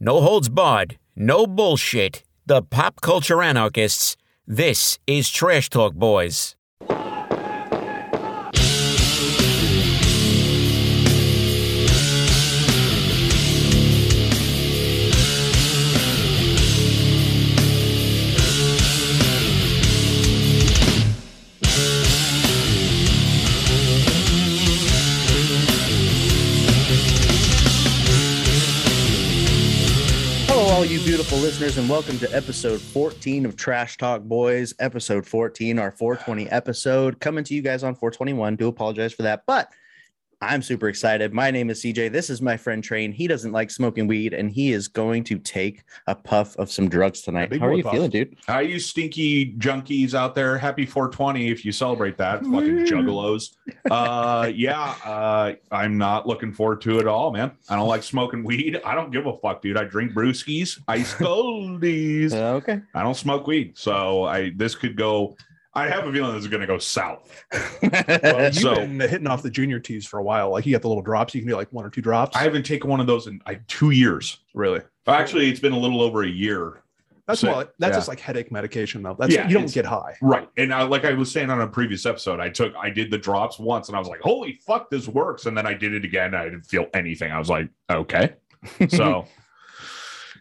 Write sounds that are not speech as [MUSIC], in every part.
No holds barred. No bullshit. The pop culture anarchists. This is Trash Talk Boys. Hello, all you beautiful listeners, and welcome to episode 14 of Trash Talk Boys. Episode 14, our 420 episode, coming to you guys on 421. Do apologize for that, but I'm super excited. My name is CJ. This is my friend Train. He doesn't like smoking weed, and he is going to take a puff of some drugs tonight. big How are boy you puff. feeling, dude? All you stinky junkies out there, happy 420 if you celebrate that, fucking juggalos. Uh, yeah, uh, I'm not looking forward to it at all, man. I don't like smoking weed. I don't give a fuck, dude. I drink brewskis, ice coldies. Uh, [LAUGHS] okay. I don't smoke weed, so I this could go. I have a feeling this is gonna go south. [LAUGHS] Well, you've So- been hitting off the junior tees for a while. Like you got the little drops. You can do like one or two drops. I haven't taken one of those in like two years, really. Actually, it's been a little over a year that's so- what. That's yeah. just like headache medication though. That's Yeah, you don't it's- get high. Right. And I, like I was saying on a previous episode, I took, I did the drops once and I was like, holy fuck, this works. And then I did it again. And I didn't feel anything. I was like, okay. [LAUGHS] So,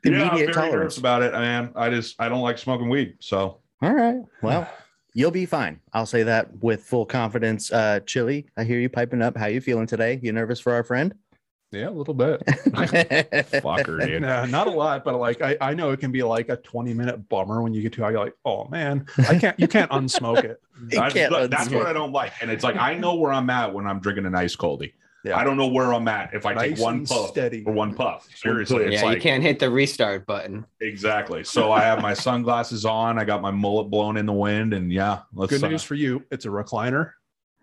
yeah, I'm Immediate very tolerance. nervous about it, man. I just, I don't like smoking weed. So, All right. Well, you'll be fine. I'll say that with full confidence. Uh, Chili, I hear you piping up. How you feeling today? You nervous for our [LAUGHS] friend? [LAUGHS] Yeah, a little bit. [LAUGHS] fucker, dude. nah, not a lot, but like I, I know it can be like a 20 minute bummer when you get to. I like, oh man, I can't. You can't unsmoke it. [LAUGHS] You I just- can't that's unsmoke. what I don't like. And it's like, I know where I'm at when I'm drinking an ice coldie. Yeah. I don't know where I'm at if I [LAUGHS] take Nice one and puff steady. or one puff. Seriously. It's yeah, like, you can't hit the restart button. [LAUGHS] exactly. So I have my sunglasses on. I got my mullet blown in the wind. And yeah, let's Good uh, news for you. It's a recliner,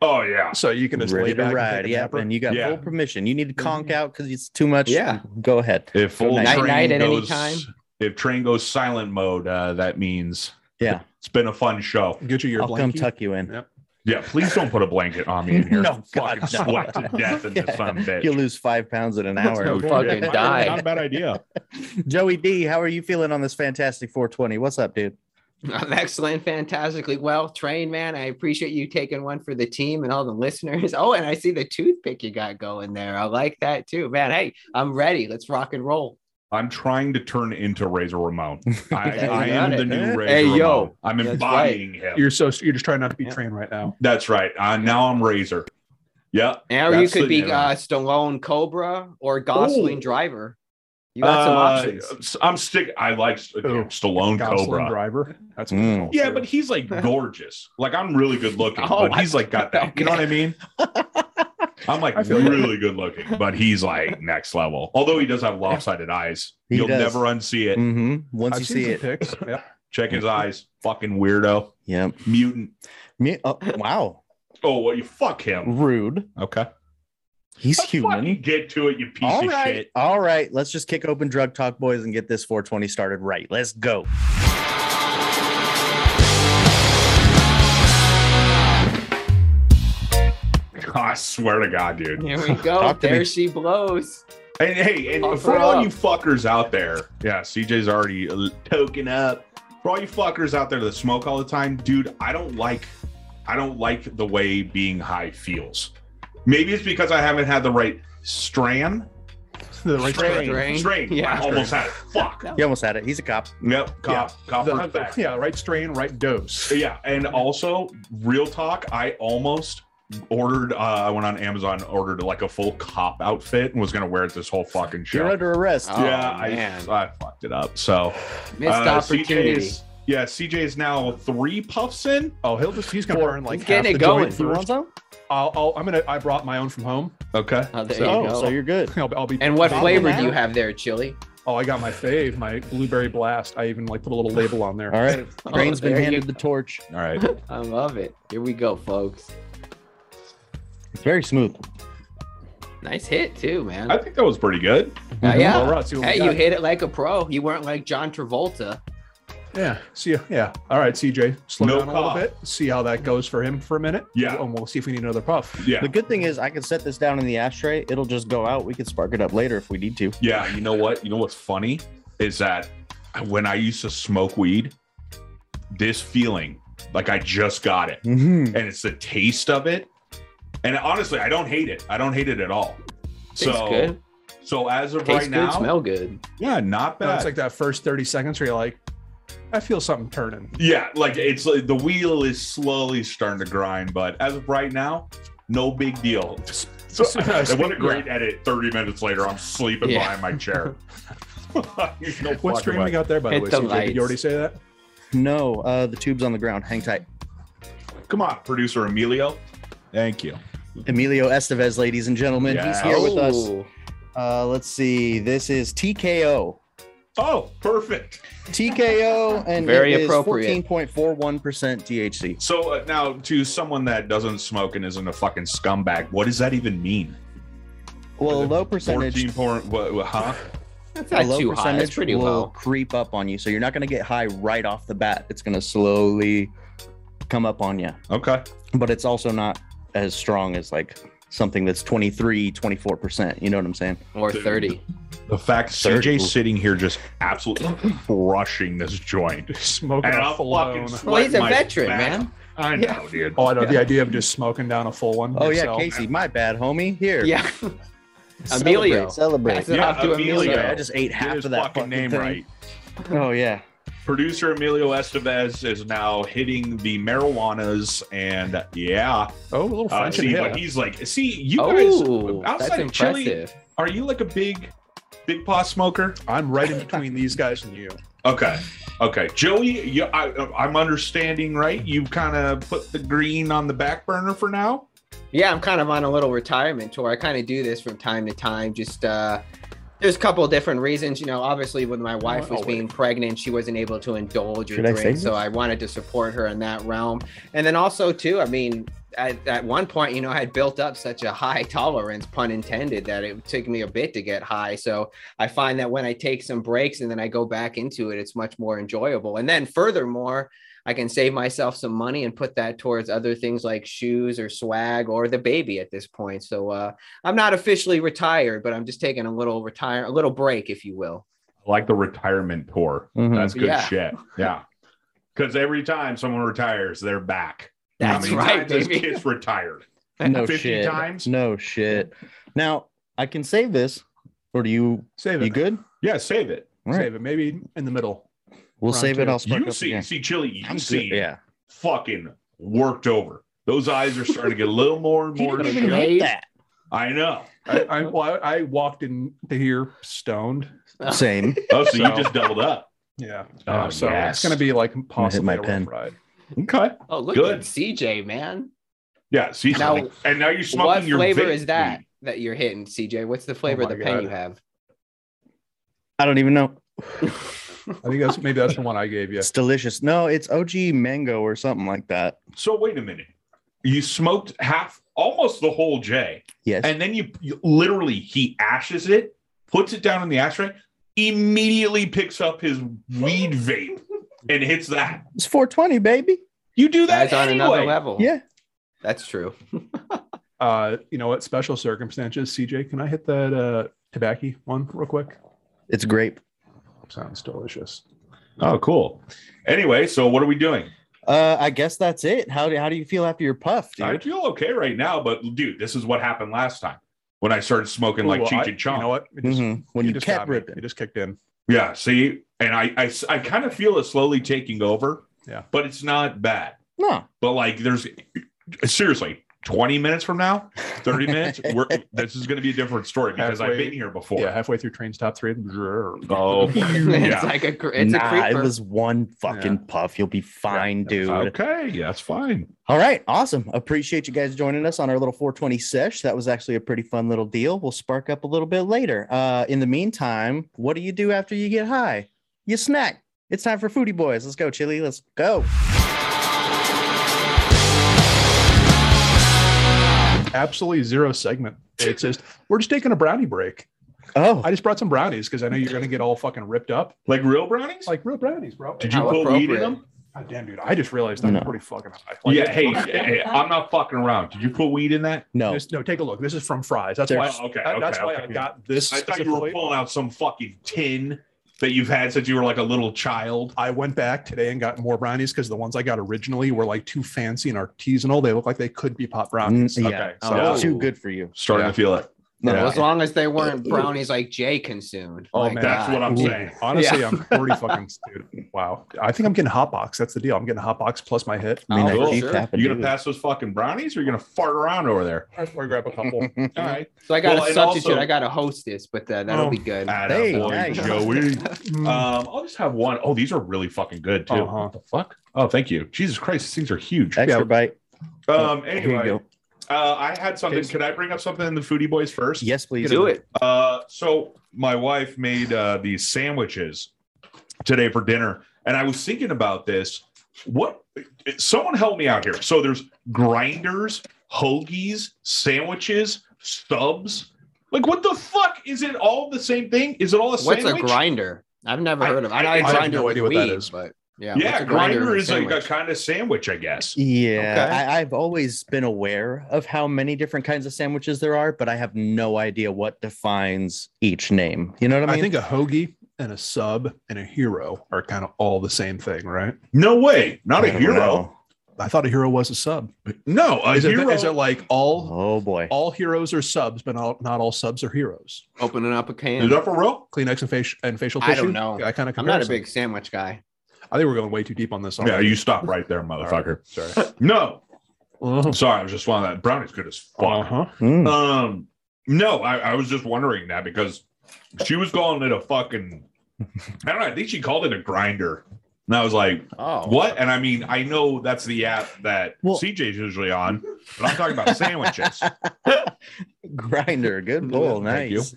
Oh, yeah. so you can just ready lay to back. ride. Yeah, and And you got Yeah. full permission. You need to conk out because it's too much. Mm-hmm. Yeah. go ahead. If full Night, train night at any goes, time. If train goes silent mode, uh, that means Yeah, it's been a fun show. you get you your I'll blanket. come tuck you in. Yeah, please don't put a blanket on me in [LAUGHS] [LAUGHS] here. No, God, [LAUGHS] fucking no. [LAUGHS] sweat to death in this son of a You'll bitch. lose five pounds in an [LAUGHS] That's hour. no Holy fucking shit. die. Not a bad idea. [LAUGHS] Joey D, how are you feeling on this fantastic 420? What's up, dude? I'm excellent, fantastically well trained, man. I appreciate you taking one for the team and all the listeners. [LAUGHS] Oh, and I see the toothpick you got going there. I like that too, man. Hey, I'm ready. Let's rock and roll. I'm trying to turn into Razor [LAUGHS] Ramon. I, You I am got the it. new Razor Hey, yo. Ramon. I'm That's right. embodying him. You're so you're just trying not to be Yeah. trained right now. That's right. Uh, now I'm Razor. Yeah. Now That's you could the- be yeah. uh, Stallone Cobra or Gosling Ooh. Driver. You got some Uh, options. Oh, I'm stick. I like Ooh. Stallone Gosling Cobra. Hmm. driver. That's Mm. cool, Yeah, too. but he's [LAUGHS] like gorgeous. Like I'm really good looking, Oh, but he's like got that. You know what [LAUGHS] I mean? I'm like I feel really good looking, but he's like next level. Although he does have lopsided eyes, He you'll does. never unsee it. hmm Once I've you seen see some it. pics. Yeah. Check his Mm-hmm. eyes, fucking weirdo, Yep. mutant. Me, oh, wow. Oh, well, you fuck him. Rude. Okay, He's Fucking Mm. human. Get to it, you piece All of right. shit. All right. Let's just kick open Drug Talk Boys and get this 420 started right. Let's go. [LAUGHS] I swear to God, dude. Here we go. Talk to me. there she blows. And hey, and Fuck for her all up. you fuckers out there, yeah, CJ's already uh, token up. For all you fuckers out there that smoke all the time, dude, I don't like, I don't like the way being high feels. Maybe it's because I haven't had the right strand. The right strain, strain. strain. Yeah. I almost had it. Fuck. You almost had it. He's a cop. Yep. Cop. Cop. [LAUGHS] [LAUGHS] The- right back. yeah, right strain, right dose. Yeah, and also real talk, I almost ordered. Uh, I went on Amazon, ordered like a full cop outfit, and was gonna wear it this whole fucking show. You're under arrest. Oh, yeah, I, man. I fucked it up. So Missed Uh, opportunity. CJ is- yeah, CJ is now three puffs in. Oh, he'll just he's gonna Four. burn like He's half getting the it going. joint You want first. some? I'll, I'll, I'm gonna. I brought my own from home. [LAUGHS] Okay. Oh, there oh, you go. so you're good. I'll, I'll be. and what Problem flavor now? do you have there, Chili? Oh, I got my fave, my blueberry blast. I even like put a little label on there. All right. [LAUGHS] Oh, Brain's been there you handed go. the torch. All right. I love it. Here we go, folks. It's very smooth. Nice hit too, man. I think that was pretty good. Uh, yeah. All right. See what we Hey, got. you hit it like a pro. You weren't like John Travolta. Yeah. See, ya. yeah. All right, CJ, slow No down a little cough. bit. See how that goes for him for a minute. Yeah. and we'll see if we need another puff. Yeah. The good thing is, I can set this down in the ashtray. It'll just go out. We can spark it up later if we need to. Yeah, you know what? You know what's funny is that when I used to smoke weed, this feeling, like I just got it, Mm-hmm. and it's the taste of it. And honestly, I don't hate it. I don't hate it at all. Tastes so, good. so as of Tastes right good. now, Smell good. yeah, not No, bad. it's like that first 30 seconds where you're like, I feel something turning. yeah, like it's like the wheel is slowly starting to grind, but as of right now, no big deal. So, [LAUGHS] Nice. what a great edit! Thirty minutes later, I'm sleeping Yeah. behind my [LAUGHS] chair. no What fucking stream way. we got there, by the Hit way, the CJ? Did lights. you already say that? No, uh, the tube's on the ground. Hang tight. Come on, producer Emilio. Thank you. Emilio Estevez, ladies and gentlemen, he's Yeah. here with us. Ooh. Uh, let's see. This is TKO. Oh, perfect. TKO and Very it is appropriate. 14.41% THC. So uh, now, to someone that doesn't smoke and isn't a fucking scumbag, what does that even mean? Well, a low percentage, Fourteen point, what, what- huh? That's a not low too high. That's percentage pretty will low. creep up on you. So you're not going to get high right off the bat. It's going to slowly come up on you. Okay. But it's also not as strong as like something that's 23, 24%. You know what I'm saying? Or Dude. 30. The fact Third- CJ's sitting here just absolutely [CLEARS THROAT] crushing this joint, Smoking and a I'm full fucking. one. sweating Well, he's a my veteran, back. man. I Yeah. know, dude. Oh, I know. The idea of just smoking down a full one. Oh, yeah, yourself. Casey. My bad, homie. Here. [LAUGHS] Yeah. Emilio. Celebrate. Pass it Yeah, off to Emilio. Emilio. Sorry, I just ate Get half his of fucking, that fucking name thing. right. Oh, yeah. Producer Emilio Estevez is now hitting the marijuanas, and yeah, Oh, a little uh, French see, inhale. but he's like, see, you Oh, guys that's outside of Chile, impressive. Are you like a big, big pot smoker? I'm right in between these guys and you. Okay, okay, Joey. You, I, I'm understanding, right? You kind of put the green on the back burner for now. yeah i'm kind of on a little retirement tour i kind of do this from time to time just uh there's a couple of different reasons you know obviously when my wife was Always. being pregnant she wasn't able to indulge or Should I say drink so i wanted to support her in that realm and then also too i mean at, at one point you know i had built up such a high tolerance pun intended that it took me a bit to get high so i find that when i take some breaks and then i go back into it it's much more enjoyable and then furthermore I can save myself some money and put that towards other things like shoes or swag or the baby at this point. So uh, I'm not officially retired, but I'm just taking a little retire, a little break, if you will. I like the retirement tour. Mhm. That's good Hmm. Yeah. shit. Yeah, because every time someone retires, they're back. That's right, times has baby. Kids retired. no 50 shit. times? No shit. Now I can save this, or do you? Save it. You good? Yeah, save it. All Save it. Maybe in the middle. We'll Round save it. two. I'll spark You up see, again. see Chili. You I'm good, see, Yeah. [LAUGHS] fucking worked over. Those eyes are starting to get a little more [LAUGHS] and He more. didn't than even a shut. make shave. that. I know. I, I, well, I, I walked in to here stoned. Same. Oh, so, you So- just doubled up. Yeah. Oh, Uh, so yes. it's going to be like possibly my a rough pen. ride. Okay. Oh, look Good. at CJ, man. Yeah. See, Now, and now you're smoking what your Oh flavor vape is that weed. that you're hitting, CJ? What's the flavor of my the pen God. you have? I don't even know. I think that's maybe that's the one I [LAUGHS] gave you. It's delicious. No, it's OG mango or something like that. So wait a minute. You smoked half, almost the whole J, Yes. and then you, you literally he ashes it, puts it down in the ashtray, immediately picks up his weed vape and hits that. it's 420, baby. You do that That's on another anyway. level. Yeah. [LAUGHS] that's true. Uh, you know what? Special circumstances. CJ, can I hit that uh, tobacco one real quick? It's grape. Sounds delicious. Oh, cool. Anyway, so what are we doing? Uh, I guess that's it. How do how do you feel after your puff, I dude? feel okay right now, but dude, this is what happened last time when I started smoking like Ooh, I- Cheech and Chong. You know what? It just- Mhm. When you, just kept got me. ripping. It just kicked in. Yeah, see, and I, I, I kind of feel it slowly taking over. Yeah. but it's not bad. No. But like, there's seriously, 20 minutes from now, 30 [LAUGHS] minutes, we're, this is going to be a different story because I've Halfway- been here before. Yeah, halfway through trains top three. brrr. Oh, [LAUGHS] [LAUGHS] it's yeah. like a cre- it's nah, a creeper. it was one fucking puff. You'll be fine, dude. Okay, yeah, that's fine. All right, awesome. Appreciate you guys joining us on our little 420 sesh. That was actually a pretty fun little deal. We'll spark up a little bit later. Uh, in the meantime, what do you do after you get high? You snack. It's time for Foodie Boys. Let's go, Chili. Let's go. Absolutely zero segment. It's just we're just taking a brownie break. Oh, I just brought some brownies because I know you're gonna get all fucking ripped up. Like real brownies? Like real brownies, bro. Did you How put weed in appropriate. them? God damn, dude. I just realized I'm No. pretty fucking high. Like, yeah, hey, hey, I'm not fucking around. Did you put weed in that? no. This, no, take a look. This is from Fries. That's They're- why. Oh, okay, that- that's okay, why okay. I got this. I thought you were specifically. pulling out some fucking tin that you've had since you were like a little child. I went back today and got more brownies because the ones I got originally were like too fancy and artisanal. They look like they could be pop brownies. Mm, yeah. Okay, Oh, so- that's too good for you. Starting Yeah. to feel it. No, As long as [LAUGHS] they weren't brownies like Jay consumed. Oh, My man. That's God. what I'm Ooh. saying. Honestly, I'm pretty fucking dude. Wow. I think I'm getting hot box. That's the deal. I'm getting hot box plus my hit. I mean, Oh, I cool. keep Sure. tapping You gonna dude. pass those fucking brownies, or you gonna fart around over there? I grab a couple. All right. So I got Well, a and substitute. also- I got a hostess, but uh, that'll Oh. be good. Hey, Attaboy, nice. [LAUGHS] Joey. [LAUGHS] Mm. Um, I'll just have one. Oh, these are really fucking good too. Uh-huh. What the fuck? Oh, thank you. Jesus Christ, these things are huge. Extra Yeah. bite. Um, oh, Here you anyway, go. uh, I had something. Okay. Could I bring up something in the Foodie Boys first? Yes, please. Do it. Uh, so my wife made uh, these sandwiches today for dinner, and I was thinking about this. What? Someone help me out here. So there's grinders, hoagies, sandwiches, stubs. Like what the fuck? Is it all the same thing? Is it all a What's sandwich? a grinder? I've never I- heard of. it. I- I I, know have a grinder no with idea what that weed, is. but yeah, Yeah, what's a grinder, with a is like a sandwich? kind of sandwich, I guess. Yeah, Okay. I, I've always been aware of how many different kinds of sandwiches there are, but I have no idea what defines each name. You know what I I, mean? think a hoagie and a sub and a hero are kind of all the same thing, right? No way, not I a don't hero. know. I thought a hero was a sub. No, a Is it, hero. is it like all Oh boy. all heroes are subs, but not, not all subs are heroes? opening up a is can. that for real? Kleenex and, facial and facial tissue. I don't know. I kind of. I'm not a big [LAUGHS] sandwich guy. I think we're going way too deep on this. Yeah, already. you stop right there, motherfucker. Sorry. No, Uh sorry, I was just one of that brownies good as fuck. huh. Mm. Um, no, I, I was just wondering that because she was calling it a fucking. I don't know. I think she called it a grinder, and I was like, Oh, "What?" And I mean, I know that's the app that Well- CJ's usually on, but I'm [LAUGHS] talking about sandwiches. Grinder, good pull, Thank you. nice.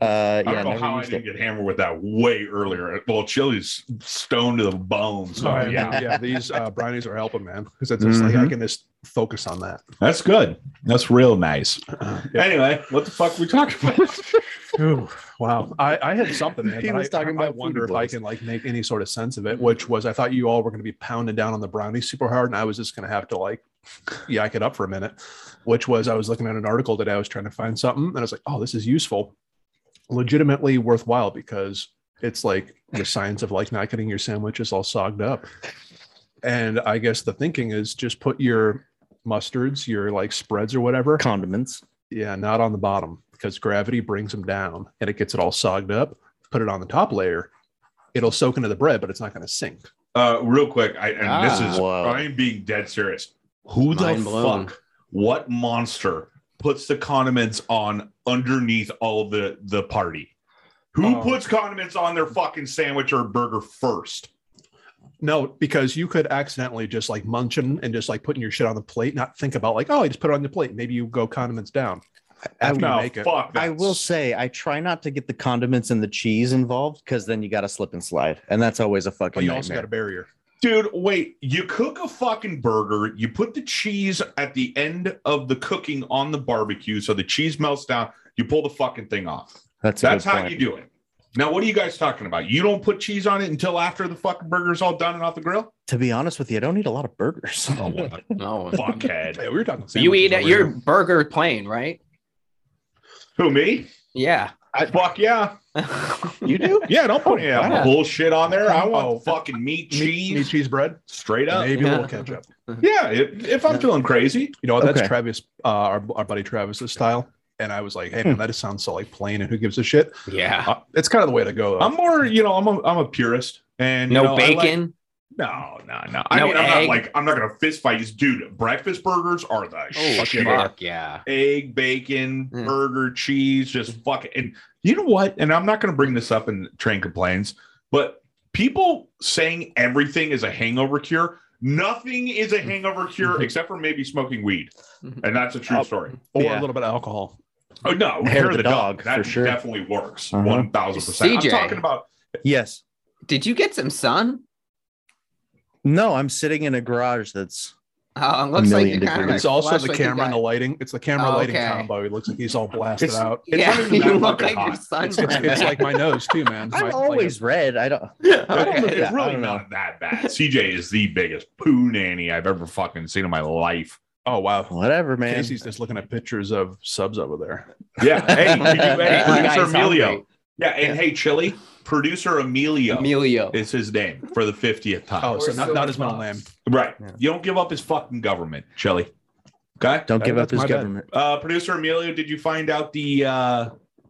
Uh, I yeah, don't know never how I used didn't it. get hammered with that way earlier. Well, Chili's stoned to the bone. Oh, So Sorry. yeah, Yeah. yeah. These uh, brownies are helping, man. Because it's just like I Mm-hmm. Mhm. can just focus on that. that's good. That's real nice. Yeah. Anyway, what the fuck we talking [LAUGHS] about? Ooh, wow. I, I had something. Man, He but was I, talking I about wonder if Foodie I Boys. can like make any sort of sense of it, which was I thought you all were going to be pounding down on the brownies super hard, and I was just going to have to like yak it up for a minute. Which was I was looking at an article today. I was trying to find something, and I was like, oh, this is useful, legitimately worthwhile because it's like the science of like not getting your sandwiches all sogged up. And I guess the thinking is just put your mustards, your like spreads or whatever, Condiments. yeah, not on the bottom because gravity brings them down and it gets it all sogged up. Put it on the top layer, it'll soak into the bread, but it's not going to sink. Uh, real quick, I, and this is Whoa. I'm being dead serious. Who the Mind blown. fuck? What monster puts the condiments on underneath all the the party? Who Oh. puts condiments on their fucking sandwich or burger first? No, because you could accidentally just like munching and just like putting your shit on the plate, not think about like, oh, I just put it on the plate. Maybe you go condiments down after No, you make it. fuck. I that's- will say I try not to get the condiments and the cheese involved because then you got to slip and slide, and that's always a fucking But you also nightmare. got a barrier. Dude, wait. You cook a fucking burger. You put the cheese at the end of the cooking on the barbecue, so the cheese melts down. You pull the fucking thing off. that's a That's good how point. you do it. Now, what are you guys talking about? You don't put cheese on it until after the fucking burger's all done and off the grill. To be honest with you, I don't eat a lot of burgers. Oh, what a No. [LAUGHS] [LAUGHS] fuckhead! Hey, we were talking. You sandwiches eat at over your here. burger plain, right? Who me? Yeah. [LAUGHS] I fuck yeah, You do? yeah. Don't put yeah, wow. bullshit on there. I want Oh. fucking meat, meat, cheese, meat, cheese bread, straight up. maybe a little Yeah. ketchup. Yeah, if, if I'm feeling crazy, You know what? That's Okay. Travis, uh, our, our buddy Travis's style. And I was like, hey, man, that just sounds so like plain and who gives a shit? yeah. Uh, it's kind of the way to go. Though. I'm more. You know, I'm a, I'm a purist. And you No know, I like- bacon. No, no, no. I No mean, I'm not egg? like I'm not gonna fist fight you, dude. Breakfast burgers are the oh, shit. fuck yeah. Egg, bacon, Mm. burger, cheese, just fuck it. And you know what? And I'm not gonna bring this up in train complaints, but people saying everything is a hangover cure. Nothing is a hangover cure Mm-hmm. Mhm. except for maybe smoking weed, Mhm. and that's a true Oh. story. or Yeah. a little bit of alcohol. Oh no, Hair hair of of the the dog, dog, that for sure. definitely works, Uh-huh. one thousand percent. I'm CJ. talking about [LAUGHS] Yes. Did you get some sun? No, I'm sitting in a garage that's Oh, it looks like Million you're kind of degrees. like It's also flush the with your camera and the [LAUGHS] gut. lighting. It's the camera Oh, lighting okay. combo. He looks like he's all blasted It's- out. it's yeah, not even that [LAUGHS] you look fucking like your hot. son. It's, it's, it's like my nose too, man. [LAUGHS] My- I'm like- always red. [LAUGHS] I don't. It's okay. Okay. Yeah, I really don't know. not that bad. CJ is the biggest poo nanny I've ever fucking seen in [LAUGHS] my life. oh wow. Whatever, man. Casey's just looking at pictures of subs over there. Yeah. Hey, you- hey, [LAUGHS] You guys producer sound Emilio. great. Yeah, and hey, Chili, producer Emilio Emilio. is his name for the 50th time. Oh, so Or not, so not his middle close. name. Right. Yeah. You don't give up his fucking government, Chili. Okay. Don't That- give up that's his my bad. government. Uh, producer Emilio, did you find out the uh,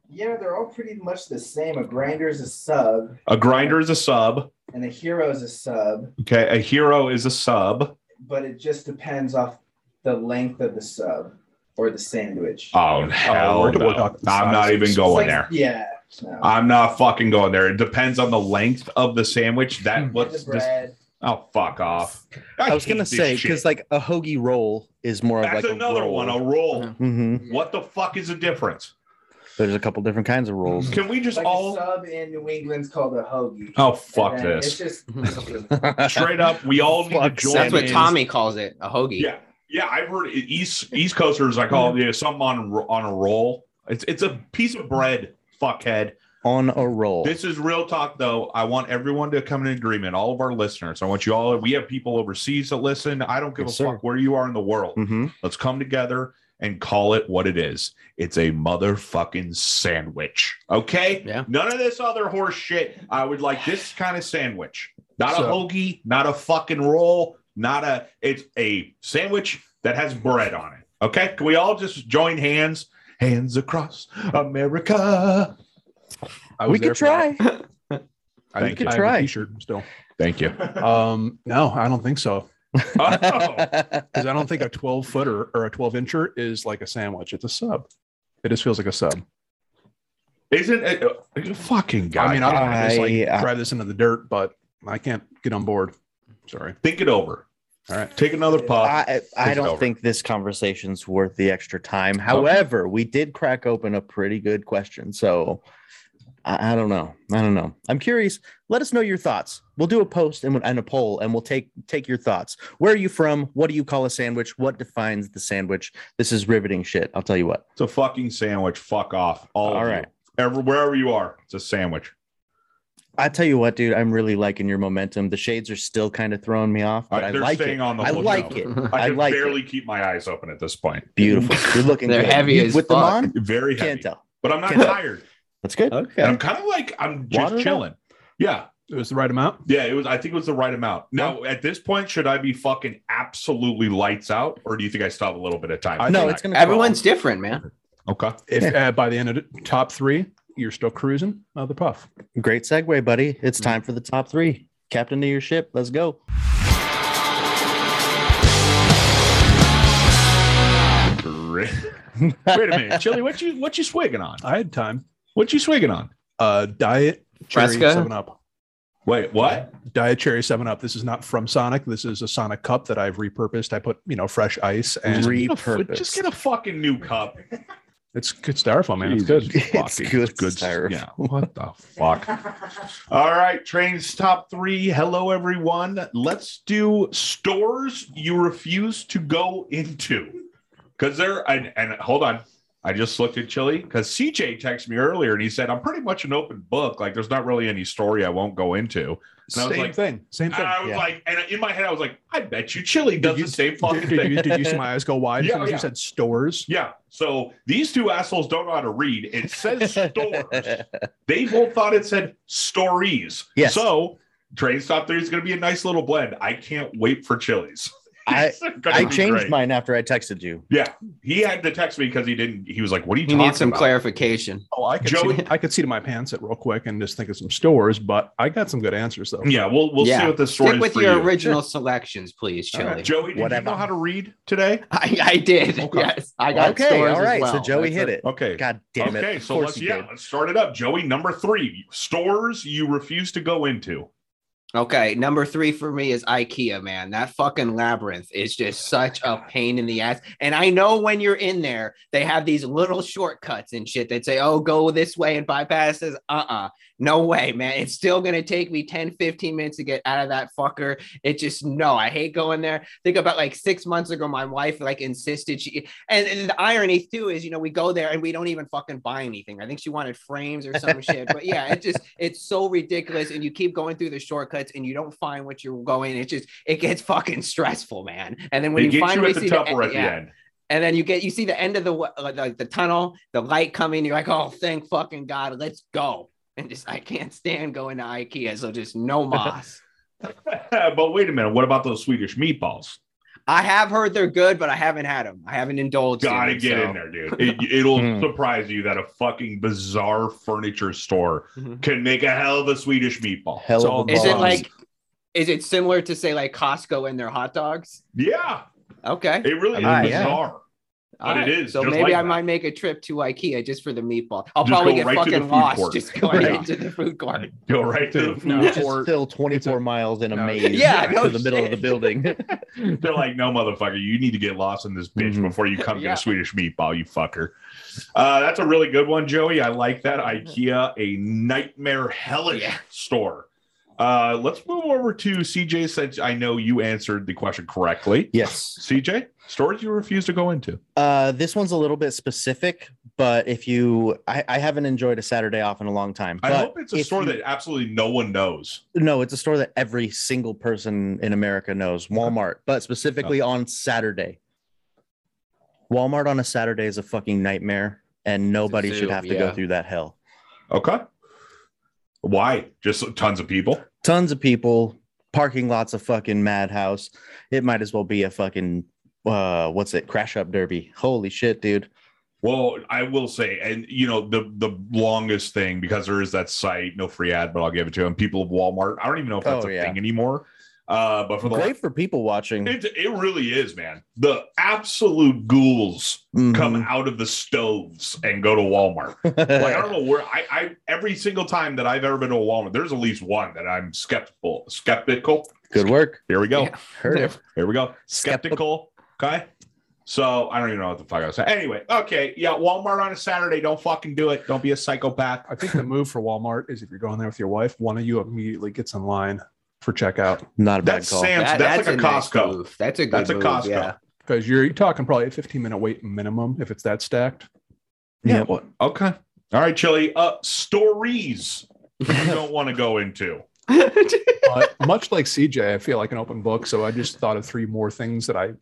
Yeah, they're all pretty much the same. A grinder is a sub, a grinder is a sub? and a hero is a sub, Okay. A hero is a sub. but it just depends off the length of the sub or the sandwich. Oh, hell. we're- no. we're talking I'm not sizes. even It's going like- there. Uh, Yeah. no. I'm not fucking going there. It depends on the length of the sandwich. That what's the this? bread. Oh, fuck off. I was gonna say because like a hoagie roll is more that's of like another one, a roll. Yeah. hmm What the fuck is the difference? There's a couple different kinds of [LAUGHS] rolls. Can we just Like a all? sub in New England's called a hoagie. Oh And fuck then It's this! just Straight up, we all need to Fuck join. That's what in. Tommy calls it, a hoagie. Yeah, yeah, I've heard it- East East Coasters. I call it oh, yeah, something on ro- on a roll. It's it's a piece of bread, fuckhead. on a roll. This is real talk, though. I want everyone to come in agreement. All of our listeners. I want you all. We have people overseas that listen. I don't give Yes, a sir. fuck where you are in the world. Mhm. Let's come together and call it what it is. It's a motherfucking sandwich. Okay. Yeah. None of this other horse shit. I would like this kind of sandwich. Not So- a hoagie, not a fucking roll, not a it's a sandwich that has bread on it. Okay. Can we all just join hands? Hands across America. I We was there could for that. try. I Thank think you. I have Try. a t-shirt still. Thank [LAUGHS] you. Um, no, I don't think so. Oh, Because I don't think a 12 footer or a 12 incher is like a sandwich. It's a sub. It just feels like a sub. isn't it uh, fucking guy? I mean, I don't want to just like I- drive this into the dirt, but I can't get on board. Sorry. think it over. All right. Take another puff. I, Think I it don't over. think this conversation's worth the extra time. However, we did crack open a pretty good question. So I, I don't know. I don't know. I'm curious. Let us know your thoughts. We'll do a post and, and a poll and we'll take take your thoughts. Where are you from? What do you call a sandwich? What defines the sandwich? This is riveting shit. I'll tell you what. It's a fucking sandwich. Fuck off. All, All of right. You. Every, wherever you are, it's a sandwich. I tell you what, dude, I'm really liking your momentum. The shades are still kind of throwing me off, but I- I they're like staying it. on the I whole like show. it. I, I can like barely keep my eyes open at this point. Beautiful. You're looking They're good. heavy You- as with fuck. them on. Very heavy. Can't tell. But I'm not Can't tell. tired. That's good. And Okay. I'm kind of like I'm just Water it up. chilling. Yeah. It was the right amount. Yeah, it was I think it was the right amount. Now, at this point, should I be fucking absolutely lights out or do you think I still have a little bit of time? I for no, that? it's gonna. [LAUGHS] Everyone's different, man. okay. If uh, by the end of the top three, you're still cruising, another puff. Great segue, buddy. It's Mm-hmm. time for the top three. Captain of your ship. Let's go. [LAUGHS] Wait a minute, Chili, what you what you swigging on? I had time. What you swigging on? Uh, diet cherry Fresca? seven up. Wait, what? Diet cherry seven up. This is not from Sonic. This is a Sonic cup that I've repurposed. I put you know fresh ice and Re- Get a fu- Repurpose. Just get a fucking new cup. it's good styrofoam, man. It's good. It's Fucking good stuff. styrofoam. Yeah. What the [LAUGHS] [LAUGHS] fuck? All right, trains top three. Hello, everyone. Let's do stores you refuse to go into because they're and, and hold on. I just looked at Chili because CJ texted me earlier and he said, I'm pretty much an open book. Like, there's not really any story I won't go into. And I was Same like- thing. Same And thing. I was Yeah. like, and in my head, I was like, I bet you Chili does Did you- the same Did, [LAUGHS] fucking did thing. you, did you see my eyes go wide? Yeah, as soon as yeah. you said stores. Yeah. So these two assholes don't know how to read. [LAUGHS] It says stores. They both thought it said stories. Yes. So Train Stop 3 is going to be a nice little blend. I can't wait for Chili's. [LAUGHS] I- It's gonna I be changed great. mine after I texted you. He had to text me because he didn't. He was like, "What are you He talking needs some about?" clarification. Oh, I could Joey- see, I could see to my pants it real quick and just think of some stores, but I got some good answers though. Yeah, we'll we'll see Yeah. what this story Stick is with for your you. original selections, please, Chili. [LAUGHS] [LAUGHS] right. Joey, did Whatever. you know how to read today? I, I did. Okay. Yes, I got okay, stores all as right. So well. Joey That's hit a- it. Okay. God damn it. okay, Of so course let's he yeah, did. let's start it up. Joey, number three, stores you refuse to go into. Okay, number three for me is IKEA, man. That fucking labyrinth is just such a pain in the ass. And I know when you're in there, they have these little shortcuts and shit that say, oh, go this way and bypasses. Uh uh No way, man. It's still going to take me 10, 15 minutes to get out of that fucker. It just, no, I hate going there. Think about like six months ago, my wife like insisted she, and, and the irony too is, you know, we go there and we don't even fucking buy anything. I think she wanted frames or some shit. But yeah, it just, [LAUGHS] it's so ridiculous. And you keep going through the shortcuts and you don't find what you're going. It's just, it gets fucking stressful, man. And then when They you get you finally at the see the- Tupper at the yeah. end. And then you get you see the end of the wa- uh, like the tunnel, the light coming. You're like, oh, thank fucking god, let's go. And just I can't stand going to IKEA, so [LAUGHS] just no moss. but wait a minute. What about those Swedish meatballs? I have heard they're good, but I haven't had them. I haven't indulged. Gotta in them, get so. in there, dude. It, it'll Mm. surprise you that a fucking bizarre furniture store Mhm. can make a hell of a Swedish meatball. Hell So of a [LAUGHS] Is it bomb. like? Is it similar to say like Costco and their hot dogs? Yeah, Okay, it really is Ah, yeah. bizarre. All it is So just maybe like I that. might make a trip to IKEA just for the meatball. I'll Just probably go get right to the fucking food lost court. just going Yeah. into the food court. Go right to the Dude, food no, You it's just court. still 24 miles in a No. maze Yeah, to no the middle of shit. the building. [LAUGHS] [LAUGHS] They're like, no, motherfucker, you need to get lost in this bitch Mhm. before you come get Yeah. a Swedish meatball, you fucker. Uh, that's a really good one, Joey. I like that. IKEA, a nightmare hellish Yeah. store. Uh, let's move over to CJ since I know you answered the question correctly. yes. CJ, stores you refuse to go into. Uh, this one's a little bit specific, but if you, I, I haven't enjoyed a Saturday off in a long time. I but hope it's a if store you- that absolutely no one knows. No, it's a store that every single person in America knows Walmart, but specifically on Saturday. Walmart on a Saturday is a fucking nightmare, and nobody should zoo, have to go yeah. through that hell. Okay. Why? Just tons of people. Tons of people, parking lots of fucking madhouse. It might as well be a fucking, uh, what's it, crash up derby. Holy shit, dude. Well, I will say, and you know, the the longest thing because there is that site, no free ad, but I'll give it to him. People of Walmart. I don't even know if that's Oh, a yeah. thing anymore. Uh, but for the Great for people watching. it, it really is, man. The absolute ghouls [LAUGHS] come Mhm. out of the stoves and go to Walmart. [LAUGHS] Like I don't know where I, I every single time that I've ever been to a Walmart, there's at least one that I'm skeptical. Skeptical. Good work. Here we go. Yeah. Heard it. Here we go. Skeptic- Skeptical. Okay. So I don't even know what the fuck I was saying. Anyway, okay. Yeah, Walmart on a Saturday. Don't fucking do it. Don't be a psychopath. I think the move for Walmart is if you're going there with your wife, one of you immediately gets in line for checkout Not a bad That's call. Sam- That's- that's like a nice Costco. move. that's a good That's a move, Costco. Yeah. because you're, you're talking probably a 15 minute wait minimum if it's that stacked. Yeah. well, okay. All right, Chili. Uh stories you don't want to go into. But much like CJ, I feel like an open book. So I just thought of three more things that I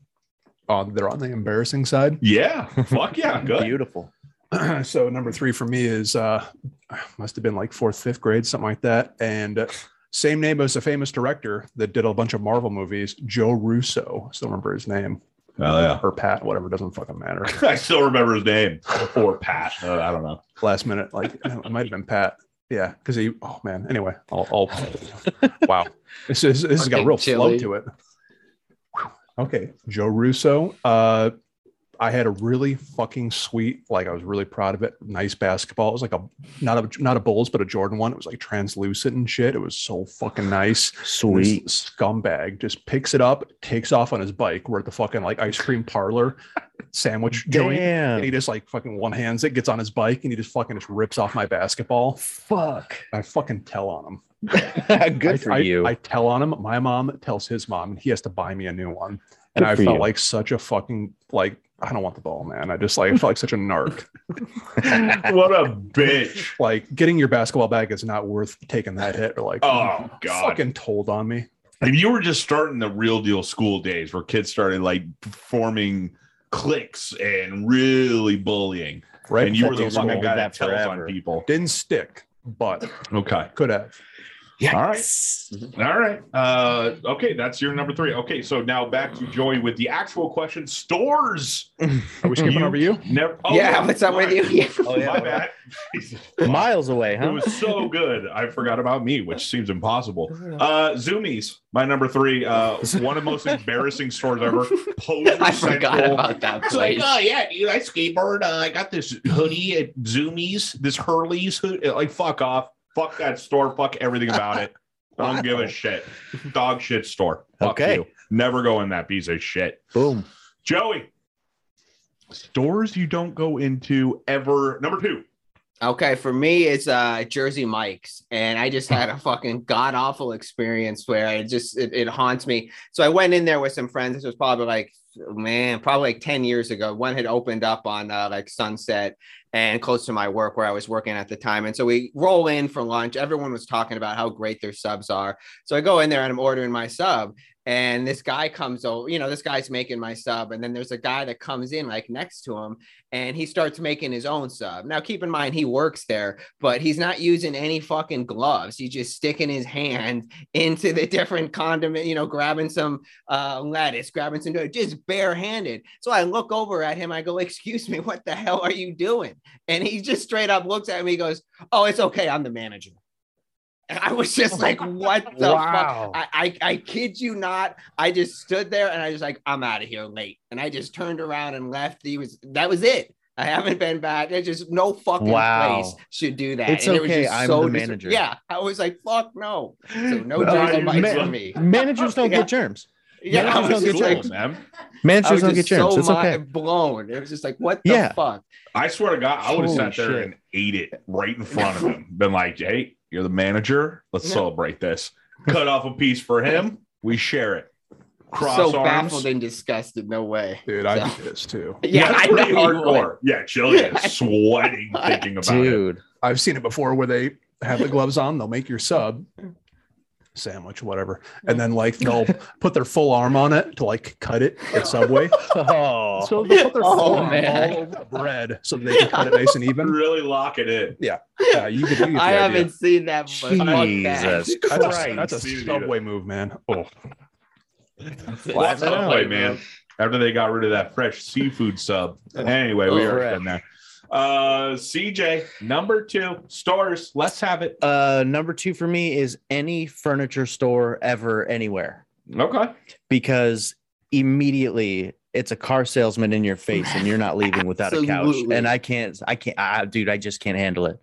uh, that are on the embarrassing side. [CLEARS THROAT] Yeah. Fuck yeah. Good. Beautiful. so number three for me is uh must have been like fourth fifth grade something like that and uh, same name as a famous director that did a bunch of marvel movies joe russo I still remember his name Oh yeah. or pat whatever doesn't fucking matter I still remember his name. Or Pat. Uh, I don't know. last minute like it might have been pat yeah because he oh man anyway i'll, I'll wow this is this has got a Fucking real flow chili. to it Whew. okay joe russo uh I had a really fucking sweet, like I was really proud of it. Nice basketball. It was like a not a not a Bulls, but a Jordan one. It was like translucent and shit. It was so fucking nice. This Sweet. scumbag just picks it up, takes off on his bike. We're at the fucking like ice cream parlor sandwich joint. Damn. [LAUGHS] And he just like fucking one hands it, gets on his bike, and he just fucking just rips off my basketball. Fuck. I fucking tell on him. I, Good for I- you. I tell on him. My mom tells his mom, and he has to buy me a new one. And Good I for felt you. like such a fucking like I don't want the ball, man. I just like I felt like such a narc. What a bitch. Like getting your basketball back is not worth taking that hit. Or like, Oh, God. fucking told on me. And you were just starting the real deal school days where kids started like forming cliques and really bullying. Right, and you were before the school. fucking guy that That tells forever. on people. didn't stick, but Okay. could have. All right. All right. Uh, okay. That's your number three. Okay. So now back to Joey with the actual question stores. Are we skipping You- over you? Never. [LAUGHS] oh, [LAUGHS] yeah, what's up sorry. with [LAUGHS] you? Yeah. Oh, yeah. My bad. Jesus. Miles away, It huh? was so good. I forgot about me, which seems impossible. Uh, Zoomies, my number three. Uh, one of the [LAUGHS] most embarrassing stores ever. Poser I forgot Central. about that It's like, place. oh yeah, dude, I skateboard. Uh, I got this hoodie at Zoomies, this Hurley's hoodie. Like, fuck off. Fuck that store. Fuck everything about it. I don't give a shit. Dog shit store. Fuck Okay. you. Never go in that piece of shit. Boom. Joey, stores you don't go into ever. Number two, Okay, for me it's uh Jersey Mike's, and I just had a fucking god awful experience where I just it, it haunts me. So I went in there with some friends. This was probably like man, probably like ten years ago. One had opened up on uh, like Sunset and close to my work where I was working at the time, and so we roll in for lunch. Everyone was talking about how great their subs are. So I go in there and I'm ordering my sub, and this guy comes over you know this guy's making my sub and then there's a guy that comes in like next to him and he starts making his own sub now keep in mind he works there but he's not using any fucking gloves he's just sticking his hand into the different condiment you know grabbing some uh, lettuce grabbing some just barehanded so i look over at him i go excuse me what the hell are you doing and he just straight up looks at me goes oh it's okay i'm the manager and I was just [LAUGHS] like, what the Wow. fuck? I, I, I kid you not. I just stood there and I was like, I'm out of here late. And I just turned around and left. He was, that was it. I haven't been back. It's just no fucking Wow. place should do that. It's And it was okay, just I'm the manager. yeah. I was like, fuck no. So no Well, Jersey I- Mike's man- for me. Managers don't Yeah. get germs. Yeah. Managers I was don't just get like, Cool, man. I was Managers don't just get germs. so It's mi- okay. blown. It was just like, what the Yeah. fuck? I swear to God, I would have Holy sat there shit. and ate it right in front of him. Been like, hey, you're the manager. Let's No. celebrate this. Cut off a piece for him. We share it. Cross so arms. baffled and disgusted. No way. [LAUGHS] Dude, I do this too. Yeah, That's I know pretty you would. [LAUGHS] hardcore. Yeah, Jillian is sweating thinking about it. Dude. I've seen it before where they have the gloves on, they'll make your sub sandwich, whatever, and then like they'll put their full arm on it to like cut it at Subway. Oh. So they'll put their Oh, full arm man. all over the bread so that they can cut it nice and even. Really lock it in. Yeah, you could. You get the I idea. haven't seen that. but fuck that. Jesus That's a, Christ. that's a Dude. subway move, man. Oh, Lots it of play, out. man. After they got rid of that fresh seafood sub. Anyway, we are Oh, fresh. done there. Uh, CJ, number two, stores. Let's have it. Uh, number two for me is any furniture store ever anywhere Okay. because immediately it's a car salesman in your face and you're not leaving without a couch. Absolutely. And I can't, I can't, I, dude, I just can't handle it.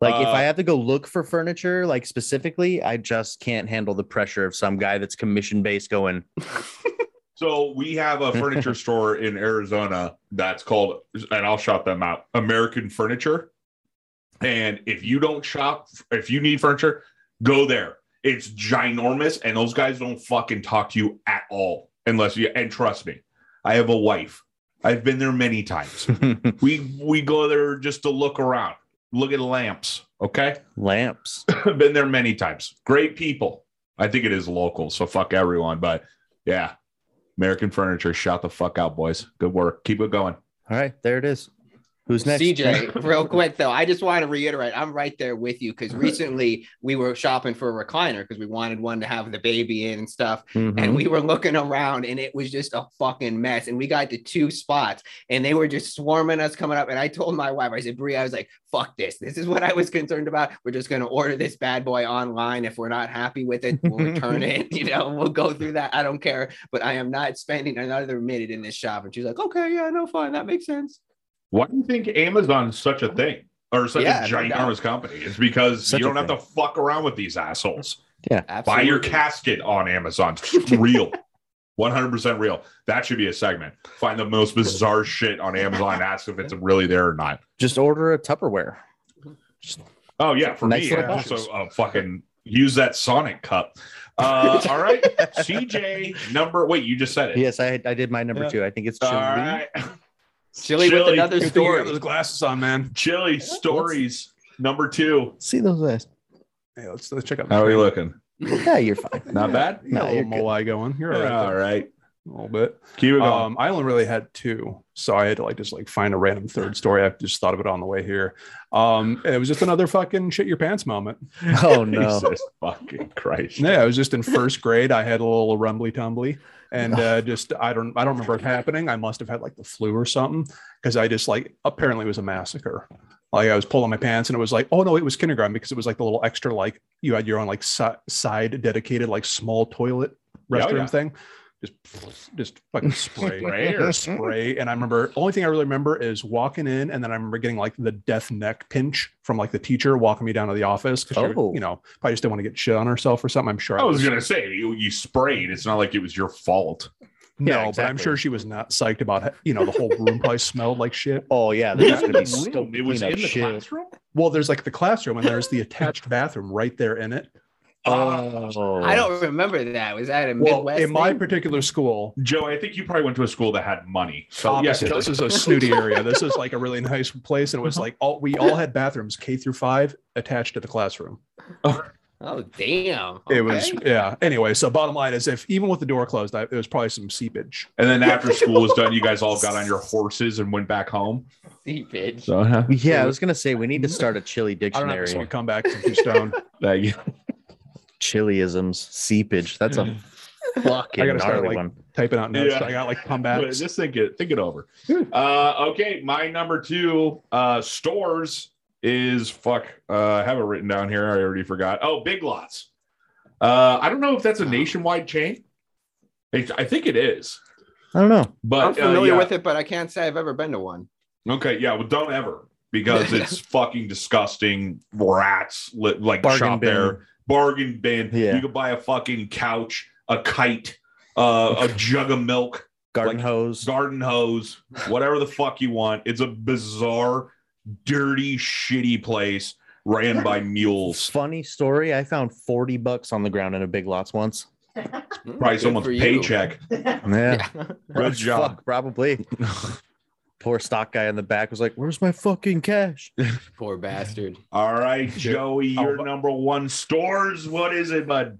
Like if Uh, I have to go look for furniture, like specifically, I just can't handle the pressure of some guy that's commission based [LAUGHS] going, So we have a furniture store in Arizona that's called, and I'll shout them out, American Furniture. And if you don't shop, if you need furniture, go there. It's ginormous, and those guys don't fucking talk to you at all unless you. And trust me, I have a wife. I've been there [LAUGHS] many times. we we go there just to look around, look at lamps. Okay, lamps. been there many times. Great people. I think it is local, so fuck everyone. But yeah, American Furniture, shout the fuck out, boys. Good work. Keep it going. All right, there it is. Who's next? [LAUGHS] CJ, real quick though, I just want to reiterate, I'm right there with you because recently we were shopping for a recliner because we wanted one to have the baby in and stuff. Mhm. Mm-hmm. And we were looking around and it was just a fucking mess. And we got to two spots and they were just swarming us coming up. And I told my wife, I said, Brie, I was like, fuck this. This is what I was concerned about. We're just going to order this bad boy online. If we're not happy with it, we'll return it. [LAUGHS] You know, we'll go through that. I don't care. But I am not spending another minute in this shop. And she's like, okay, yeah, no, fine. That makes sense. Why do you think Amazon is such a thing or such Yeah, a no ginormous company? It's because Such you a don't have to fuck around with these assholes. Absolutely. Buy your casket on Amazon. It's [LAUGHS] real. 100% real. That should be a segment. Find the most bizarre shit on Amazon and ask if it's really there or not. Just order a Tupperware. Oh yeah, for Nice me, little I boxes. also uh, fucking use that Sonic cup. Uh, [LAUGHS] all right, CJ number. Wait, you just said it. Yes, I, I did my number Yeah. two. I think it's All chili. right, Chili, with Chili. another Good thing you got story. those glasses on, man. chili stories number two. See those eyes. Hey, let's let's check out. How are you looking? Yeah, you're fine. [LAUGHS] Not bad. You got No, a you're little moai going. You're all All right. right. there. A little bit. Keep it going. Um, I only really had two, so I had to like just like find a random third story. I just thought of it on the way here. Um, and it was just another fucking shit your pants moment. [LAUGHS] Oh no. Jesus fucking Christ. Yeah, I was just in first grade. I had a little rumbly tumbly, and [LAUGHS] uh, just I don't I don't remember it happening. I must have had like the flu or something because I just like apparently it was a massacre. Like I was pulling my pants, and it was like, oh no, it was kindergarten because it was like the little extra like you had your own like si- side dedicated like small toilet Yeah, restroom oh, yeah. thing. Just, just fucking [LAUGHS] spray, Spray or- spray. And I remember, only thing I really remember is walking in, and then I remember getting like the death neck pinch from like the teacher walking me down to the office because Oh. you know probably just didn't want to get shit on herself or something. I'm sure I was gonna say you, you sprayed. It's not like it was your fault. No, Yeah, but I'm exactly. sure she was not psyched about it. You know, the whole room probably smelled like shit. [LAUGHS] Oh yeah, It there's was in gonna be the room. [LAUGHS] still It was in the shit. classroom. Well, there's like the classroom and there's the attached bathroom right there in it. Oh, I don't remember that. Was that a Well, Midwest? in my thing? particular school, Joe, I think you probably went to a school that had money. Oh, So yes, opposite, this is a snooty area. This is like a really nice place, and it was like all we all had bathrooms K through five attached to the classroom. oh damn! It was Okay. [LAUGHS] yeah. Anyway, so bottom line is, if even with the door closed, I, it was probably some seepage. and then after school was done, you guys all got on your horses and went back home. Seepage. So huh? Yeah, I was gonna say we need to start a chili I don't know if this dictionary. will come back to two stone. Thank you. Chiliisms, seepage. That's [LAUGHS] a fucking I gotta start, gnarly like- one. Typing out notes, Yeah. I got like But comebacks. just think it think it over. Uh, okay, my number two uh, stores is fuck. Uh, I have it written down here. I already forgot. Oh, Big Lots. Uh, I don't know if that's a nationwide chain. It, I think it is, I don't know. but I'm familiar uh, yeah. with it, but I can't say I've ever been to one. Okay, yeah, well, don't ever because it's fucking disgusting. Rats li- like Bargain shop bin. there. Bargain bin. Yeah. You could buy a fucking couch, a kite, uh, [LAUGHS] a jug of milk. Garden Like- hose. garden hose, whatever the fuck you want. It's a bizarre, dirty, shitty place ran [LAUGHS] by mules. Funny story. I found 40 bucks on the ground in a big lots once. Probably Hmm. Good someone's for you. [LAUGHS] paycheck. Yeah. [LAUGHS] Good [LAUGHS] job. Fuck, [LAUGHS] probably. Poor stock guy in the back was like, Where's my fucking cash? Poor bastard. All right, Joey, your Oh, number one stores. What is it, bud?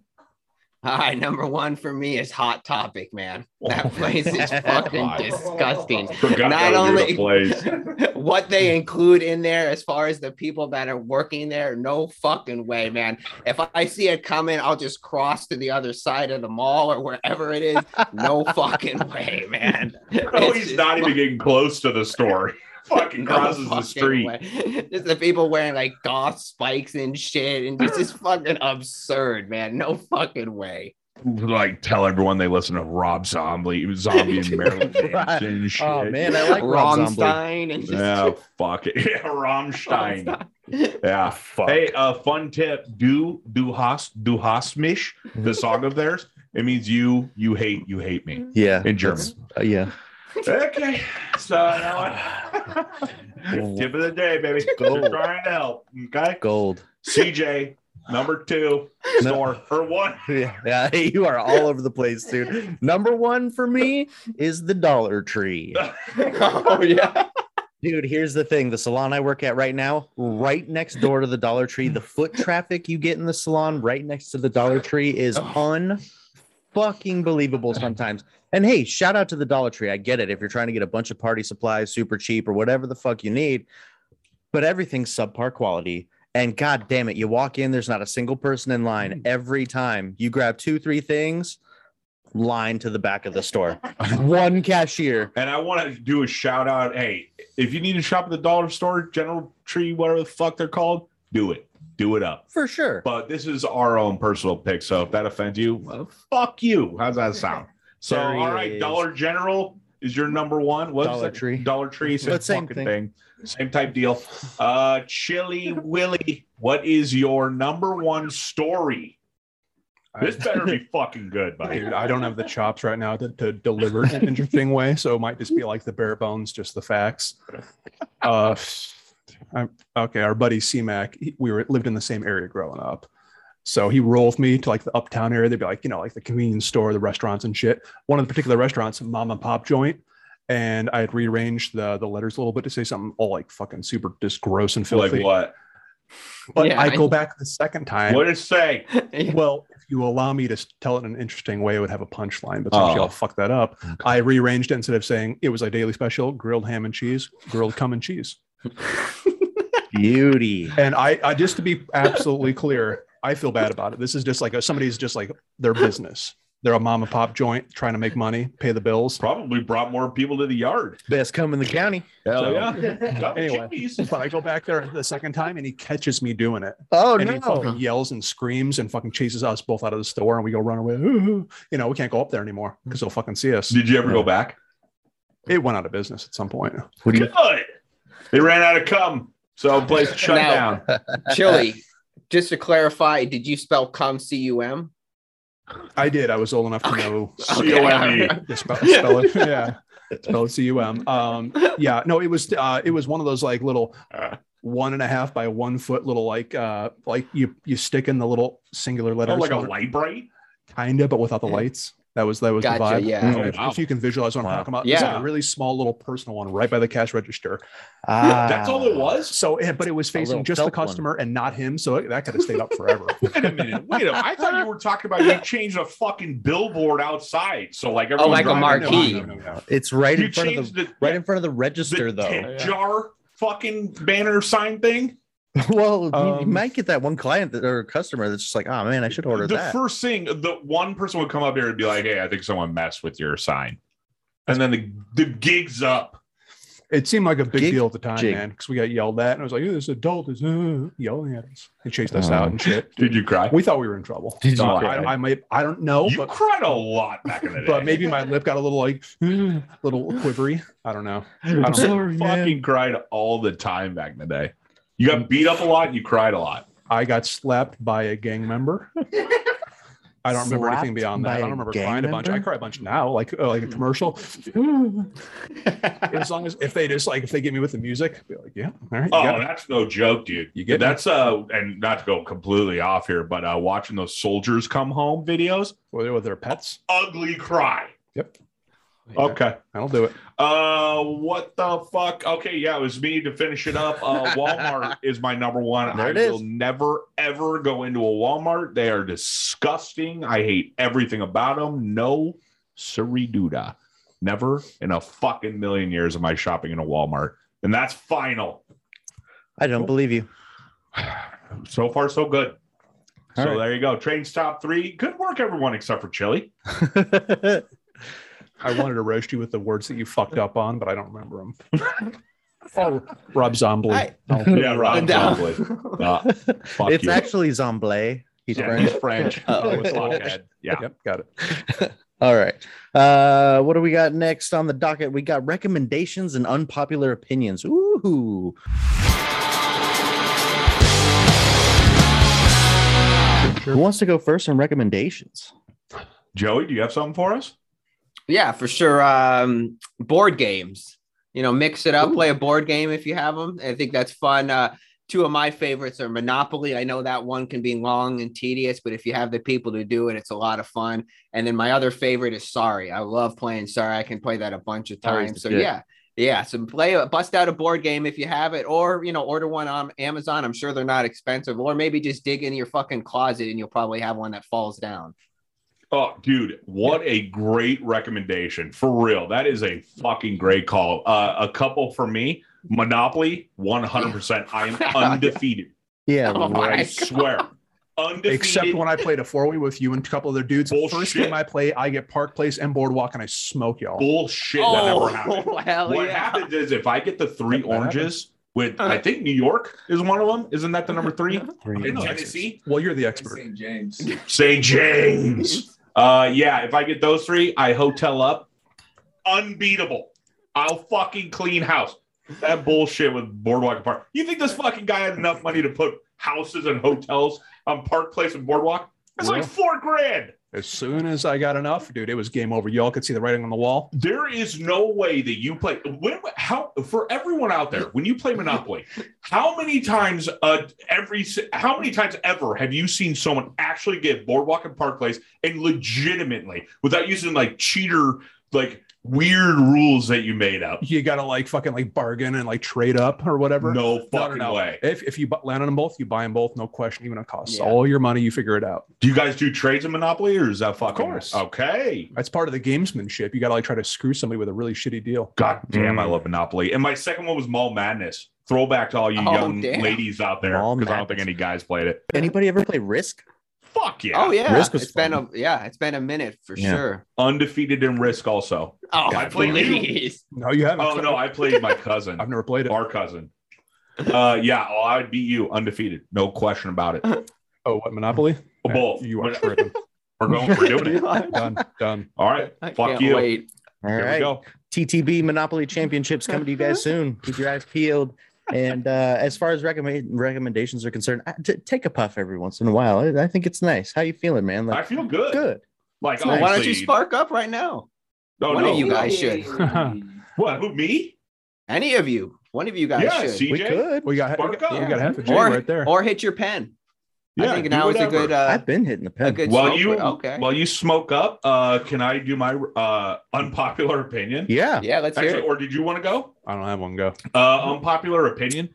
All right, number one for me is Hot Topic, man. Oh, That [LAUGHS] place is fucking God. disgusting. [LAUGHS] Forgot Not that was your only- place. [LAUGHS] what they include in there as far as the people that are working there, no fucking way, man. If I see it coming, I'll just cross to the other side of the mall or wherever it is. [LAUGHS] No fucking way, man. No, It's he's just not even getting close to the store. [LAUGHS] Fucking No crosses the fucking street. way. [LAUGHS] Just the people wearing like goth spikes and shit, and it's just fucking absurd, man. No fucking way. Like, tell everyone they listen to Rob Zombie, [LAUGHS] Zombie and Marilyn Manson. and Oh shit. man, I like Rob Zombie. Rammstein and just [LAUGHS] Yeah, fuck it. [LAUGHS] Yeah, Rammstein. Rammstein. Yeah. Fuck. Hey, uh, fun tip: do do has do hasmish Mhm. the song of theirs. It means you you hate you hate me. yeah. in German. that's- uh, yeah. Okay, so [LAUGHS] now tip of the day, baby. Go. Just trying to help. Okay, Gold. CJ number two No. store or one. [LAUGHS] Yeah, yeah, [LAUGHS] you are all over the place, dude. Number one for me is the Dollar Tree. [LAUGHS] oh yeah. Dude, here's the thing. The salon I work at right now, right next door to the Dollar Tree, the foot traffic you get in the salon right next to the Dollar Tree is un fucking believable sometimes. And hey, shout out to the Dollar Tree. I get it. If you're trying to get a bunch of party supplies super cheap or whatever the fuck you need, but everything's subpar quality. And god damn it, you walk in, there's not a single person in line every time. You grab two, three things, line to the back of the store. One cashier. And I want to do a shout out. Hey, if you need to shop at the dollar store, General Tree, whatever the fuck they're called, do it. Do it up. For sure. But this is our own personal pick. So if that offends you, [LAUGHS] well, fuck you. How's [LAUGHS] that sound? So There he all right, is. Dollar General is your number one. What's Dollar that? Tree. [LAUGHS] Dollar Tree, same, But same fucking thing. Same type deal. Uh Chili Willy, what is your number one story? [LAUGHS] This better be fucking good, buddy. Dude, I don't have the chops right now to, to deliver it in an interesting way, so it might just be like the bare bones, just the facts. Uh, I'm, okay, our buddy C-Mac, he- we were lived in the same area growing up, so he rolled me to like the uptown area. They'd be like, you know, like the convenience store, the restaurants and shit. One of the particular restaurants, mom and pop joint, and I had rearranged the the letters a little bit to say something all like fucking super just gross and Like filthy. what? But Yeah, I I- go back the second time. What did it say? Well, if you allow me to s- tell it in an interesting way, it would have a punchline, but actually Oh. I'll fuck that up. I rearranged it instead of saying it was a daily special, grilled ham and cheese, grilled cum and cheese. Beauty. And I, I just to be absolutely clear, I feel bad about it. This is just like a, somebody's just like their business. They're a mom and pop joint trying to make money, pay the bills. Probably brought more people to the yard. Best come in the county. Hell So- yeah. Double [LAUGHS] Anyway. chilies. But I go back there the second time and he catches me doing it. Oh and he fucking yells and screams and fucking chases us both out of the store and we go run away. You know, we can't go up there anymore because they'll fucking see us. Did you ever go back? It went out of business at some point. What do you? Good. They ran out of cum, so place shut Now- down. Chili. Just to clarify, did you spell cum C U M? I did. I was old enough to Okay. know Okay, C-O-M-E. alright. Yeah, spell, spell it. Yeah, spell it C U M. Um, yeah, no, it was uh, it was one of those like little Uh. one and a half by one foot little like uh like you you stick in the little singular letter Oh, like a light bright. kind of, but without the lights. That was that was the Gotcha, vibe. Mm. yeah. If- Oh, wow. If you can visualize what I'm Wow. talking about, yeah, Yeah. a really small little personal one right by the cash register. [LAUGHS] That's all it Ah. was. So, yeah, but it was facing little just the felt one. customer and not him, so it, that could have stayed up forever. Wait a minute. Wait a minute. I thought you were talking about you changed a fucking billboard outside. So like everyone like a driving- marquee. No, no, no, no. It's right You in front of changed the the, right in front of the the register though. Oh, tip jar fucking banner sign thing. [LAUGHS] well, you- you, Um, might get that one client that, or customer that's just like, oh man, I should order the that. first thing, the one person would come up here and be like, "Hey, I think someone messed with your sign," and then the the gig's up. It seemed like a big Gig- deal at the time, jig. man, because we got yelled at, and I was like, "Ooh, this adult is uh, yelling at us." They chased us Oh. out and shit. Did you cry? We thought we were in trouble. Did you Uh, cry? I, I might, I don't know, you Oh, but, cried a lot back in the day. [LAUGHS] but maybe my lip got a little like uh, little quivery. I [LAUGHS] don't know. I don't know. Sorry, man. fucking cried all the time back in the day. You got beat up a lot. and You cried a lot. I got slapped by a gang [LAUGHS] member. I don't remember anything Slapped beyond that. by I a don't remember gang crying a bunch. I member? cry a bunch now, like uh, like [LAUGHS] a commercial. as long as if they just like if they get me with the music, I'd be like, yeah, all right. Oh, yeah. that's no joke, dude. You get me. that's uh, and not to go completely off here, but uh, watching those soldiers come home videos, With, with their pets, ugly cry. Yep. Okay. I don't do it. Uh, what the fuck? Okay, yeah, it was me to finish it [LAUGHS] up. Uh, Walmart is my number one. There I it is. will never ever go into a Walmart. They are disgusting. I hate everything about them. No, siri duda. Never in a fucking million years am I shopping in a Walmart, and that's final. [SIGHS] I don't believe you. So far, so good. All so right. there you go. Train's top three. Good work, everyone, except [LAUGHS] for Chili. I wanted to roast you with the words that you fucked up on, but I don't remember [LAUGHS] them. oh, Rob Zombie. I- Yeah, Rob [LAUGHS] Down. Zombly. Uh, fuck it's you. actually Zomble. He's yeah, French. [LAUGHS] he's French. Oh. [LAUGHS] Always blockhead. Yeah. Yep, got it. All right. Uh, what do we got next on the docket? We got recommendations and unpopular opinions. Ooh. Who wants to go first on recommendations? Joey, do you have something for us? yeah, for sure. Um, board games, you know, mix it up, play a board game if you have them. I think that's fun. Uh, two of my favorites are Monopoly. I know that one can be long and tedious, but if you have the people to do it, it's a lot of fun. And then my other favorite is Sorry. I love playing Sorry. I can play that a bunch of Sorry's times. So good. yeah. Yeah, so play bust out a board game if you have it, or you know, order one on Amazon. I'm sure they're not expensive, or maybe just dig in your fucking closet and you'll probably have one that falls down. Oh, dude, what a great recommendation. For real. That is a fucking great call. Uh, a couple for me Monopoly, 100%. I am undefeated. Yeah. [LAUGHS] Oh my I God. swear. Undefeated. Except when I played a four way with you and a couple other dudes. First Bullshit. game I play, I get Park Place and Boardwalk, and I smoke y'all. Bullshit that never happened. [LAUGHS] oh, hell what yeah! happens is if I get the three That happens. oranges with, I think New York is one of them. Isn't that the number three? Three In in Tennessee? Well, you're the expert. St. James. St. James. Uh, yeah, if I get those three, I hotel up. Unbeatable. I'll fucking clean house. That bullshit with Boardwalk and Park. You think this fucking guy had enough money to put houses and hotels on Park Place and Boardwalk? It's like Well. four grand. As soon as I got enough, dude, it was game over. Y'all could see the writing on the wall. There is no way that you play. When how for everyone out there, when you play Monopoly, how many times uh every how many times ever have you seen someone actually get Boardwalk and Park Place and legitimately without using like cheater like weird rules that you made up? You got to like fucking like bargain and like trade up or whatever. No No, no, fucking no. way. If, if you bu- land on them both, you buy them both, no question, even if it costs Yeah. all your money, you figure it out. Do you guys do trades in Monopoly or is that fucking course. okay? That's part of the gamesmanship. You got to like try to screw somebody with a really shitty deal. God damn, I love Monopoly. And my second one was Mall Madness. Throwback to all you Oh, young damn. ladies out there Mall because I don't Madness. think any guys played it. Anybody ever play Risk? Fuck yeah. Oh yeah, Risk was it's been a yeah, it's been a minute for Yeah. sure. undefeated in risk also. Oh I played you. No, you haven't. Oh no, I played my [LAUGHS] cousin, I've never played it. our cousin. Uh, yeah, oh, I would beat you undefeated, no question about [LAUGHS] it. Oh, what Monopoly? Both. You [LAUGHS] We're are tripping. going, we're doing [LAUGHS] it. done, done. All right, I fuck can't you. wait. All Here we right. go. TTB Monopoly Championships coming to you guys soon. Keep your eyes peeled. and uh, as far as recommend recommendations are concerned, I, t- take a puff every once in a while. I, I think it's nice. How you feeling, man? I Like, feel good. good. Like, Well, why don't you honestly- spark up right now? Oh, One no. of you guys should. [LAUGHS] What? Who? Me? Any of you, one of you guys yeah, should, CJ. We could. We got, Spark up. we got half a J Or- right there. or hit your pen. Yeah, I think do now is a whatever. good. Uh, I've been hitting the a pen. good while smoke you break. okay. while you smoke up, uh, can I do my uh, unpopular opinion? Yeah. yeah, let's hear Actually, it. or did you want to go? I don't have one go. Uh, unpopular opinion.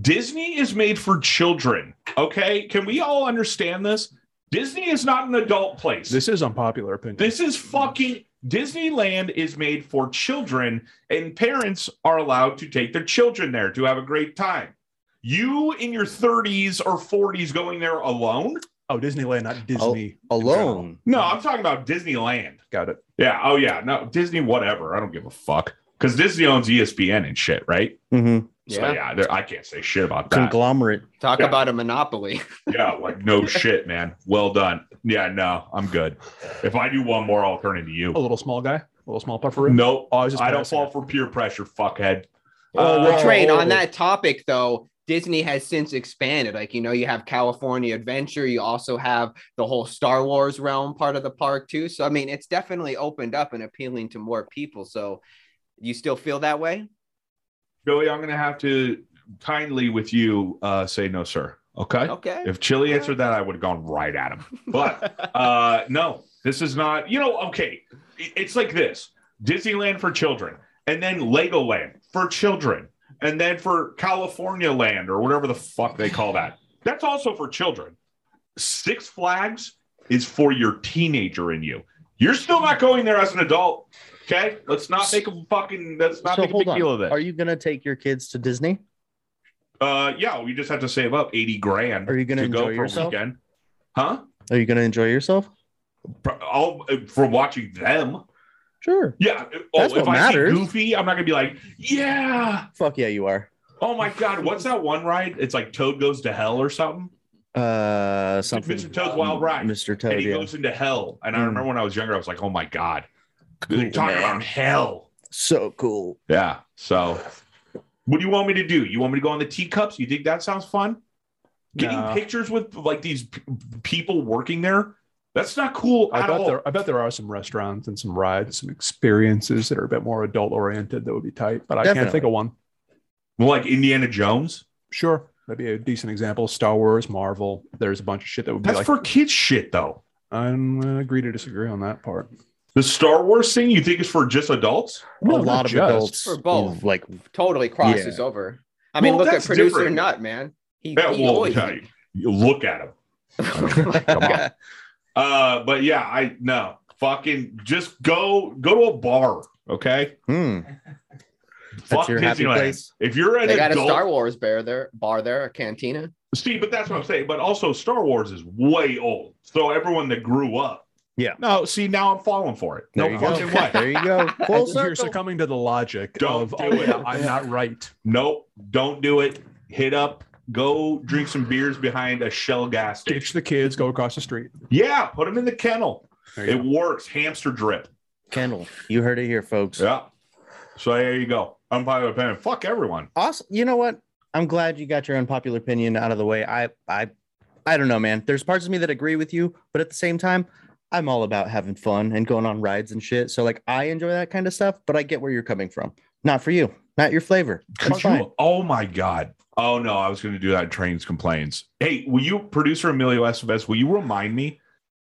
Disney is made for children. Okay, can we all understand this? Disney is not an adult place. This is unpopular opinion. This is fucking Disneyland is made for children, and parents are allowed to take their children there to have a great time. You in your 30s or 40s going there alone? oh, Disneyland, not Disney. Alone. No, I'm talking about Disneyland. Got it. Yeah. Oh, yeah. No, Disney, whatever. I don't give a fuck. Because Disney owns E ESPN and shit, right? Mhm. So, yeah, there- I can't say shit about that. Conglomerate. Talk Yeah. about a monopoly. yeah, like, no shit, man. Well done. Yeah, no, I'm good. If I do one more, I'll turn into A you. little small guy, a little small puffer. No, Oh, I was Oh, just I don't passing fall it. for peer pressure, fuckhead. Oh, Uh, well, Train, oh, on oh. that topic though, Disney has since expanded. Like, you know, you have California Adventure, you also have the whole Star Wars realm part of the park, too. So, I mean, it's definitely opened up and appealing to more people. So, you still feel that way? Billy, I'm going to have to kindly with you uh, say no, sir. Okay. Okay. If Chili answered that, I would have gone right at him. But uh, no, this is not, you know, okay. It- It's like this Disneyland for children, and then Legoland for children, and then for California Land or whatever the fuck they call that. That's also for children. Six Flags is for your teenager in you. You're still not going there as an adult. Okay. Let's not make a fucking, let's not So make a big hold on. deal of it. Are you gonna take your kids to Disney? Uh, yeah, we just have to save up eighty grand. Are you gonna to go enjoy for a yourself? weekend? Huh? Are you gonna enjoy yourself? Pro- All uh, for watching them. Sure. Yeah. Oh, That's if what I matters. see Goofy, I'm not gonna be like, yeah. Fuck yeah, you are. Oh my god, what's that one ride? It's like Toad goes to hell or something, Uh, something. Mr. Toad's Wild Ride. Mr. and Toad. he Oh, Yeah. goes into hell. And I Mm. remember when I was younger, I was like, oh my god, Cool, talk about man. hell. So cool. Yeah. So, what do you want me to do? You want me to go on the teacups? You think that sounds fun? Getting No. pictures with like these p- people working there. That's not cool I at bet all. uh, there I bet there are some restaurants and some rides, some experiences that are a bit more adult oriented that would be tight, but I can't think Definitely. of one. Well, like Indiana Jones. Sure. That'd be a decent example. Star Wars, Marvel. There's a bunch of shit that would be That's like for kids shit though. I'm gonna agree to disagree on that part. The Star Wars thing you think is for just adults? No, a not lot of just. adults For both. like [LAUGHS] Totally crosses over. I mean, Well, look at that's producer different. Nut, man. He, Yeah, he well, always- [LAUGHS] yeah, you look at them. Come on. Uh, but yeah, I no fucking just go go to a bar, okay? hmm, Fuck that's your happy Disneyland. place. If you're an they got a adult, Star Wars bear there, bar there, a cantina. see, but that's what I'm saying. But also, Star Wars is way old, so everyone that grew up, Yeah. No, see, now I'm falling for it. There no you fucking go. way. There you go. Full You're circle. succumbing to the logic Don't of do oh, it. yeah, I'm not right. Nope, don't do it. Hit up, go drink some beers behind a Shell gas station. Ditch the kids, go across the street. Yeah, put them in the kennel. There you It go. works. Hamster drip. Kendall, you heard it here, folks. Yeah. So there you go. Unpopular opinion. Fuck everyone. Awesome. You know what? I'm glad you got your unpopular opinion out of the way. I, I, I don't know, man. There's parts of me that agree with you, but at the same time, I'm all about having fun and going on rides and shit. So like, I enjoy that kind of stuff. But I get where you're coming from. Not for you. Not your flavor. That's Could you- fine. oh my God. Oh no, I was going to do that. in Trains complains. Hey, will you, producer Emilio Estevez, will you remind me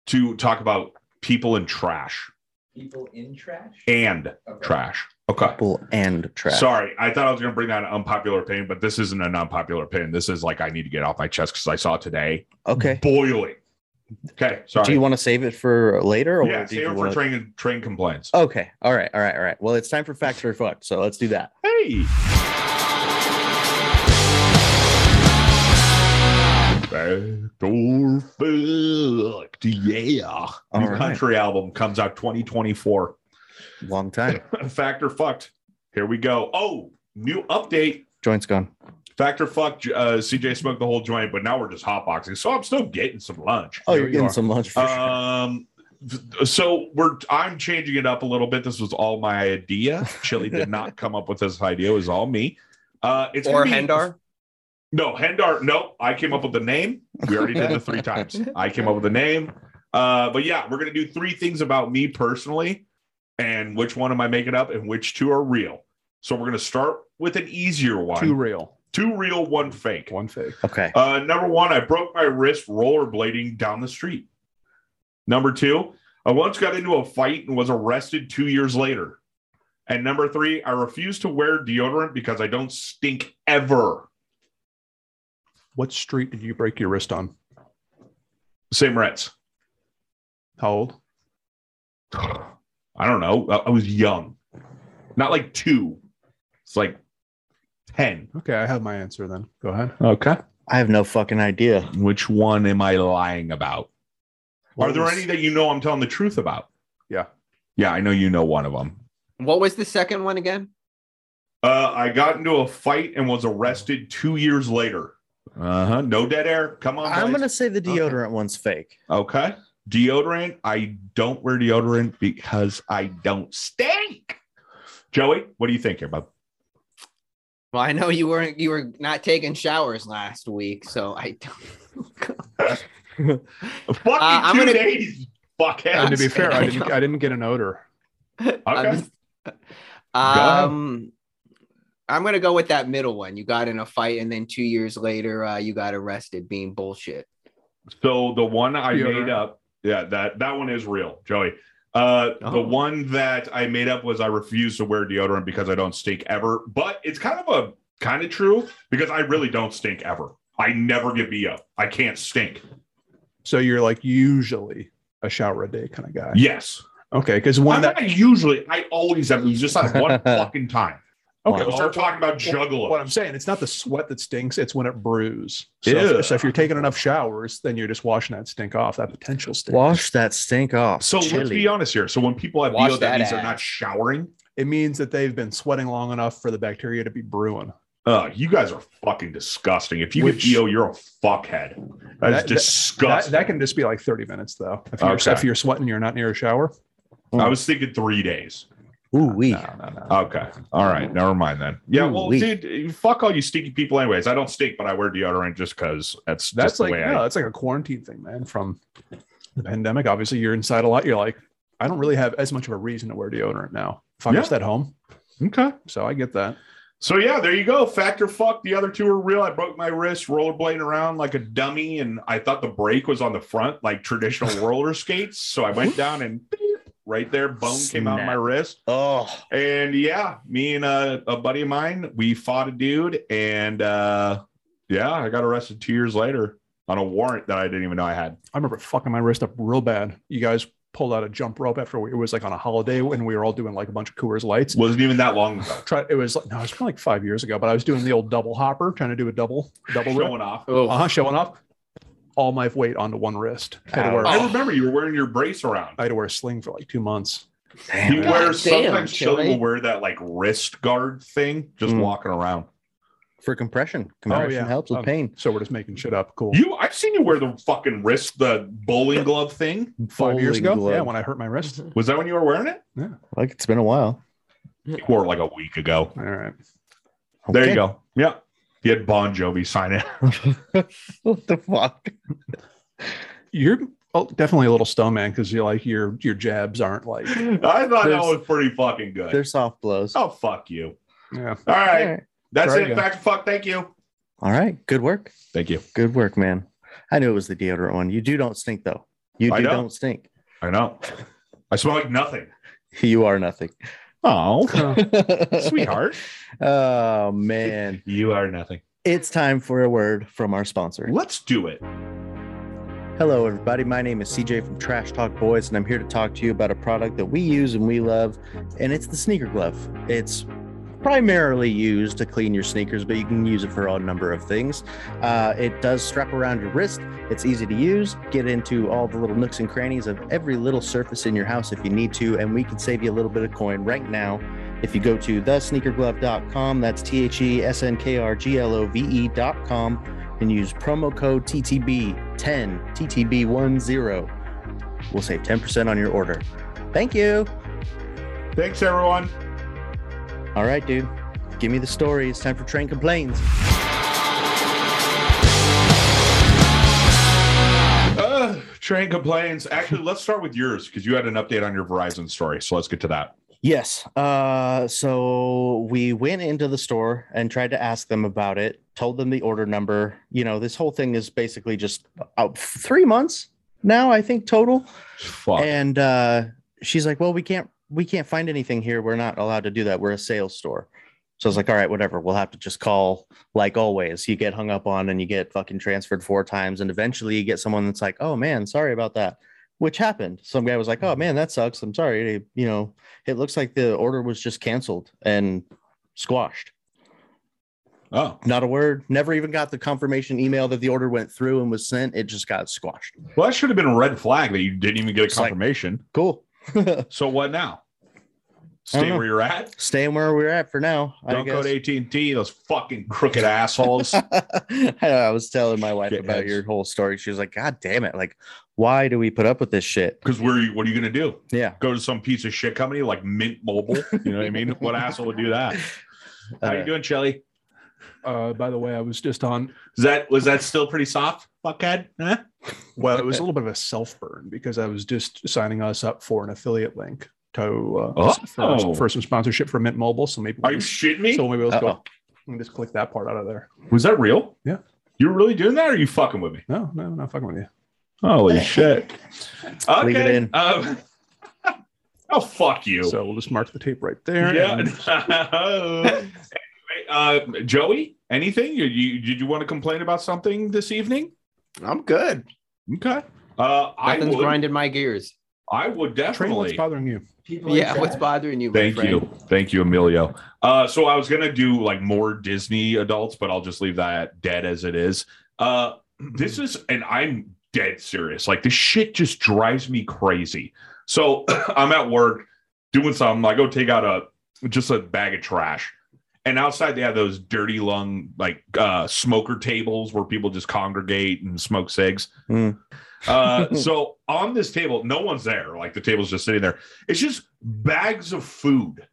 to talk about people in trash People in trash. and Okay. trash? Okay. Apple and trash. Sorry, I thought I was going to bring that unpopular opinion, but this isn't an unpopular opinion. This is like I need to get off my chest because I saw it today Okay. boiling. Okay, sorry. Do you want to save it for later? Or yeah, do save you it for wanna- train train complaints. Okay. All right. All right. All right. Well, it's time for facts or fuck. So let's do that. Hey. Backdoor fucked, yeah. All New right. country album comes out 2024. Long time. [LAUGHS] Factor fucked. Here we go. Oh, new update. Joint's gone. Factor fucked. Uh, CJ smoked the whole joint, but now we're just hotboxing. So I'm still getting some lunch. Oh, There you're you getting are. some lunch for sure. Um, th- so we're I'm changing it up a little bit. This was all my idea. Chili did not come up with this idea. It was all me. Uh, it's gonna or be- Hendar. No, Hendar. No, I came up with the name. We already did the three times. I came up with the name. Uh, but yeah, we're gonna do three things about me personally, and which one am I making up, and which two are real. So we're gonna start with an easier one: Too two, real. real, one fake. One fake. Okay. Uh, number one, I broke my wrist rollerblading down the street. Number two, I once got into a fight and was arrested two years later. And number three, I refuse to wear deodorant because I don't stink ever. What street did you break your wrist on? Same rents. How old? I don't know. I I was young, not like two. It's like ten. Okay, I have my answer then. Go ahead. Okay. I have no fucking idea. Which one am I lying about? What Are there was- any that you know I'm telling the truth about? Yeah. Yeah, I know you know one of them. What was the second one again? Uh, I got into a fight and was arrested two years later. Uh Uh-huh. huh. No dead air. Come on. I'm guys. gonna say the deodorant one's fake. Okay. Deodorant. I don't wear deodorant because I don't stink. Joey, what do you think here, bud? Well, I know you weren't you were not taking showers last week, so I don't. [LAUGHS] Fucking Uh, I'm 2 gonna- days. Fuckhead. And to be I'm fair, I scared. [LAUGHS] didn't. I didn't get an odor. I'm, Okay. ahead. um, I'm gonna go with that middle one. You got in a fight, and then two years later, uh, you got arrested being bullshit. So the one I Deodorant. made up, yeah, that that one is real, Joey. Uh, The Oh. one that I made up was I refuse to wear deodorant because I don't stink ever. But it's kind of a kind of true because I really don't stink ever. I never get BO. I can't stink. So you're like usually a shower a day kind of guy. Yes, Okay, because one I'm that. not usually. I always have. It's just like [LAUGHS] one fucking time. Okay, Well, so we're talking about juggalo. What I'm saying, it's not the sweat that stinks; it's when it brews. So, if, so if you're taking enough showers, then you're just washing that stink off, that potential stink. Wash that stink off. so let's Chili. be honest here. So when people have Wash BO, that that means they're ass. not showering. It means that they've been sweating long enough for the bacteria to be brewing. Uh, you guys are fucking disgusting. If you Which- get BO, you're a fuckhead. That's That- that- That, disgusting. that can just be like 30 minutes, though. If you're, Okay. if you're sweating, you're not near a shower. Mm. I was thinking three days. Ooh wee. Okay. All right. Never mind then. Yeah. Ooh, Well, wee. dude, fuck all you stinky people, anyways. I don't stink, but I wear deodorant just because that's That's just like the way no, I. that's like a quarantine thing, man. From the pandemic, obviously, you're inside a lot. You're like, I don't really have as much of a reason to wear deodorant now. If I'm Yeah. just at home, Okay. so I get that. So yeah, there you go. Factor fuck. The other two are real. I broke my wrist rollerblading around like a dummy, and I thought the brake was on the front, like traditional [LAUGHS] roller skates. So I went down and beep, right there, bone came out of my Snap. wrist. Oh, And yeah, me and a, a buddy of mine, we fought a dude, and uh yeah, I got arrested two years later on a warrant that I didn't even know I had. I remember fucking my wrist up real bad. You guys pulled out a jump rope after we, it was like on a holiday when we were all doing like a bunch of Coors Lights. Wasn't even that long ago. Try, it was like no, it was probably like five years ago, but I was doing the old double hopper, trying to do a double double rip. Showing off. Oh, uh-huh, showing off all my weight onto one wrist. I had, to wear, I remember you were wearing your brace around. I had to wear a sling for like two months. He damn. God wears damn, sometimes children Joey. will wear that like wrist guard thing, just Mm. walking around. For compression. Compression yeah. helps with Um, pain. So we're just making shit up. Cool. You, I've seen you wear the fucking wrist, the bowling glove thing. five years ago, Bowling glove. yeah, when I hurt my wrist. Was that when you were wearing it? like it's been a while. [LAUGHS] Mm. You wore it like a week ago. All right. There you go. Yeah. He had Bon Jovi sign it. [LAUGHS] What the fuck? You're oh, definitely a little stone man because you're like your your jabs aren't like I thought that There's- was pretty fucking good. They're soft blows. Oh, fuck you. yeah. All right. That's There you it. go. Back to fuck. Thank you. All right. Good work. Thank you. Good work, man. I knew it was the deodorant one. You do don't stink though. You I do know. don't stink. [LAUGHS] I know. I smell like nothing. You are nothing. Oh, [LAUGHS] Sweetheart. [LAUGHS] oh man. You are nothing. It's time for a word from our sponsor. Let's do it. Hello, everybody. My name is CJ from Trash Talk Boys, and I'm here to talk to you about a product that we use and we love, and it's the sneaker glove. It's primarily used to clean your sneakers, but you can use it for a number of things. Uh, it does strap around your wrist, it's easy to use, get into all the little nooks and crannies of every little surface in your house if you need to, and we can save you a little bit of coin right now. If you go to thesneakerglove.com, that's T H E S N K R G L O V E E.com and use promo code TTB10 TTB10. We'll save 10% on your order. Thank you. Thanks, everyone. All right, dude. Give me the story. It's time for Train Complaints. Uh, train complains. Actually, let's start with yours because you had an update on your Verizon story. So let's get to that. Yes. Uh, so we went into the store and tried to ask them about it, told them the order number. You know, this whole thing is basically just uh, three months now, I think, total. Fuck. And uh, she's like, "Well, we can't we can't find anything here. We're not allowed to do that. We're a sales store." So I was like, "All right, whatever. We'll have to just call like always. You get hung up on and you get fucking transferred four times, and eventually you get someone that's like, "Oh man, sorry about that." Which happened. Some guy was like, "Oh man, that sucks. I'm sorry. You know, it looks like the order was just canceled and squashed." oh, Not a word. Never even got the confirmation email that the order went through and was sent. It just got squashed. well, that should have been a red flag that you didn't even get a It's like- confirmation. Cool. so what now? I don't Stay know. where you're at. Staying where we're at for now. I Don't go guess. to AT and T. Those fucking [LAUGHS] crooked assholes. I, know, I was telling my wife about Shitheads. your whole story. She was like, God damn it. Like, why do we put up with this shit? Because where? Are you, what are you gonna do? Yeah. Go to some piece of shit company like Mint Mobile? You know what I mean? what asshole would do that? How you Uh, doing, Shelly? Uh, by the way, I was just on. Is that was that still pretty soft, fuckhead? Huh? Well, it was a little bit of a self burn because I was just signing us up for an affiliate link to uh, Oh. for, for some sponsorship for Mint Mobile. So maybe Are you shitting me? so maybe let's go. Uh-oh. Let me just click that part out of there. Was that real? Yeah. You're really doing that? Or are you fucking with me? No, no, not fucking with you. [LAUGHS] Holy shit. Okay. Leave it in. Um, [LAUGHS] oh, fuck you. So we'll just mark the tape right there. yeah. and- [LAUGHS] anyway, uh, Joey, anything? You, you, did you want to complain about something this evening? I'm good. Okay. Uh, I, Nothing's would, grinding my gears. I would Train, what's definitely. bothering you? People in Yeah, chat. what's bothering you? my Thank friend? you. Thank you, Emilio. Uh, so I was going to do like more Disney adults, but I'll just leave that dead as it is. Uh, this is, and I'm dead serious. Like this shit just drives me crazy. So [CLEARS THROAT] I'm at work doing something. I go take out a just a bag of trash. And outside they have those dirty lung like uh smoker tables where people just congregate and smoke cigs. Mm. Uh so on this table, no one's there. Like the table's just sitting there. It's just bags of food.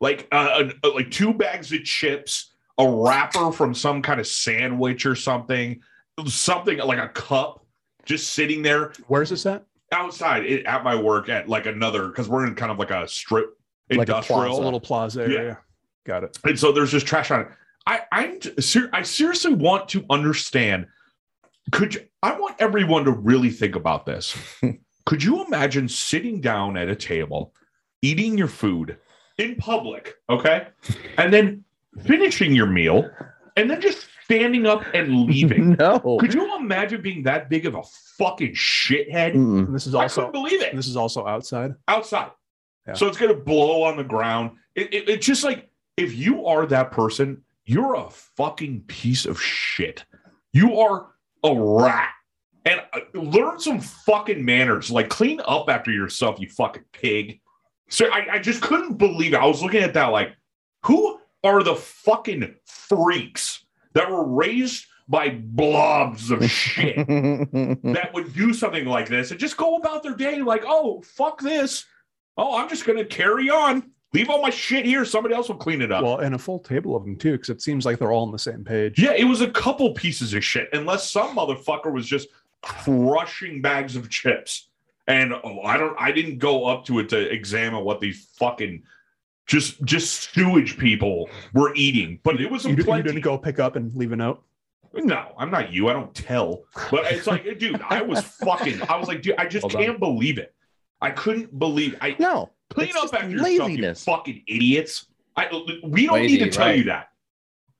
Like uh, uh, like two bags of chips, a wrapper from some kind of sandwich or something, something like a cup just sitting there Where's this at? outside it, at my work at like another because we're in kind of like a strip Like a industrial plaza, a little plaza Yeah. area. Got it. and so there's just trash on it i i'm ser- i seriously want to understand could you, i want everyone to really think about this could you imagine sitting down at a table eating your food in public okay and then finishing your meal and then just standing up and leaving [LAUGHS] [LAUGHS] No. could you imagine being that big of a fucking shithead [LAUGHS] Mm-mm. And this is i also couldn't believe it and this is also outside. outside. Yeah. So it's going to blow on the ground. It, it- it's just like if you are that person, you're a fucking piece of shit. You are a rat. And uh, learn some fucking manners. Like clean up after yourself, you fucking pig. So I, I just couldn't believe it. I was looking at that like, who are the fucking freaks that were raised by blobs of shit? Mm-hmm. that would do something like this and just go about their day like, oh, fuck this. Oh, I'm just going to carry on. Leave all my shit here. Somebody else will clean it up. Well, and a full table of them too, because it seems like they're all on the same page. yeah, it was a couple pieces of shit, unless some motherfucker was just crushing bags of chips. And oh, I don't, I didn't go up to it to examine what these fucking just just sewage people were eating, but it was a You, didn't- you plenty. didn't go pick up and leave a note. [CLEARS THROAT] No, I'm not you. I don't tell. But it's like, dude, I was fucking. I was like, dude, I just Hold on. can't believe it. I couldn't believe. I no. Clean It's up just after laziness. yourself, you fucking idiots. I, we don't Lazy, need to tell right. you that.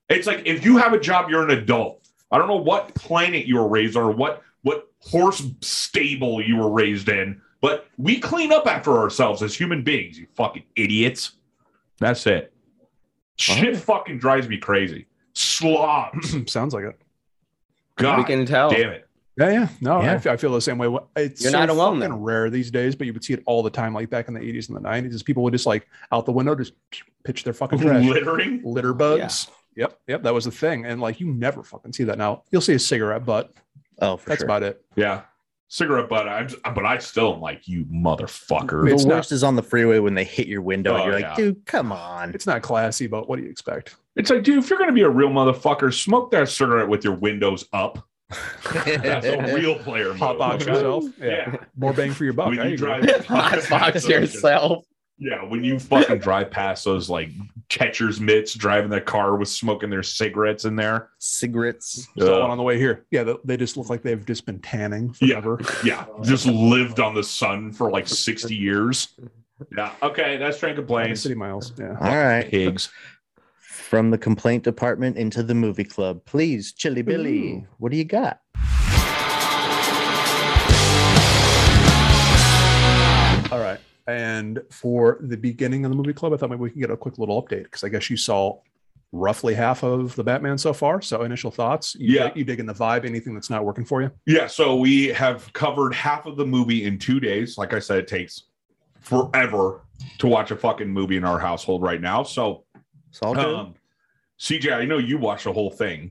It's like if you have a job, you're an adult. I don't know what planet you were raised on or what what horse stable you were raised in, but we clean up after ourselves as human beings. You fucking idiots. That's it. Shit fucking drives me crazy. Slobs. Sounds like it. God We can Oh, tell. damn it. Yeah, yeah. No, I Yeah. f- I, feel the same way. What- It's You're not alone, fucking though. rare these days, but you would see it all the time, like back in the 80s and the 90s. Is people would just like out the window, just pitch [LAUGHS] their fucking trash. Littering. litter bugs. Yep, yep, that was the thing. And like you never fucking see that now. You'll see a cigarette butt. Oh, for That's sure. about it. Yeah. cigarette butt. I'm, just- but I still am like you motherfucker. It's the not- worst is on the freeway when they hit your window and Oh, you're like, yeah. dude, come [LAUGHS] on. It's not classy, but what do you expect? It's like, dude, if you're gonna be a real motherfucker, smoke that cigarette with your windows up. [LAUGHS] That's a real player. Hot move, [LAUGHS] box okay? yourself. Yeah. Yeah. More bang for your buck. When There you you go. [LAUGHS] drive past Hotbox those- yourself. Yeah, when you fucking drive past those like catcher's mitts driving their car with smoking their cigarettes in there. Cigarettes. Saw Ugh. one on the way here. Yeah, they- they just look like they've just been tanning Yeah. forever. Yeah, just lived on the sun for like 60 years. Yeah. Okay, that's train Like complaints. City miles. Yeah. All right. Pigs. From the complaint department into the movie club. Please, Chili Billy, what do you got? All right. And for the beginning of the movie club, I thought maybe we could get a quick little update because I guess you saw roughly half of the Batman so far. So initial thoughts. You, Yeah. You digging the vibe? Anything that's not working for you? Yeah, so we have covered half of the movie in two days. Like I said, it takes forever to watch a fucking movie in our household right now. So It's all good. Um, CJ, I know you watched the whole thing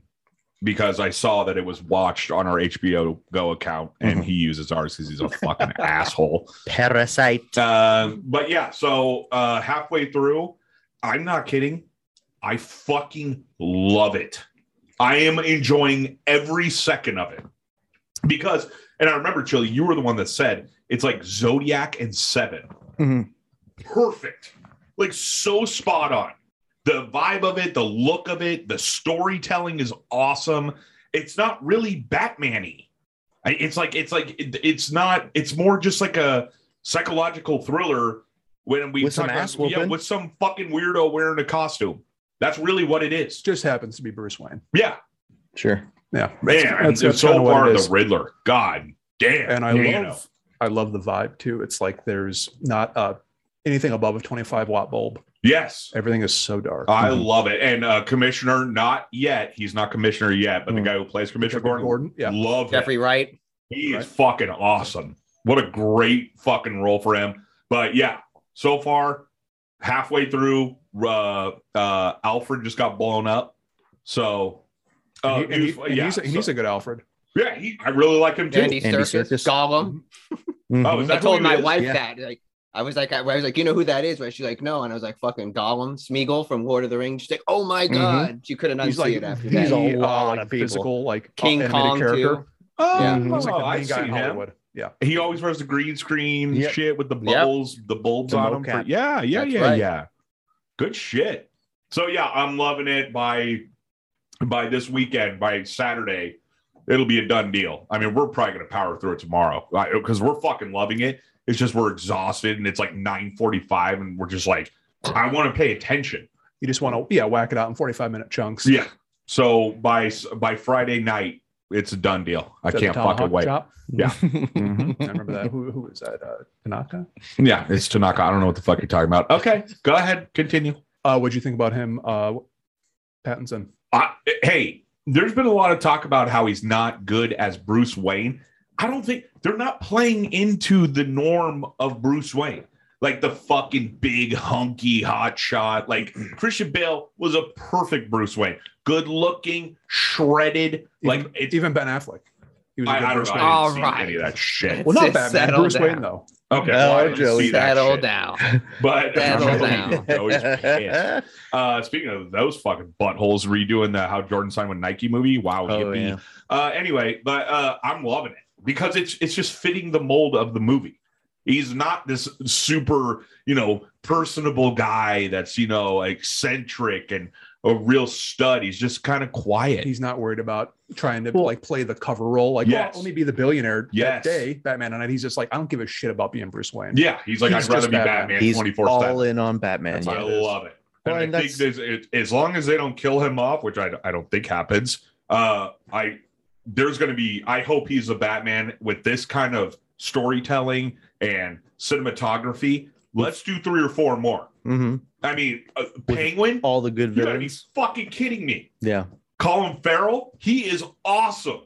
because I saw that it was watched on our HBO Go account, and Mhm. he uses ours because he's a fucking asshole. Parasite. Um, but yeah, so uh, halfway through, I'm not kidding. I fucking love it. I am enjoying every second of it because, and I remember, Chili, you were the one that said it's like Zodiac and Seven Mhm. perfect. Like so spot on. The vibe of it, the look of it, the storytelling is awesome. It's not really Batman-y. I- It's like it's like it- it's not. It's more just like a psychological thriller. When we With some ass about, yeah, whooping? with some fucking weirdo wearing a costume. That's really what it is. Just happens to be Bruce Wayne. Yeah, Sure. Yeah. man. That's- that's so kinda what far it the is. Riddler. God damn. and I you love know. I love the vibe too. It's like there's not uh, anything above a 25 watt bulb. Yes. Everything is so dark. I love it. And uh, Commissioner, not yet. He's not Commissioner yet, but the Mhm. guy who plays Commissioner Jeffrey Gordon, Mm-hmm. Gordon. Yeah. love him. Jeffrey Wright. He Right. is fucking awesome. What a great fucking role for him. But yeah, so far, halfway through, uh, uh, Alfred just got blown up. So, uh, and he, and he he- was- and yeah, he's, a, and so- he's a good Alfred. yeah, he, I really like him too. Andy, Andy Serkis, Serkis. Gollum. [LAUGHS] Oh, Mhm. is Mm-hmm. I that who told he my is? wife Yeah. that. Like, I was like, I, was like, you know who that is, right? She's like, no, and I was like, fucking Gollum, Smeagol from Lord of the Rings. She's like, oh my Mhm. god, she couldn't unsee He's like it after he's that. a a lot like of people. physical like uh, King animated Kong character. too. Oh, Yeah. He's like the I main guy see in him. Hollywood. Yeah. He always wears the green screen Yep. shit with the Yep. bubbles, the bulbs The on him. mocap. for- yeah, yeah, That's yeah, right. yeah. Good shit. So yeah, I'm loving it. By by this weekend, by Saturday, it'll be a done deal. I mean, we're probably gonna power through it tomorrow because we're fucking loving it. It's just we're exhausted and it's like 9:45 and we're just like, I want to pay attention. You just want to yeah whack it out in 45 minute chunks. Yeah. So by by Friday night, it's a done deal. I Is that the can't fucking Tomahawk wait. Mm-hmm. chop? Mhm. [LAUGHS] I remember that. Who, who was that? Uh, Tanaka. Yeah, it's Tanaka. I don't know what the fuck you're talking about. Okay, go ahead, continue. Uh, what'd you think about him? Uh, Pattinson. I, Uh, hey, there's been a lot of talk about how he's not good as Bruce Wayne. I don't think they're not playing into the norm of Bruce Wayne, like the fucking big hunky hot shot. Like Christian Bale was a perfect Bruce Wayne, good looking, shredded. Like Even- it's, even Ben Affleck. He was a I, good I don't Bruce know. Wayne. I All didn't see right. any of that shit. Well, Well, not Just Batman. settle Bruce down. Wayne though. Okay, No, well, I didn't Joey. see that Settle shit. down. But [LAUGHS] Settle [LAUGHS] down. [LAUGHS] Joey's Oh, pissed. Uh, speaking of those fucking buttholes redoing the how Jordan signed with Nike movie, wow, Oh, yippee. yeah. Uh, anyway, but uh, I'm loving it because it's it's just fitting the mold of the movie. He's not this super, you know, personable guy that's you know eccentric and a real stud. He's just kind of quiet. He's not worried about trying to like play the cover role. Like, well, Yes. let me be the billionaire Yes. that day, Batman. And he's just like, I don't give a shit about being Bruce Wayne. yeah, he's like He's I'd rather just be Batman. Batman He's twenty four all seven. in on Batman. I Yeah. love it. And Well, and I think that's- there's, it, as long as they don't kill him off, which I, I don't think happens, uh, I there's going to be. I hope he's a Batman with this kind of storytelling and cinematography. Let's do three or four more. Mhm. I mean, uh, Penguin, All the good you gotta be villains. fucking kidding me. Yeah. Colin Farrell, he is awesome.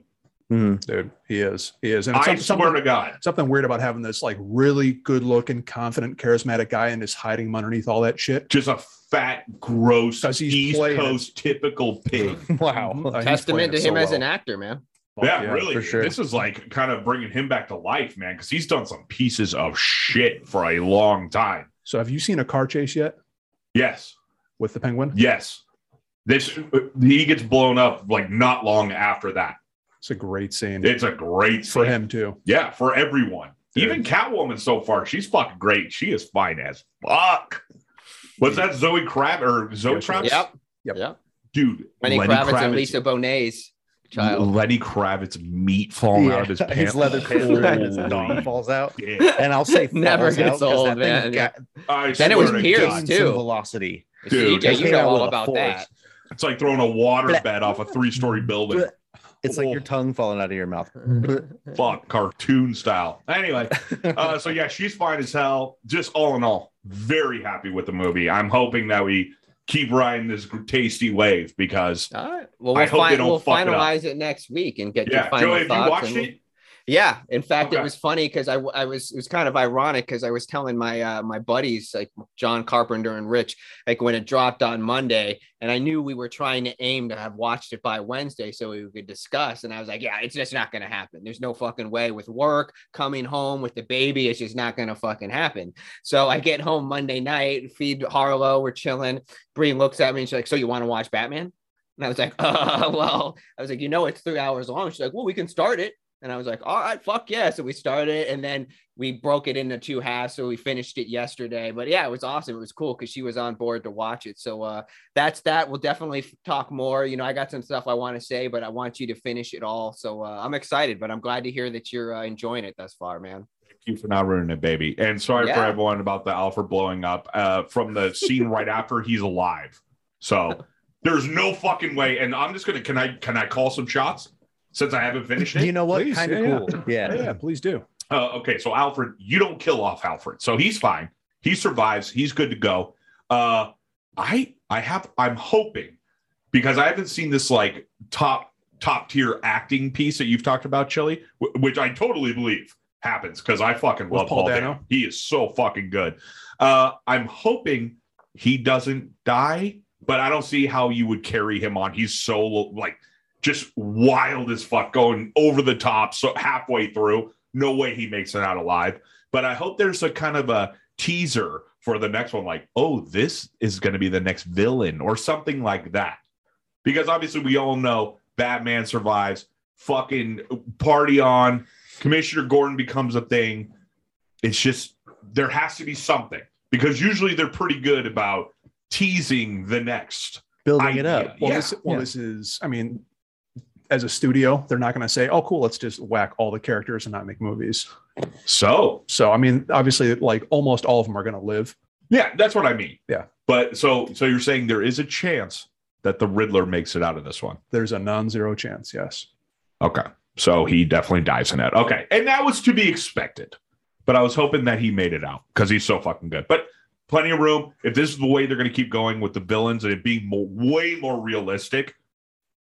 Mhm. Dude, he is. He is. And I some- swear to God. something weird about having this like really good looking, confident, charismatic guy and just hiding him underneath all that [LAUGHS] shit. Just a fat, gross 'Cause he's East playing it. Coast typical pig. Wow. Uh, he's playing Testament it to so him as well. an actor, man. yeah, really. for sure. This is like kind of bringing him back to life, man, because he's done some pieces of shit for a long time. So have you seen a car chase yet Yes, with the penguin? yes. This uh, he gets blown up like not long after that. It's a great scene It's a great for scene. him too. Yeah, for everyone. Even Catwoman so far, she's fucking great. She is fine as fuck. What's that, Zoe Crab or Zoe Yeah, she Kravitz? is. Yep. Dude, Lenny, Kravitz, and Lisa Bonet's [LAUGHS] child. Lenny Kravitz meat falling out of his [LAUGHS] pants. His leather pants [LAUGHS] and his dog Holy falls out. shit. And I'll say Never falls out gets 'cause old, that thing man. got- I Then it was swear to Pierce, God. got some too. Velocity. Dude, See, it yeah, you came out know with all a about force. that. It's like throwing a water bed off a three-story [LAUGHS] building. It's like your Oh. tongue falling out of your mouth. Fuck, cartoon style. Anyway, uh, so yeah, she's fine as hell. Just all in all, very happy with the movie. I'm hoping that we keep riding this tasty wave because All right. Well, I we'll, hope they fi- don't we'll fuck it up. finalize it, next week and get yeah, your final Joey, have you thoughts. watched and we'll- it? Yeah. In fact, Okay. it was funny because I, w- I was it was kind of ironic because I was telling my uh, my buddies like John Carpenter and Rich like when it dropped on Monday, and I knew we were trying to aim to have watched it by Wednesday so we could discuss. And I was like, yeah, it's just not going to happen. There's no fucking way with work, coming home with the baby, it's just not going to fucking happen. So I get home Monday night, feed Harlow, we're chilling. Bree looks at me and she's like, so you want to watch Batman? And I was like, [LAUGHS] uh, well, I was like, you know, it's three hours long. She's like, well, we can start it. And I was like, all right, fuck yeah. So we started it and then we broke it into two halves. So we finished it yesterday. But yeah, it was awesome. It was cool because she was on board to watch it. So uh, that's that. We'll definitely f- talk more. You know, I got some stuff I want to say, but I want you to finish it all. So uh, I'm excited, but I'm glad to hear that you're uh, enjoying it thus far, man. Thank you for not ruining it, baby. And sorry for Yeah. everyone about the Alfred blowing up uh, from the scene right after he's alive. So there's no fucking way. And I'm just gonna can I can I call some shots since I haven't finished it? You know what? Please, Kind of yeah, yeah. cool. Yeah, Yeah. please do. Uh, okay, so Alfred, you don't kill off Alfred, so he's fine. He survives. He's good to go. Uh, I I have I'm hoping because I haven't seen this like top top tier acting piece that you've talked about, Chili, wh- which I totally believe happens because I fucking With love Paul Paul Dano. Dano? He is so fucking good. Uh, I'm hoping he doesn't die, but I don't see how you would carry him on. He's so like just wild as fuck, going over the top. So halfway through, no way he makes it out alive. But I hope there's a kind of a teaser for the next one, like, oh, this is going to be the next villain or something like that. Because obviously, we all know Batman survives, fucking party on, Commissioner Gordon becomes a thing. It's just, there has to be something because usually they're pretty good about teasing the next. Building it idea. up. Well, Yeah. this well, yeah. this is. I mean, as a studio, they're not going to say, "Oh, cool, let's just whack all the characters and not make movies." So So, I mean, obviously, like almost all of them are going to live. Yeah, that's what I mean. Yeah. But so so you're saying there is a chance that the Riddler makes it out of this one. There's a non-zero chance. Yes. Okay. So he definitely dies in that. Okay. And that was to be expected. But I was hoping that he made it out because he's so fucking good. But plenty of room. If this is the way they're going to keep going with the villains and it being more, way more realistic,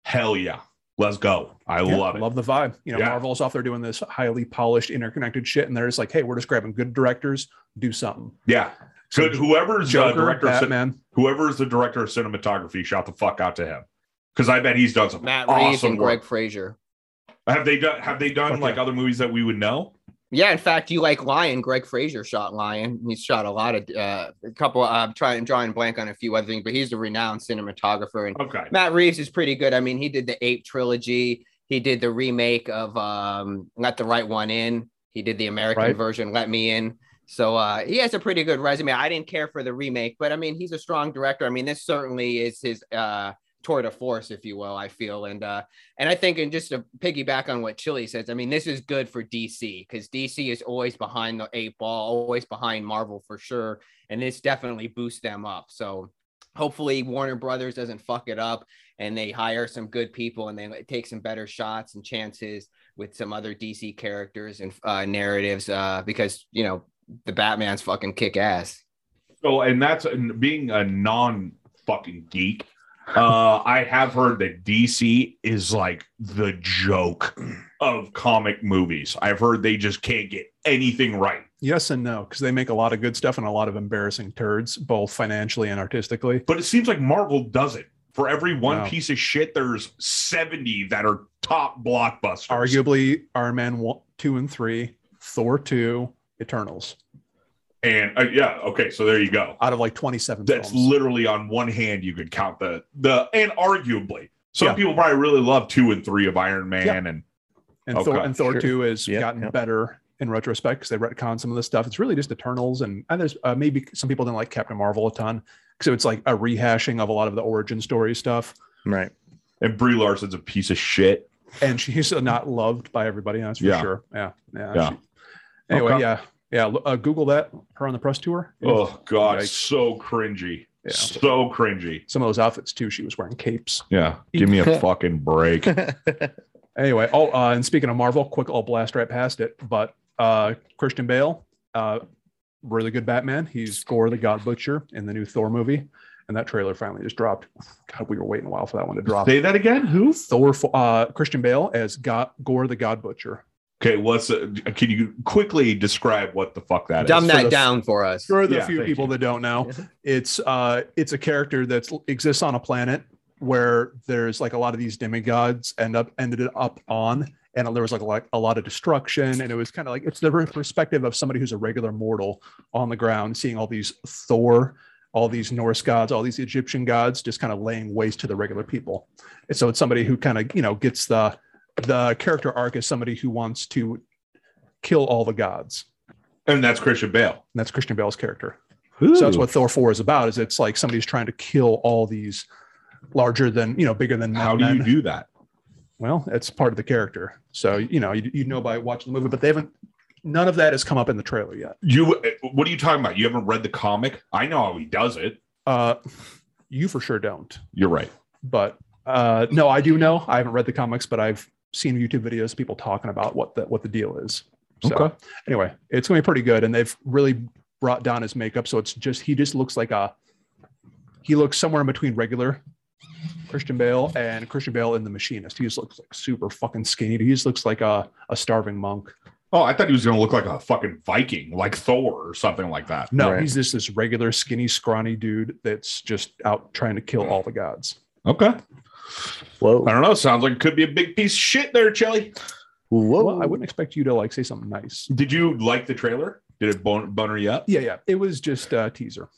hell yeah. Let's go. I Yeah, love it. Love the vibe. You know, Yeah. Marvel's off there doing this highly polished, interconnected shit, and they're just like, "Hey, we're just grabbing good directors, do something." yeah. Good. Whoever's Joker, the director, of, cin- Batman. whoever's the director of cinematography, shout the fuck out to him because I bet he's done some Matt Reeves awesome and work. Greg Frazier. Have they done? Have they done Fuck like yeah. other movies that we would know? Yeah, in fact, you like Lion. Greg Fraser shot Lion. He's shot a lot of uh, a couple. I'm trying I'm drawing blank on a few other things, but he's a renowned cinematographer. And Okay, Matt Reeves is pretty good. I mean, he did the Ape trilogy. He did the remake of um, Let the Right One In. He did the American Right. version, Let Me In. So uh, he has a pretty good resume. I didn't care for the remake, but I mean, he's a strong director. I mean, this certainly is his uh, tour de force, if you will. I feel, and uh, and I think, and just to piggyback on what Chili says, I mean, this is good for DC because DC is always behind the eight ball, always behind Marvel for sure, and this definitely boosts them up. So hopefully, Warner Brothers doesn't fuck it up and they hire some good people and they take some better shots and chances with some other DC characters and uh, narratives uh, because you know the Batman's fucking kick ass. so and that's and being a non fucking geek. Uh, I have heard that DC is like the joke of comic movies. I've heard they just can't get anything right. Yes and no, because they make a lot of good stuff and a lot of embarrassing turds, both financially and artistically. But it seems like Marvel does it. For every one Wow. piece of shit, there's 70 that are top blockbusters. Arguably, Iron Man one, two, and three, Thor two, Eternals. And uh, yeah, okay, so there you go. Out of like twenty seven That's films, literally on one hand you could count the the and arguably some Yeah. people probably really love two and three of Iron Man Yeah. and and okay, Thor and Thor sure. two has Yeah, gotten yeah. better in retrospect because they retcon some of this stuff. It's really just Eternals, and and there's uh, maybe some people didn't like Captain Marvel a ton, so it's like a rehashing of a lot of the origin story stuff. Right. and Brie Larson's a piece of shit. and she's not loved by everybody. That's for Yeah. sure. Yeah, yeah. Yeah. she- anyway, Okay. yeah, yeah. l- Uh, Google that. Her on the press tour. Oh god, Yikes. so cringy. Yeah. So cringy. Some of those outfits too. She was wearing capes. Yeah. Give me a fucking break. Anyway, oh, uh, and speaking of Marvel, quick, I'll blast right past it. But uh, Christian Bale, uh, really good Batman. He's Gore the God Butcher in the new Thor movie, and that trailer finally just dropped. God, we were waiting a while for that one to drop. Say that again. Who? Thor, fo- uh, Christian Bale as God, Gore the God Butcher. Okay, what's uh, can you quickly describe what the fuck that is? Dumb for that the- down for us. For the Yeah, few thank people you. that don't know, it's uh, it's a character that exists on a planet where there's like a lot of these demigods end up ended up on, and there was like a lot, a lot of destruction, and it was kind of like it's the perspective of somebody who's a regular mortal on the ground, seeing all these Thor, all these Norse gods, all these Egyptian gods, just kind of laying waste to the regular people. And so it's somebody who kind of you know gets the the character arc is somebody who wants to kill all the gods. And that's Christian Bale. And that's Christian Bale's character. So that's what Thor four is about. Is it's like somebody's trying to kill all these larger than you know, bigger than How do men. you do that? Well, it's part of the character. So you know, you, you know by watching the movie, but they haven't. None of that has come up in the trailer yet. You uh, what are you talking about? You haven't read the comic? I know how he does it. Uh, you for sure don't. You're right. But uh, no, I do know. I haven't read the comics, but I've seen YouTube videos, people talking about what the what the deal is. So Okay. anyway, it's gonna be pretty good, and they've really brought down his makeup, so it's just he just looks like a he looks somewhere in between regular Christian Bale and Christian Bale in The Machinist. He just looks like super fucking skinny. He just looks like a a starving monk. Oh, I thought he was gonna look like a fucking Viking, like Thor or something like that. No, Right. he's just this regular skinny scrawny dude that's just out trying to kill all the gods. Okay. Whoa. I don't know. Sounds like it could be a big piece of shit there, Chelly. Whoa. Well, I wouldn't expect you to like say something nice. Did you like the trailer? Did it bun- bunner you up? Yeah, yeah. It was just a teaser.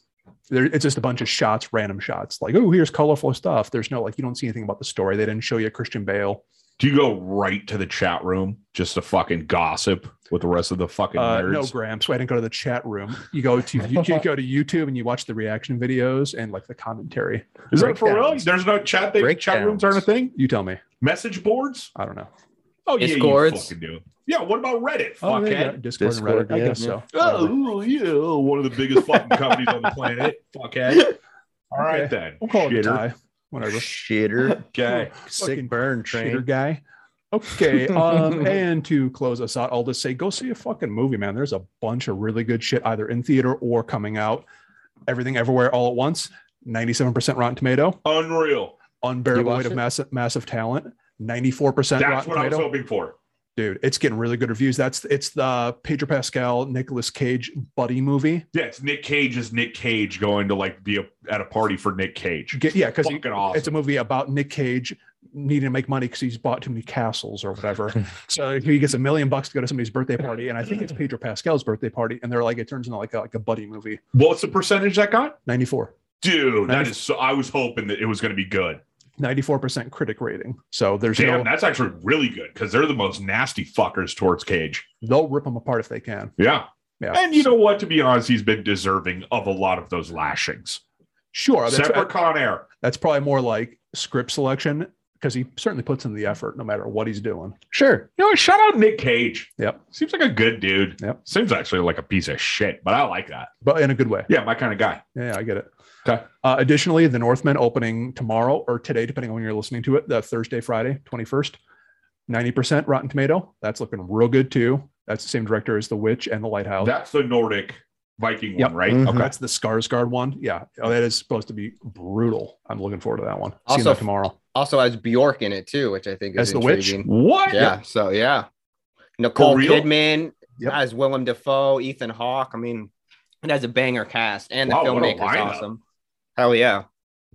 There, it's just a bunch of shots, random shots. Like, oh, here's colorful stuff. There's no like, you don't see anything about the story. They didn't show you Christian Bale. Do you go right to the chat room just to fucking gossip with the rest of the fucking Uh, nerds? no, Graham. So I didn't go to the chat room. You go to you, you go to YouTube and you watch the reaction videos and like the commentary. Is that for real? Breakdowns. There's no chat. They, chat rooms Breakdowns. aren't a thing. You tell me. Message boards? I don't know. Oh Discords. fucking do. Yeah. What about Reddit? Oh, there you go. Fuckhead. Discord, and Discord, Reddit. I yeah. guess so. Whatever. Oh, yeah, one of the biggest fucking companies on the [LAUGHS] planet. Fuckhead. All right Okay. then. we'll call it a Shitter. tie. [LAUGHS] Whatever. Shitter. Okay. Fucking Sick burn train. Shitter guy. [LAUGHS] Okay. Um, and to close us out, I'll just say go see a fucking movie, man. There's a bunch of really good shit either in theater or coming out. Everything everywhere all at once. 97% Rotten Tomato, Unreal. You unbearable watch weight of it? massive massive talent. 94% That's Rotten what I was Tomato. hoping for. Dude, it's getting really good reviews. That's it's the Pedro Pascal, Nicolas Cage buddy movie. Yeah, it's Nick Cage is Nick Cage going to like be a, at a party for Nick Cage. Get- yeah, because Fucking awesome. it's a movie about Nick Cage needing to make money because he's bought too many castles or [LAUGHS] whatever. so he gets a million bucks to go to somebody's birthday party, and I think it's Pedro Pascal's birthday party, and they're like it turns into like a, like a buddy movie. What's the percentage that got? 94. Dude, that Nice. is so. I was hoping that it was going to be good. 94% critic rating. So there's Damn, no that's actually really good because they're the most nasty fuckers towards Cage. they'll rip them apart if they can. Yeah. Yeah. And you know what? To be honest, he's been deserving of a lot of those lashings. Sure. That's, Except for Con Air. that's probably more like script selection because he certainly puts in the effort no matter what he's doing. Sure. You know, shout out Nick Cage. Yep. Seems like a good dude. Yep. Seems actually like a piece of shit, but I like that. But in a good way. Yeah, my kind of guy. Yeah, I get it. Okay. Uh, additionally, the Northmen opening tomorrow or today, depending on when you're listening to it, the Thursday, Friday, 21st, 90% Rotten Tomato. That's looking real good too. That's the same director as The Witch and The Lighthouse. That's the Nordic Viking Oh. Yep. one, Mm-hmm. right? Mhm. Okay. That's the Skarsgård one. Yeah. Oh, that is supposed to be brutal. I'm looking forward to that one. Seeing Also- that tomorrow. Also has Bjork in it too, which I think is As the witch? intriguing. What? Yeah. So yeah, Nicole For real? Kidman Yep. as Willem Dafoe, Ethan Hawke. I mean, it has a banger cast, and the Wow, what a filmmaker's lineup. awesome. Hell yeah!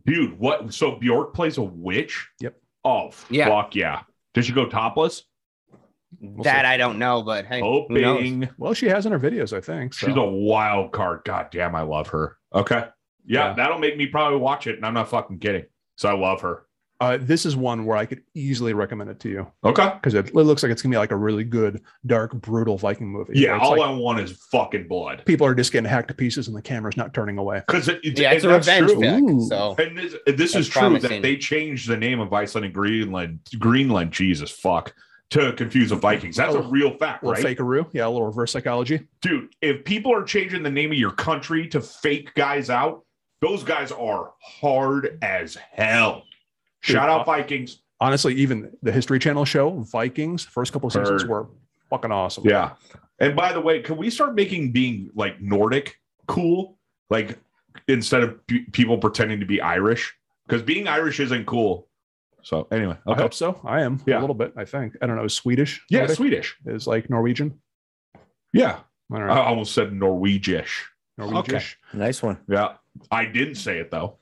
dude. What? So Bjork plays a witch. Yep. Oh Yeah. fuck yeah! Did she go topless? We'll that I don't know, but hey, who knows? Hoping see. Well, she has in her videos, I think. So. she's a wild card. God damn, I love her. Okay. Yeah, Yeah. that'll make me probably watch it, and I'm not fucking kidding. So I love her. uh, this is one where I could easily recommend it to you Okay. because it, it looks like it's gonna be like a really good, dark, brutal Viking movie. Yeah, It's all like I want is fucking blood. people are just getting hacked to pieces and the camera's not turning away. Because it, it- Yeah, it's a and that's revenge true. flick. Ooh. So And this, and this That's is true promising. that they changed the name of Iceland and Greenland. Greenland, Jesus fuck, to confuse the Vikings. That's a Oh, real fact, A little right, fakeroo, yeah, a little reverse psychology. dude? If people are changing the name of your country to fake guys out, those guys are hard as hell. Dude, Shout uh, out Vikings. Honestly, even the History Channel show Vikings first couple of seasons Heard. were fucking awesome. Yeah. And by the way, can we start making being like Nordic cool? Like instead of pe- people pretending to be Irish, because being Irish isn't cool. So anyway, I okay. hope so. I am Yeah. a little bit. I think I don't know. Is Swedish? Yeah, Nordic? Swedish. is like Norwegian. Yeah. I don't I know. almost said Norwegish. Uh, Norwegish. Nice one. Yeah. I didn't say it though.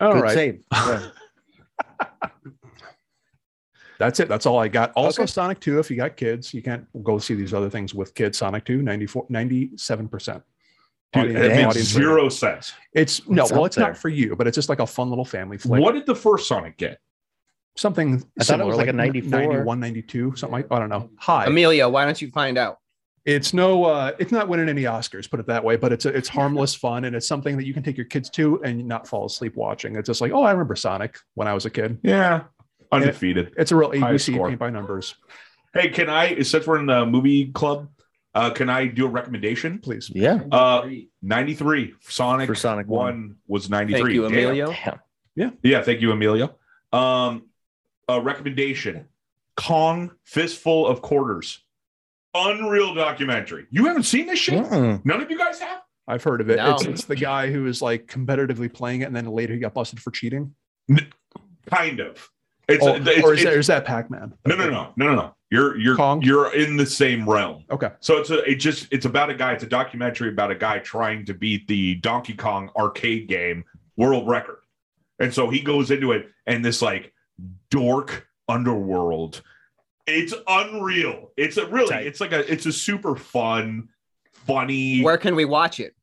All Good right. save. [LAUGHS] [LAUGHS] Yeah. That's it. That's all I got. Also, Okay. Sonic 2, if you got kids, you can't go see these other things with kids. Sonic 2, 94, 97%. Dude, Audience- it damn. makes audience zero rating. sense. It's no, It's well, up it's there. not for you, but it's just like a fun little family flick. What did the first Sonic get? Something I thought it similar, was like a n- 94. 91, 92, something like I don't know. High. Amelia, why don't you find out? it's no, uh, it's not winning any Oscars, put it that way, but it's it's harmless fun and it's something that you can take your kids to and not fall asleep watching. It's just like, oh, I remember Sonic when I was a kid. Yeah. Undefeated. It's a real High ABC score. paint by numbers, Hey, can I since we're in the movie club, uh, can I do a recommendation? please. yeah. Uh, 93. Sonic, For Sonic 1, one. was 93. Thank you, Damn. Amelia. Damn. Yeah, thank you, Emilio. Um, a recommendation: Kong Fistful of Quarters, unreal documentary. You haven't seen this shit? Mm. Mm-mm. None of you guys have? I've heard of it. No. It's, it's the guy who is like competitively playing it, and then later he got busted for cheating. Kind of. It's, Oh, it's- or is, it's- that, is that Pac-Man? no, no, no, no, no, no. You're you're Kong? you're in the same realm. Okay. So it's a it just it's about a guy. It's a documentary about a guy trying to beat the Donkey Kong arcade game world record, and so he goes into it and this like dork underworld. It's unreal. It's a really. Tight. It's like a. It's a super fun, Hmm. funny. Where can we watch it?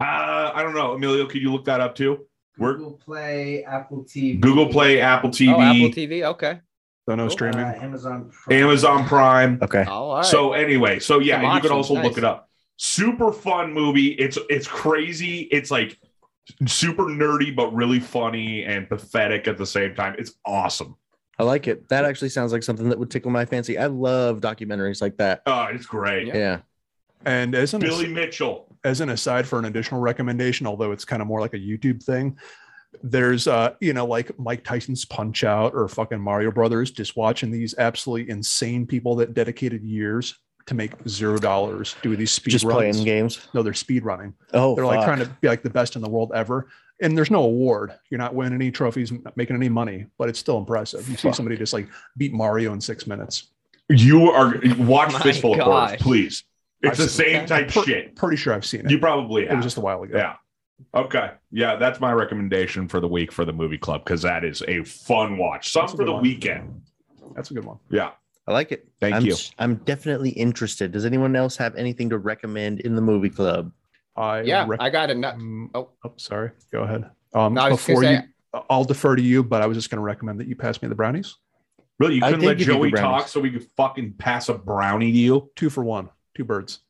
Uh, I don't know, Emilio. Could you look that up too? We're- Google Play, Apple TV, Google Play, Apple TV, Oh, Apple TV. Okay. So no Cool. uh, streaming. Amazon, Prime. Amazon Prime. Okay. Oh, all right. So anyway, so yeah, Some and you options, can also nice. look it up. Super fun movie. It's it's crazy. It's like super nerdy but really funny and pathetic at the same time. It's awesome. I like it. That actually sounds like something that would tickle my fancy. I love documentaries like that. Uh, it's great. Yeah. Yeah. And as an Billy Mitchell. as an aside for an additional recommendation, although it's kind of more like a YouTube thing, there's uh, you know, like Mike Tyson's Punch Out or fucking Mario Brothers, just watching these absolutely insane people that dedicated years to make zero dollars do these speed Just runs. playing games. No, they're speed running. Oh, they're like fuck. trying to be like the best in the world ever and there's no award you're not winning any trophies not making any money but it's still impressive you see Fuck. somebody just like beat mario in six minutes You are watch My Fistful of gosh. Quarters, please. It's I've the seen- same type Per- shit. pretty sure i've seen it You probably it was have. just a while ago Yeah. Okay. Yeah, that's my recommendation for the week for the movie club because that is a fun watch. Some That's a for good the one. weekend. that's a good one Yeah. I like it. Thank I'm, you. I'm definitely interested. Does anyone else have anything to recommend in the movie club? i yeah, rec- I got enough. Mm, Oh. oh. sorry go ahead um No, I was just before gonna you say- i'll defer to you but i was just going to recommend that you pass me the brownies Really, you I couldn't did let give you the Joey brownies. talk so we could fucking pass a brownie to you. two for one two birds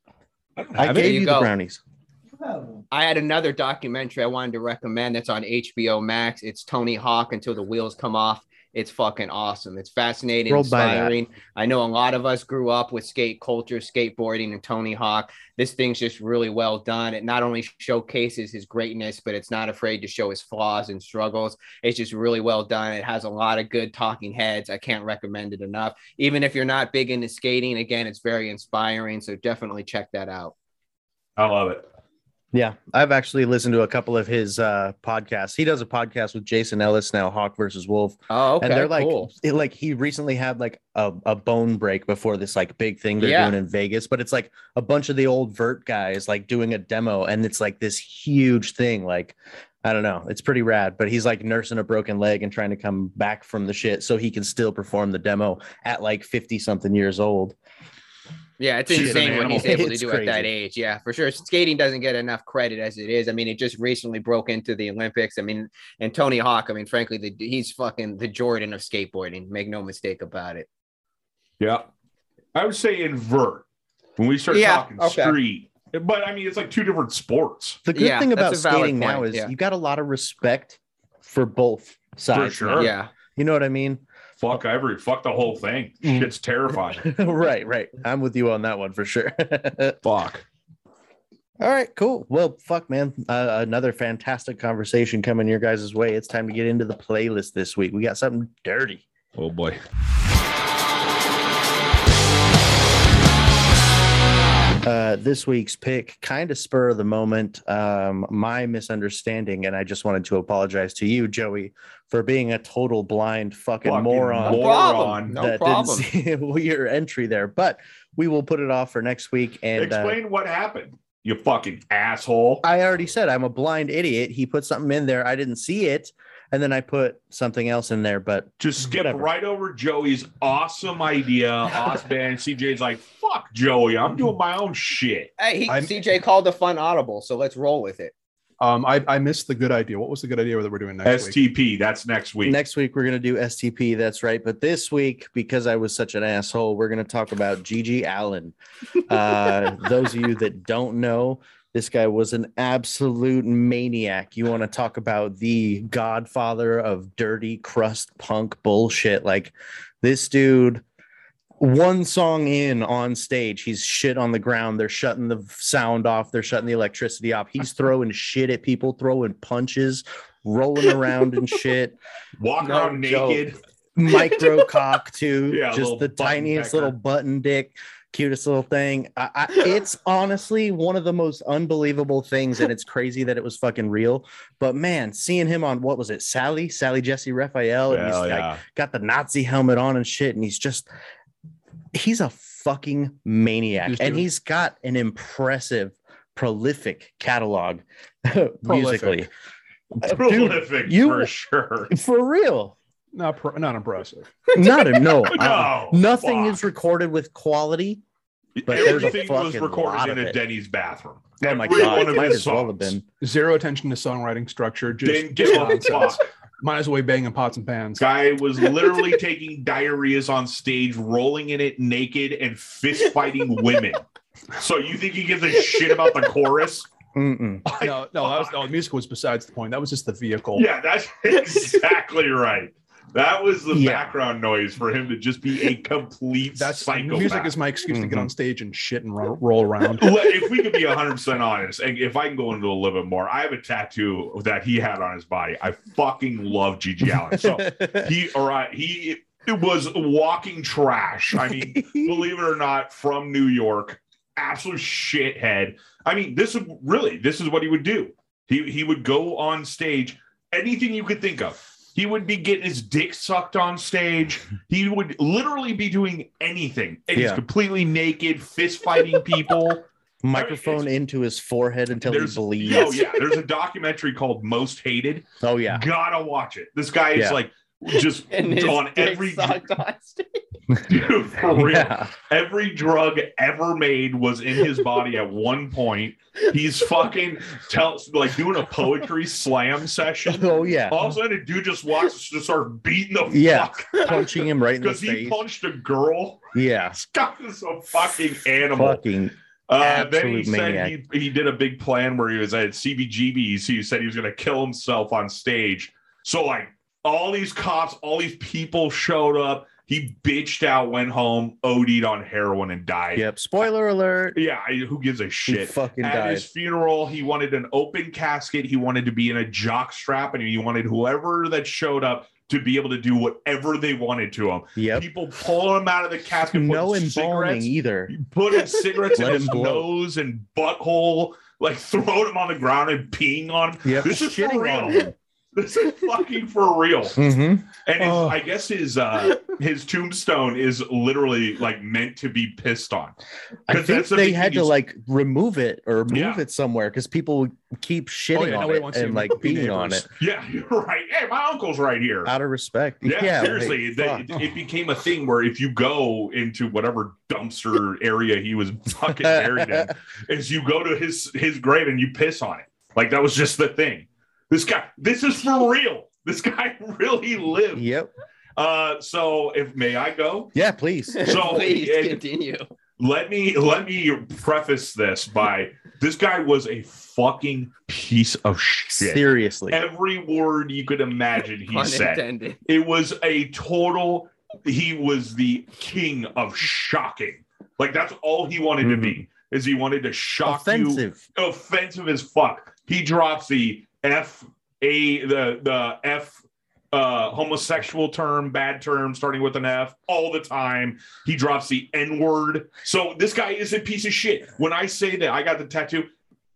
I There gave you you the go. brownies. Oh, I had another documentary I wanted to recommend that's on HBO Max. It's Tony Hawk Until the Wheels Come Off. It's fucking awesome. It's fascinating, Roll by that. inspiring. I know a lot of us grew up with skate culture, skateboarding, and Tony Hawk. This thing's just really well done. It not only showcases his greatness, but it's not afraid to show his flaws and struggles. It's just really well done. It has a lot of good talking heads. I can't recommend it enough. Even if you're not big into skating, again, it's very inspiring. So definitely check that out. I love it. Yeah, I've actually listened to a couple of his uh, podcasts. He does a podcast with Jason Ellis now, Hawk versus Wolf, Oh, okay. and they're like, cool. it, like he recently had like a, a bone break before this like big thing they're Yeah. doing in Vegas, but it's like a bunch of the old vert guys like doing a demo, and it's like this huge thing. Like I don't know. It's pretty rad, but he's like nursing a broken leg and trying to come back from the shit so he can still perform the demo at like 50 something years old. Yeah, it's She's an insane what [LAUGHS] animal. he's able to It's do at that crazy. age. Yeah, for sure. Skating doesn't get enough credit as it is. I mean, it just recently broke into the Olympics. I mean, and Tony Hawk. I mean, frankly, the, he's fucking the Jordan of skateboarding. Make no mistake about it. Yeah. I would say invert when we start Yeah, talking okay. street. But I mean, it's like two different sports. The good Yeah, thing that's about a valid skating now point, is yeah. you got a lot of respect for both sides. sure. now. Sure. Yeah, You know what I mean? [LAUGHS] [LAUGHS] Fuck every, fuck the whole thing. Mm. [LAUGHS] Shit's terrifying. right, right. I'm with you on that one for sure. [LAUGHS] fuck. All right, cool. Well, fuck, man. Uh, another fantastic conversation coming your guys' way. It's time to get into the playlist this week. We got something dirty. Oh boy. Uh, this week's pick, kind of spur of the moment, um, my misunderstanding, and I just wanted to apologize to you, Joey, for being a total blind fucking, Fucking moron. no Moron. problem. No [LAUGHS] that problem. didn't see [LAUGHS] your entry there, but we will put it off for next week. And uh, Explain what happened. You fucking asshole. I already said I'm a blind idiot. He put something in there, I didn't see it, and then I put something else in there. But Just skip whatever. right over Joey's awesome idea. Osman CJ's like, fuck Joey. I'm doing my own shit. Hey, he, I'm- CJ called a fun audible, so let's roll with it. [LAUGHS] Um, I, I missed the good idea. What was the good idea that we're doing next week? STP. That's next week. next week we're gonna do STP. That's right. But this week, because I was such an asshole, we're gonna talk about Gigi Allen. Uh, those of you that don't know. This guy was an absolute maniac. You want to talk about the godfather of dirty crust punk bullshit. Like this dude one song in on stage he's shit on the ground they're shutting the sound off they're shutting the electricity off he's throwing shit at people throwing punches rolling around and shit Walk No around joke. naked. micro [LAUGHS] cock too Yeah, little just the button tiniest pecker. little button dick cutest little thing I, I, it's honestly one of the most unbelievable things and it's crazy that it was fucking real but man seeing him on what was it sally sally jesse raphael and he's Hell like yeah. got the Nazi helmet on and shit, and he's just he's a fucking maniac, He's and doing- he's got an impressive, prolific catalog [LAUGHS] musically. Dude, Prolific you- for sure. [LAUGHS] for [LAUGHS] real, Not pro- not impressive. not a no. uh, No, nothing fuck. is recorded with quality. but there's a Everything was fucking lot recorded in of a it. Denny's bathroom. Oh my Every one god, of might his as well have songs. been. Zero attention to songwriting structure. Just Didn't give a nonsense. fuck. Might as well be banging pots and pans. Guy was literally taking diarrheas on stage, rolling in it naked, and fist fighting women. So you think he gives a shit about the chorus? Mm-mm. No, no, that was, no, the music was besides the point. That was just the vehicle. Yeah, that's [LAUGHS] exactly right. That was the Yeah. background noise for him to just be a complete That's psychopath. music is my excuse to get Mhm. on stage and shit and ro- roll [LAUGHS] around. Well, if we could be 100% honest, and if I can go into a little bit more, I have a tattoo that he had on his body. I fucking love Gigi Allen. So he, all right, he was walking trash. I mean, believe it or not, from New York, absolute shithead. I mean, this is really this is what he would do. He he would go on stage, anything you could think of. He would be getting his dick sucked on stage. He would literally be doing anything. And he's Yeah. completely naked, fist fighting people. [LAUGHS] Microphone into his forehead until he There's, bleeds. oh yeah, there's a documentary called Most Hated. Oh yeah, Gotta watch it. This guy is Yeah. like just [LAUGHS] And his on dick every sucked on stage. [LAUGHS] dude for real. yeah. [LAUGHS] every drug ever made was in his body at one point. He's fucking tell like doing a poetry slam session. Oh [LAUGHS] yeah, All of a sudden, a dude just walks, and just starts beating the Yeah. fuck punching him right in the because he face. punched a girl. [LAUGHS] Yeah, This guy is a fucking animal. fucking Uh, then he absolute said he, he did a big plan where he was at CBGB's. He said he was going to kill himself on stage. So like all these cops, all these people showed up. He bitched out, went home, OD'd on heroin, and died. yep. Spoiler alert. Yeah, I, who gives a He shit? fucking At died. his funeral, he wanted an open casket. He wanted to be in a jock strap, and he wanted whoever that showed up to be able to do whatever they wanted to him. Yep. People pulling him out of the casket, No putting embalming cigarettes, either. putting cigarettes [LAUGHS] in Let his him blow. nose and butthole, like throwing him on the ground and peeing on him. Yep. This is for Shitting on real. [LAUGHS] This is fucking for real. Mm-hmm. And his, Oh. I guess his uh, his tombstone is literally like meant to be pissed on. I 'Cause think that's the they thing, had to he's- like remove it or move Yeah. it somewhere because people keep shitting Oh, yeah, on nobody it wants and to like be being on neighbors. it [LAUGHS] Yeah, you're right. Hey, my uncle's right here. out of respect. Yeah, like, seriously, fuck. that, it, it became a thing where if you go into whatever dumpster area he was fucking buried in, is you go to his his grave and you piss on it. Like that was just the thing. This guy, this is for real. This guy [LAUGHS] really lived. yep. Uh, so if may [LAUGHS] I go, Yeah, please. So, please it- continue. let me let me preface this by this guy was a fucking piece of shit. Seriously. Every word you could imagine he Pun said. intended. It was a total. He was the king of shocking. Like that's all he wanted to be. Is he wanted to shock you? Offensive. Offensive as fuck. He drops the f a the the f uh homosexual term bad term starting with an f all the time he drops the n word so this guy is a piece of shit when i say that i got the tattoo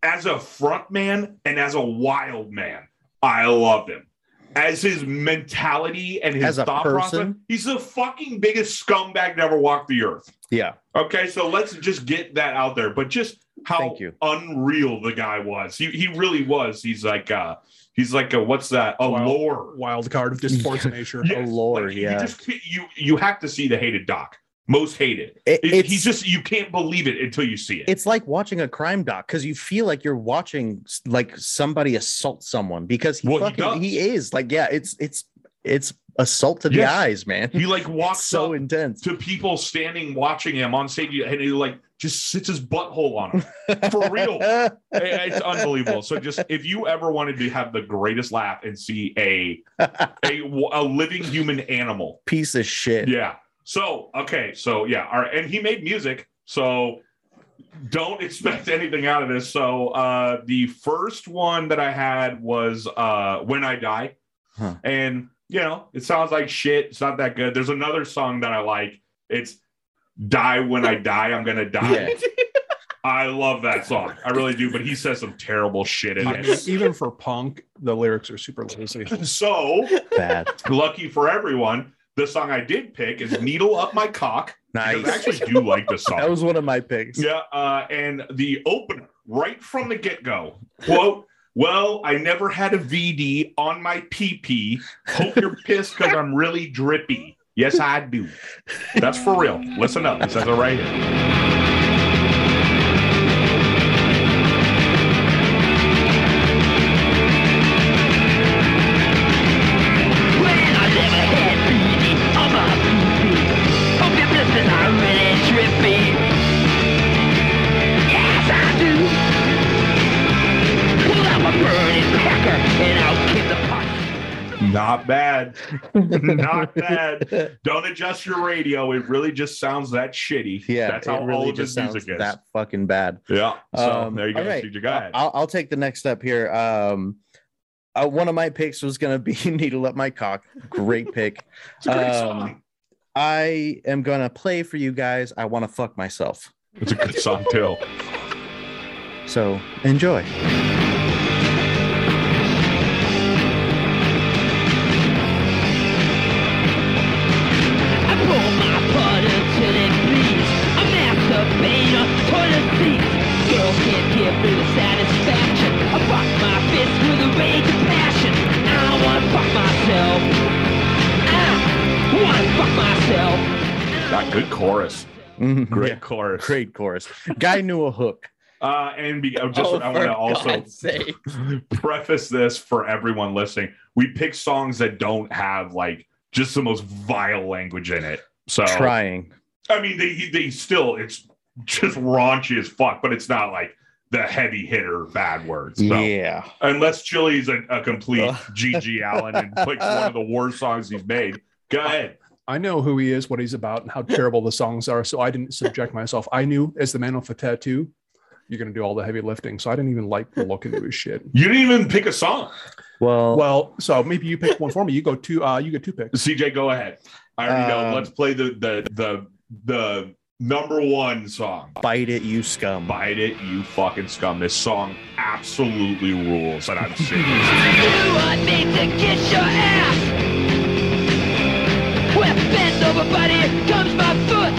as a front man and as a wild man i love him as his mentality and his As a thought process person? he's the fucking biggest scumbag to ever walk the earth Yeah. Okay, so let's just get that out there. But just how Thank you. unreal the guy was. He he really was. He's like uh he's like a what's that? A Wow. lore. Wild card of just sports nature. A Yeah. lore. Like, You Oh, yeah. just can't- you you have to see the hated doc. Most hated. It- It- it's, he's just you can't believe it until you see it. it's like watching a crime doc because you feel like you're watching s- like somebody assault someone because he Well, he fucking does. he, is like yeah it's it's it's assault to the Yes. eyes man he like walks so up intense to people standing watching him on stage and he like just sits his butthole on him. [LAUGHS] For real. It- it's unbelievable. So just if you ever wanted to have the greatest laugh and see a a, a living human animal piece of shit Yeah. So okay. So yeah. All right. And he made music. So don't expect [LAUGHS] anything out of this. So uh, the first one that I had was uh, "When I Die," Huh. and you know it sounds like shit. It's not that good. There's another song that I like. It's "Die When I Die." I'm gonna die. Yeah. I love that song. I really do. But he says some terrible shit in I mean, it. even for punk, the lyrics are super lazy. So [LAUGHS] bad lucky for everyone, the song I did pick is "Needle Up My Cock." because I nice actually do like the [LAUGHS] song. that was one of my picks Yeah, uh, and the opener right from the get go. Quote. Well, I never had a VD on my PP. Hope you're pissed because I'm really drippy. Yes, I do. That's for real. Listen up. It says it right here. [LAUGHS] Not bad. Not bad. Don't adjust your radio. It really just sounds that shitty. yeah that's it how all really of his just music sounds is. that fucking bad Yeah. So Um, there you go. all right. Dude, you got it. I'll, I'll take the next step here. Um, uh, one of my picks was going to be [LAUGHS] Needle Up My Cock. Great pick. [LAUGHS] It's a great um, song. I am going to play for you guys. I want to fuck myself. It's a good song too. So enjoy. I pull my butt until it bleeds. I masturbate on toilet seats. Girls can't give me the satisfaction. I rock my fist with a rage and passion. I wanna fuck myself. I wanna fuck myself. Got good chorus. Mhm. Great Yeah. chorus. Great chorus. Guy knew a hook. Uh, and be, I just Oh, I want for to also God's sake. preface this for everyone listening. We pick songs that don't have like just the most vile language in it. So Trying. I mean, they they still it's just raunchy as fuck, but it's not like the heavy hitter bad words. So Yeah. unless Chili's a, a complete Oh. Ugh. Gigi Allen and [LAUGHS] picks one of the worst songs he's made, go ahead. I know who he is, what he's about, [LAUGHS] and how terrible the songs are. So I didn't subject myself. I knew as the man with the tattoo, you're going to do all the heavy lifting. So I didn't even like to look into his shit. [LAUGHS] You didn't even pick a song. Well, Well, so maybe you pick one for me. You go two. Uh, you get two picks. CJ, go ahead. I already Um, know. Let's play the the the the number one song. Bite it, you scum. Bite it, you fucking scum. This song absolutely rules, and I'm singing. [LAUGHS] You want me to kiss your ass? Well, bent over, but here comes my foot.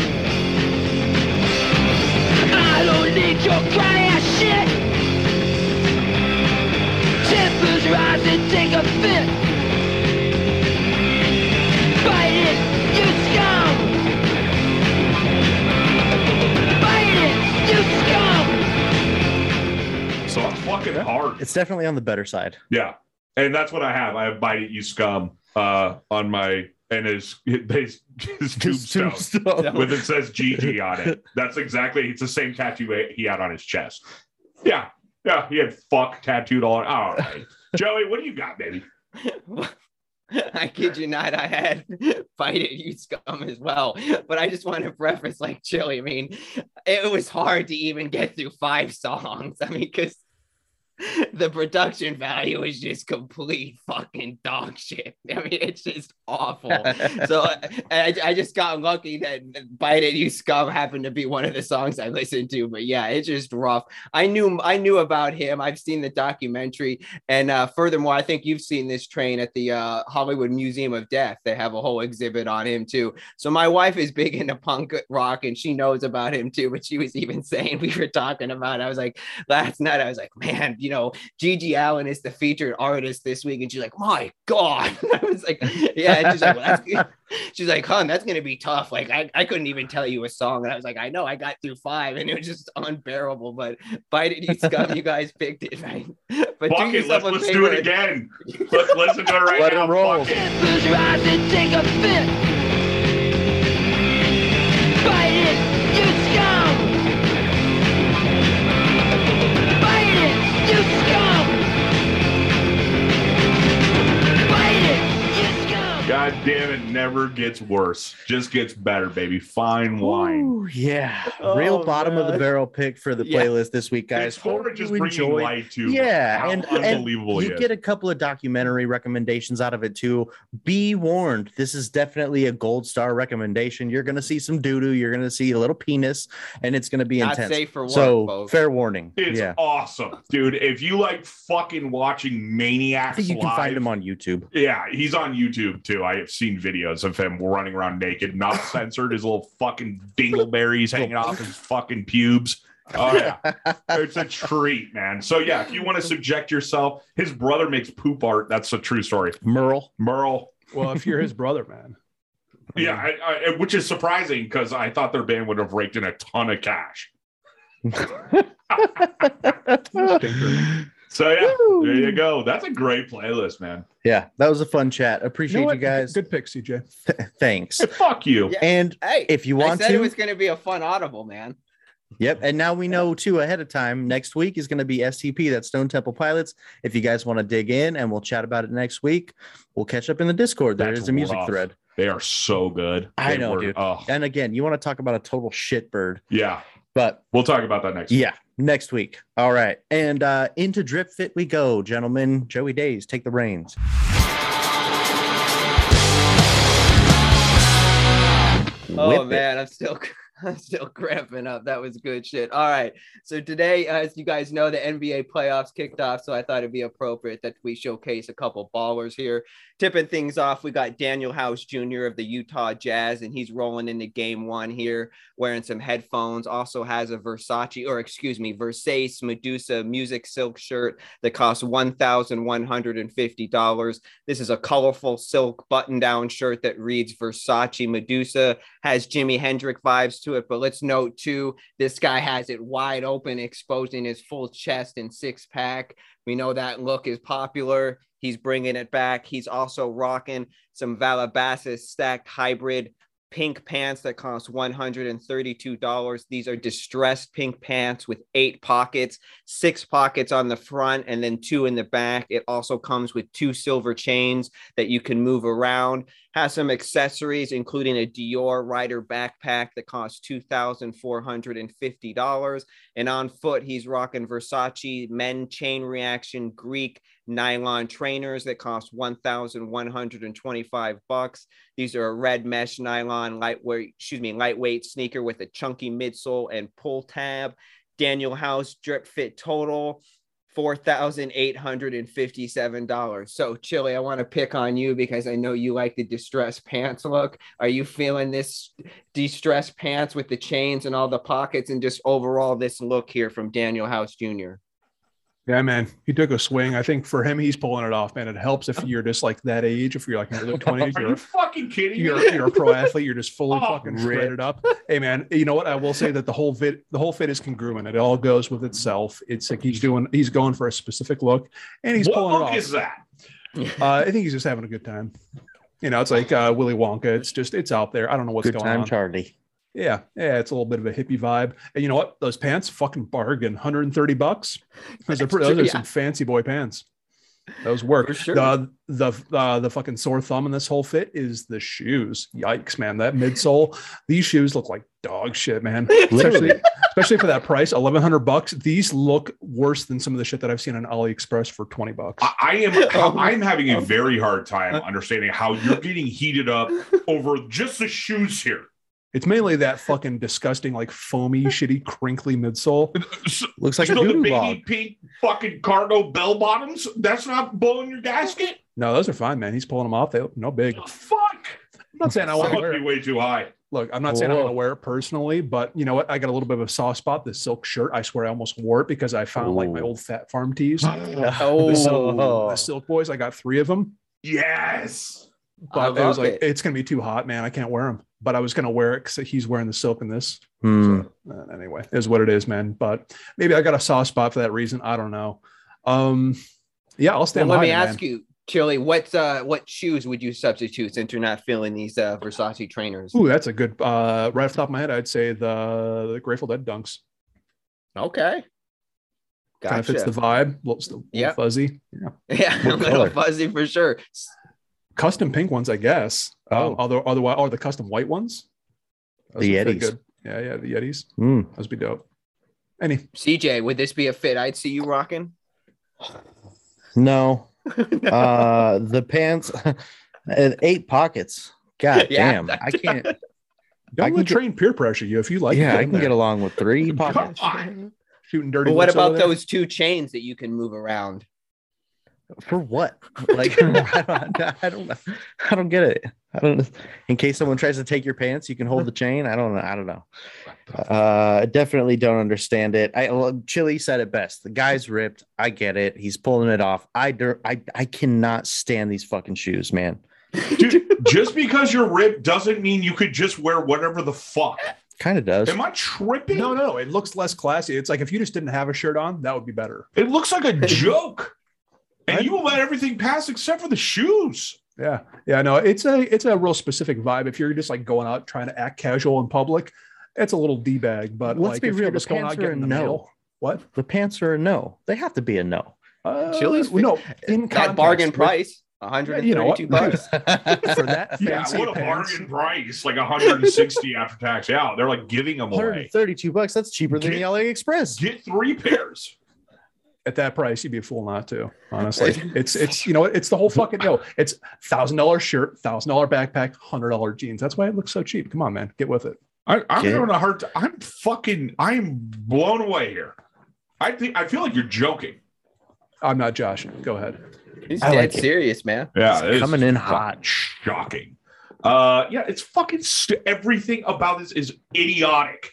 I don't need your dry ass shit. Tempers rise and take a fit. Bite it, you scum. Bite it, you scum. so I'm fucking hard. It's definitely on the better side. Yeah, and that's what I have. I have "Bite It, You Scum" uh, on my and [LAUGHS] his his, his tombstone Tombstone. with it says GG on it. That's exactly. It's the same tattoo he had on his chest. Yeah, yeah. He had "fuck" tattooed on. All right, Joey, what do you got, baby? [LAUGHS] I kid you not, I had fight it, you scum as well. But I just want to preface, like Chili. I mean, it was hard to even get through five songs. I mean, because the production value is just complete fucking dog shit. [LAUGHS] I mean, it's just awful. so I, I, I just got lucky that "Bite It, You Scum" happened to be one of the songs I listened to. But yeah, it's just rough. I knew I knew about him. I've seen the documentary, and uh, furthermore, I think you've seen this train at the uh, Hollywood Museum of Death. They have a whole exhibit on him too. So my wife is big into punk rock, and she knows about him too. But she was even [LAUGHS] saying we were talking about. it. I was like last night. I was like, man, you know, Gigi Allen is the featured artist this week, and she's like, my god. [LAUGHS] I was like, yeah. And she's like, well, [LAUGHS] that's. She's like, hon, that's gonna be tough. Like, I, I couldn't even tell you a song. And I was like, I know I got through five, and it was just unbearable. But bite it, you scum, you guys picked it, right? [LAUGHS] But Fuck it. Let's, let's do it again. Let's listen to [LAUGHS] it right Let it now. roll. Fuck it. Tempers rise and take a fit. Bite it, you scum. Bite it, you scum. Bite it, you scum. God damn it! Never gets worse. Just gets better, baby. Fine wine. Ooh, yeah. Real Oh, bottom of the God. barrel pick for the Yeah. playlist this week, guys. it's sort of Hope just you bringing enjoyed. light to Yeah, how and, and unbelievable he you is. get a couple of documentary recommendations out of it too. Be warned, this is definitely a gold star recommendation. You're going to see some doo doo, you're going to see a little penis, and it's going to be Not intense. safe for work, so, folks. fair warning. It's yeah, awesome, dude. If you like fucking watching I maniacs, think you can live- find him on YouTube. Yeah, he's on YouTube too. I have seen videos of him running around [LAUGHS] naked, not censored. His little fucking dingleberries hanging off his fucking pubes. Oh yeah, it's a treat, man. So yeah, if you want to subject yourself, his brother makes poop art. That's a true story. Merle. Mm-hmm. Merle, [LAUGHS] Well, if you're his brother, [LAUGHS] man. yeah, I, I, which is surprising because I thought their band would have raked in a ton of cash. So yeah, there you go. That's a great playlist, man. Yeah, that was a fun chat. Appreciate you, what? guys. Good pick, CJ. [LAUGHS] Thanks. Fuck you. Yeah. And Hey, if you I want said to, it was gonna be a fun audible, man. Yep. And now we know too ahead of time. Next week is going to be STP, that's Stone Temple Pilots. If you guys want to dig in and we'll chat about it next week, we'll catch up in the Discord. There That's is a music rough. thread. They are so good. I They know, were- dude. Oh, And again, you want to talk about a total shitbird, yeah. but We'll talk about that next. yeah, next week. All right. And uh, into Drip Fit we go, gentlemen. Joey Days, take the reins. Whip Oh it. man, I'm still [LAUGHS] I'm still cramping up. That was good shit. All right. So today, uh, as you guys know, the NBA playoffs kicked off. So I thought it'd be appropriate that we showcase a couple ballers here. Tipping things off, we got Daniel House Jr. of the Utah Jazz, and he's rolling into game one here, wearing some headphones. Also has a Versace, or excuse me, Versace Medusa music silk shirt that costs $1,150. This is a colorful silk button-down shirt that reads Versace Medusa has Jimi Hendrix vibes to it, but let's note too, this guy has it wide open, exposing his full chest and six pack. We know that look is popular. He's bringing it back. He's also rocking some Valabasas stacked hybrid pink pants that cost $132. These are distressed pink pants with eight pockets, six pockets on the front, and then two in the back. It also comes with two silver chains that you can move around has some accessories, including a Dior Rider backpack that costs two thousand four hundred and fifty dollars. And on foot, he's rocking Versace Men Chain Reaction Greek nylon trainers that cost 1125 bucks. These are a red mesh nylon lightweight, excuse me, lightweight sneaker with a chunky midsole and pull tab. Daniel House drip fit total. $4,857. So, Chili, I want to pick on you because I know you like the distressed pants look. Are you feeling this distressed pants with the chains and all the pockets and just overall this look here from Daniel House Jr.? [LAUGHS] Yeah, man, he took a swing. I think for him, he's pulling it off, man. It helps [LAUGHS] if you're just like that age. If you're like in [LAUGHS] your late twenties, Are you're you fucking kidding [LAUGHS] you're, me? you're a pro athlete. You're just fully Oh, fucking rip. shredded up. Hey, man, you know what? I will say that the whole fit, the whole fit is congruent. It all goes with itself. It's like he's doing, he's going for a specific look, and he's what pulling book it is off. that? Uh, I think he's just having a good time. You know, it's like uh, Willy Wonka. It's just, it's out there. I don't know what's Good going time, on. Charlie. yeah, yeah, it's a little bit of a hippie vibe. And you know what? Those pants, fucking bargain, 130 [LAUGHS] bucks. Those are, That's pretty, those true, are yeah. some fancy boy pants. Those work. For sure. The the uh, the fucking sore thumb in this whole fit is the shoes. Yikes, man! That midsole. These shoes look like dog shit, [LAUGHS] man. Especially, especially for that price, eleven hundred bucks. These look worse than some of the shit that I've seen on AliExpress for twenty bucks. I, I [LAUGHS] Oh am I'm having a very hard Uh, time understanding how you're getting heated [LAUGHS] up over just the shoes here. It's mainly that fucking disgusting, like foamy, shitty, crinkly [LAUGHS] midsole. Looks like you a know the baby Gutenberg. pink fucking cargo bell bottoms? That's not blowing your gasket. No, those are fine, man. He's pulling them off. They look no big. I'm Fuck! not saying I That want to would wear be it. way too high. Look, I'm not saying I Whoa. want to wear it personally, but you know what? I got a little bit of a soft spot. This silk shirt, I swear I almost wore it because I found like my Ooh. old fat farm [GASPS] tees. Oh, the, silk, the Silk Boys. I got three of them, Yes. I but it was love like it. it's gonna be too hot, man. I can't wear them. But I was gonna wear it because he's wearing the silk in this. Hmm. Uh, anyway, is what it is, man. But maybe I got a soft spot for that reason. I don't know. Um, yeah, I'll Well, stand. let by me it, man. ask you, Chili, what uh, what shoes would you substitute since you're not feeling these uh, Versace trainers? Ooh, that's a good. Uh, right off the top of my head, I'd say the, the Grateful Dead dunks kind Okay, of gotcha. fits the vibe. Looks a little Yep. fuzzy. Yeah. [LAUGHS] yeah, a What little color? fuzzy for sure. Custom pink ones, I guess. Oh, Oh. um, although otherwise, or the custom white ones. Those The would fit Yetis. good. Yeah, yeah, the Yetis. Hmm. Those would be dope. Any CJ, would this be a fit I'd see you rocking? [LAUGHS] No. Uh, the pants, [LAUGHS] and eight pockets. God Yeah, damn, I that's- can't. I Don't can let get- train peer pressure you. If you like, yeah, I in can there. get along with three Come pockets. on. shooting dirty. But what looks over about there. those two chains that you can move around? For what? Like, [LAUGHS] I don't, I don't, I don't get it. I don't. In case someone tries to take your pants, you can hold the chain. I don't know. I don't know. Uh, I definitely don't understand it. I well, Chili said it best. The guy's ripped. I get it. He's pulling it off. I dur- I I cannot stand these fucking shoes, man. Dude, just because you're ripped doesn't mean you could just wear whatever the fuck. Kind of does. Am I tripping? No, no, it looks less classy. It's like if you just didn't have a shirt on, that would be better. It looks like a joke. And I- you will let everything pass except for the shoes. Yeah, yeah, no, it's a it's a real specific vibe. If you're just like going out trying to act casual in public, it's a little d bag. But Let's like, be if real, you're the just going pants out are a getting the no. mail, what? the pants are a no. They have to be a no. Uh, Chili's fit- no, in That bargain context, price, one hundred and you know what? [LAUGHS] thirty-two bucks. with- for [LAUGHS] that Yeah, fancy what a pants. bargain price. Like 160 after tax. Yeah, they're like giving them away. 32 bucks. That's cheaper than the AliExpress. Get three pairs. At that price, you'd be a fool not to. Honestly, it's it's you know what? it's the whole fucking no. It's thousand dollar shirt, thousand dollar backpack, hundred dollar jeans. That's why it looks so cheap. Come on, man, get with it. I, I'm Get- having a hard time. I'm fucking, I'm blown away here. I think, I feel like you're joking. I'm not Josh. Go ahead. He's I dead like it. serious, man. Yeah, It's coming in hot. fucking shocking. Uh, yeah, it's fucking st- everything about this is idiotic.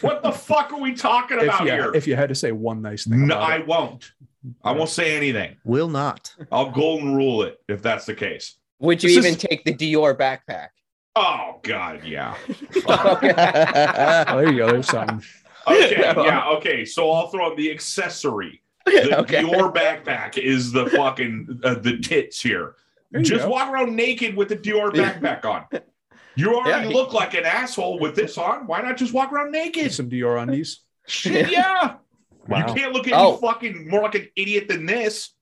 What [LAUGHS] the fuck are we talking If about you, here? if you had to say one nice thing, no, about I it. won't. I won't say anything. Will not. I'll golden rule it if that's the case. Would you This even is- take the Dior [LAUGHS] backpack? Oh God, yeah. Oh, there you go. There's something. Okay, yeah, okay. So I'll throw in the accessory. [LAUGHS] The, Okay. Dior backpack is the fucking uh, the tits here. There you Just go. walk around naked with the Dior backpack on. You already Yeah. look like an asshole with this on. Why not just walk around naked? some Dior undies. [LAUGHS] Shit, yeah. You Wow. can't look any Oh. fucking more like an idiot than this.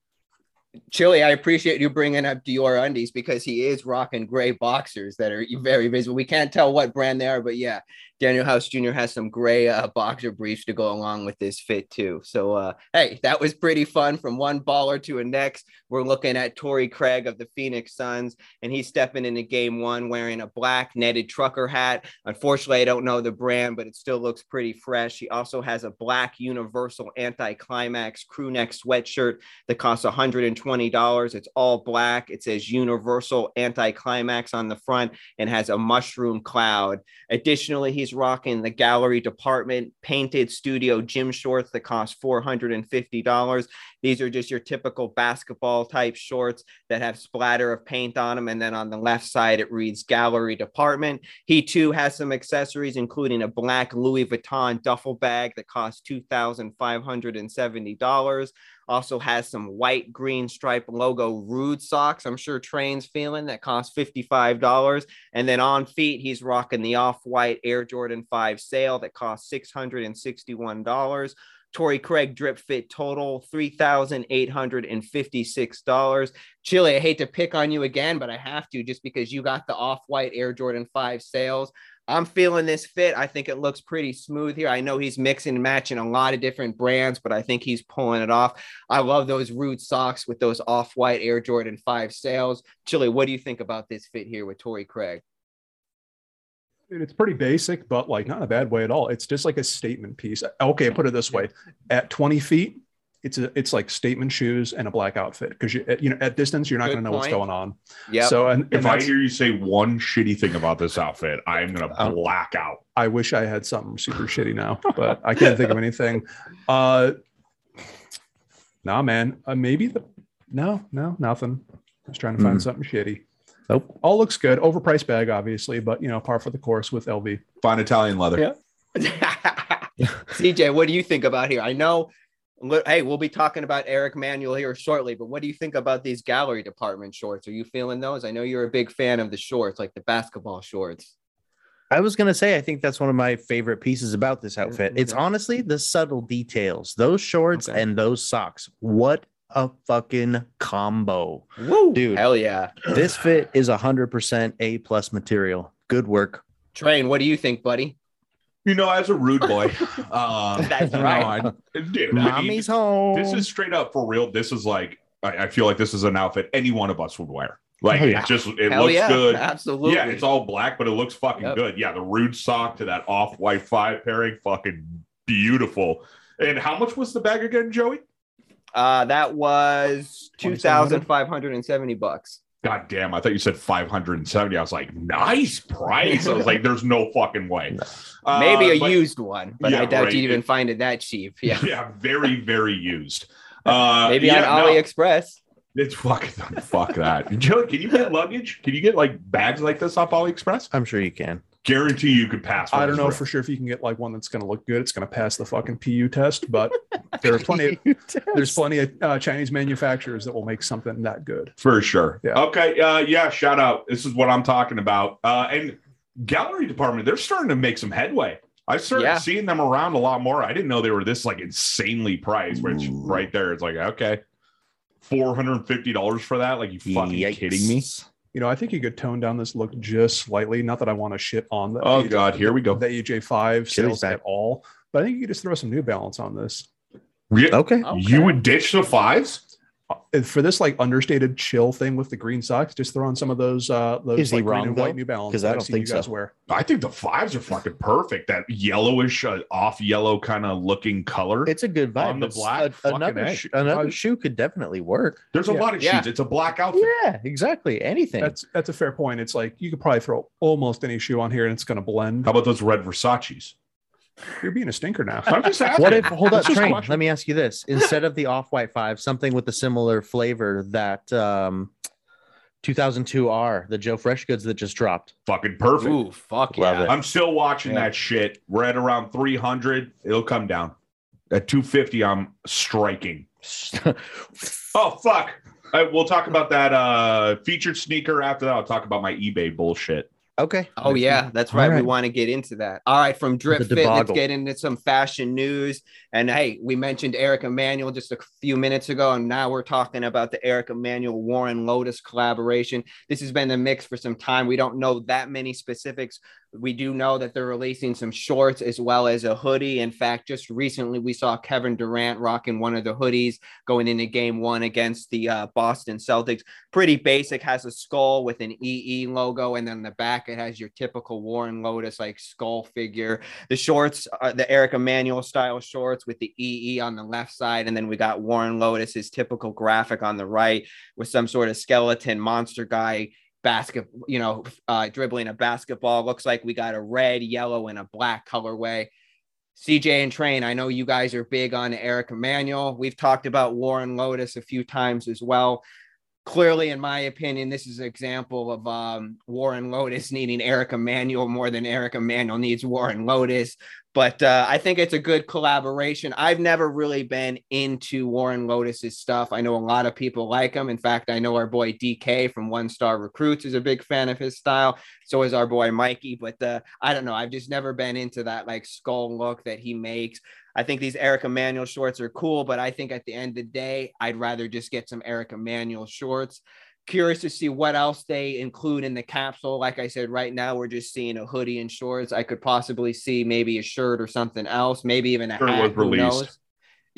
Chili, I appreciate you bringing up Dior undies because he is rocking gray boxers that are very visible. We can't tell what brand they are, but yeah, Daniel House Jr. has some gray uh, boxer briefs to go along with this fit too. So, uh, hey, that was pretty fun. From one baller to a next, we're looking at Torrey Craig of the Phoenix Suns, and he's stepping into Game One wearing a black netted trucker hat. Unfortunately, I don't know the brand, but it still looks pretty fresh. He also has a black Universal Anti-Climax crew neck sweatshirt that costs $120. It's all black. It says Universal Anti-Climax on the front and has a mushroom cloud. Additionally, he's rocking the gallery department painted studio gym shorts that cost $450. These are just your typical basketball type shorts that have splatter of paint on them. And then on the left side, it reads gallery department. He too has some accessories, including a black Louis Vuitton duffel bag that costs $2,570 also has some white green stripe logo rude socks i'm sure train's feeling that cost $55 and then on feet he's rocking the off-white air jordan 5 sale that cost $661 Tory Craig drip fit total $3,856. Chili, I hate to pick on you again, but I have to just because you got the off white Air Jordan 5 sales. I'm feeling this fit. I think it looks pretty smooth here. I know he's mixing and matching a lot of different brands, but I think he's pulling it off. I love those rude socks with those off white Air Jordan 5 sales. Chili, what do you think about this fit here with Tory Craig? And it's pretty basic, but like not in a bad way at all. It's just like a statement piece. Okay, put it this way: at 20 feet, it's a it's like statement shoes and a black outfit because you you know at distance you're not Good going to know what's point. going on. Yeah. [LAUGHS] So and, and If I that's- hear you say one shitty thing about this outfit, I'm gonna black out. I wish I had something super shitty now, but I can't think of anything. Uh, nah, man. Uh, maybe the no, no, nothing. I was trying to find something shitty. Nope. All looks good. Overpriced bag, obviously, but you know, par for the course with LV. Fine Italian leather. Yeah. CJ, what do you think about here? I know, li- hey, we'll be talking about Eric Manuel here shortly, but what do you think about these gallery department shorts? Are you feeling those? I know you're a big fan of the shorts, like the basketball shorts. I was gonna say I think that's one of my favorite pieces about this outfit. It's Okay. honestly the subtle details, those shorts Okay. and those socks. What a fucking combo, Woo, dude! Hell yeah. This fit is hundred percent A plus material. Good work. Train, what do you think, buddy? You know, as a rude boy, uh, [LAUGHS] That's you know, right. I- dude, I mean, Mommy's home. this is straight up for real. This is like I, I feel like this is an outfit any one of us would wear. Like Oh, yeah. it just it Hell looks yeah. good. Absolutely. Yeah, it's all black, but it looks fucking Yep. good. Yeah, the rude sock to that off white five pairing, fucking beautiful. And how much was the bag again, Joey? uh, that was 2700? 2,570 bucks. God damn, I thought you said 570. I was like, nice price. I was like, there's no fucking way. Uh, [LAUGHS] Maybe a but- used one, but Yeah, I doubt right. you'd even find it that cheap. [LAUGHS] Yeah. [LAUGHS] Yeah, very, very [LAUGHS] used. Uh, Maybe yeah, on no, AliExpress. it's fucking fuck that. [LAUGHS] Joey, can you get luggage? Can you get like bags like this off AliExpress? I'm sure you can. Guarantee you could pass. one Uh, I don't know of for those. sure if you can get like one that's going to look good. It's going to pass the fucking PU test, but there are plenty. There's plenty of uh, Chinese manufacturers that will make something that good. For sure. Yeah. Okay. Uh, yeah. Shout out. This is what I'm talking about. Uh, and gallery department, they're starting to make some headway. I started Yeah. seeing them around a lot more. I didn't know they were this like insanely priced. Which right there, it's like okay, four hundred and fifty dollars for that. Like you fucking Yikes. kidding me? You know, I think you could tone down this look just slightly. Not that I want to shit on the Oh god, here we go. the AJ5 sales back. at all. But I think you could just throw some New Balance on this. Re- Okay. Okay. You would ditch the fives? Uh, For this like understated chill thing with the green socks, just throw on some of those uh those Is he like, green wrong, and though? white New Balance 'Cause I that I've don't seen think you guys so. wear. I think the fives are fucking perfect. That yellowish, uh, off yellow kind of looking color. It's a good vibe. On the It's black, a- fucking another A. shoe, another How's- shoe could definitely work. There's a yeah. lot of Yeah. sheets. It's a black outfit. Yeah, exactly. Anything. That's that's a fair point. It's like you could probably throw almost any shoe on here and it's gonna blend. How Oh. about those red Versace's? You're being a stinker [LAUGHS] now. I'm just asking. what if hold up That's just a train question. let me ask you this instead of the off-white five something with a similar flavor that um 2002r the joe fresh goods that just dropped Fucking perfect. Ooh, fuck Love yeah. it. I'm still watching Yeah. that shit. We're at around 300. It'll come down. At 250, I'm striking. Oh, fuck. All right, we'll talk about that uh, featured sneaker after that. I'll talk about my eBay bullshit. okay Oh yeah, that's right. We Alright. want to get into that. All right, from drip The fit, let's debacle. get into some fashion news. And hey, we mentioned Eric Emanuel just a few minutes ago, and now we're talking about the Eric Emanuel Warren Lotus collaboration. This has been the mix for some time. We don't know that many specifics We do know that they're releasing some shorts as well as a hoodie. In fact, just recently we saw Kevin Durant rocking one of the hoodies going into game one against the uh, Boston Celtics. Pretty basic, has a skull with an EE logo, and then the back it has your typical Warren Lotus like skull figure. The shorts are the Eric Emanuel style shorts with the EE on the left side, and then we got Warren Lotus, his typical graphic on the right with some sort of skeleton monster guy basket, you know, uh, dribbling a basketball. Looks like we got a red, yellow, and a black colorway. CJ and Train, I know you guys are big on Eric Emanuel. We've talked about Warren Lotus a few times as well. Clearly, in my opinion, this is an example of um, Warren Lotus needing Eric Emanuel more than Eric Emanuel needs Warren Lotus. But uh, I think it's a good collaboration. I've never really been into Warren Lotus's stuff. I know a lot of people like him. In fact, I know our boy DK from One Star Recruits is a big fan of his style. So is our boy Mikey. But uh, I don't know. I've just never been into that like skull look that he makes. I think these Eric Emanuel shorts are cool, but I think at the end of the day, I'd rather just get some Eric Emanuel shorts. Curious to see what else they include in the capsule. Like I said, right now we're just seeing a hoodie and shorts. I could possibly see maybe a shirt or something else, maybe even a Shirt hat. was who released. knows?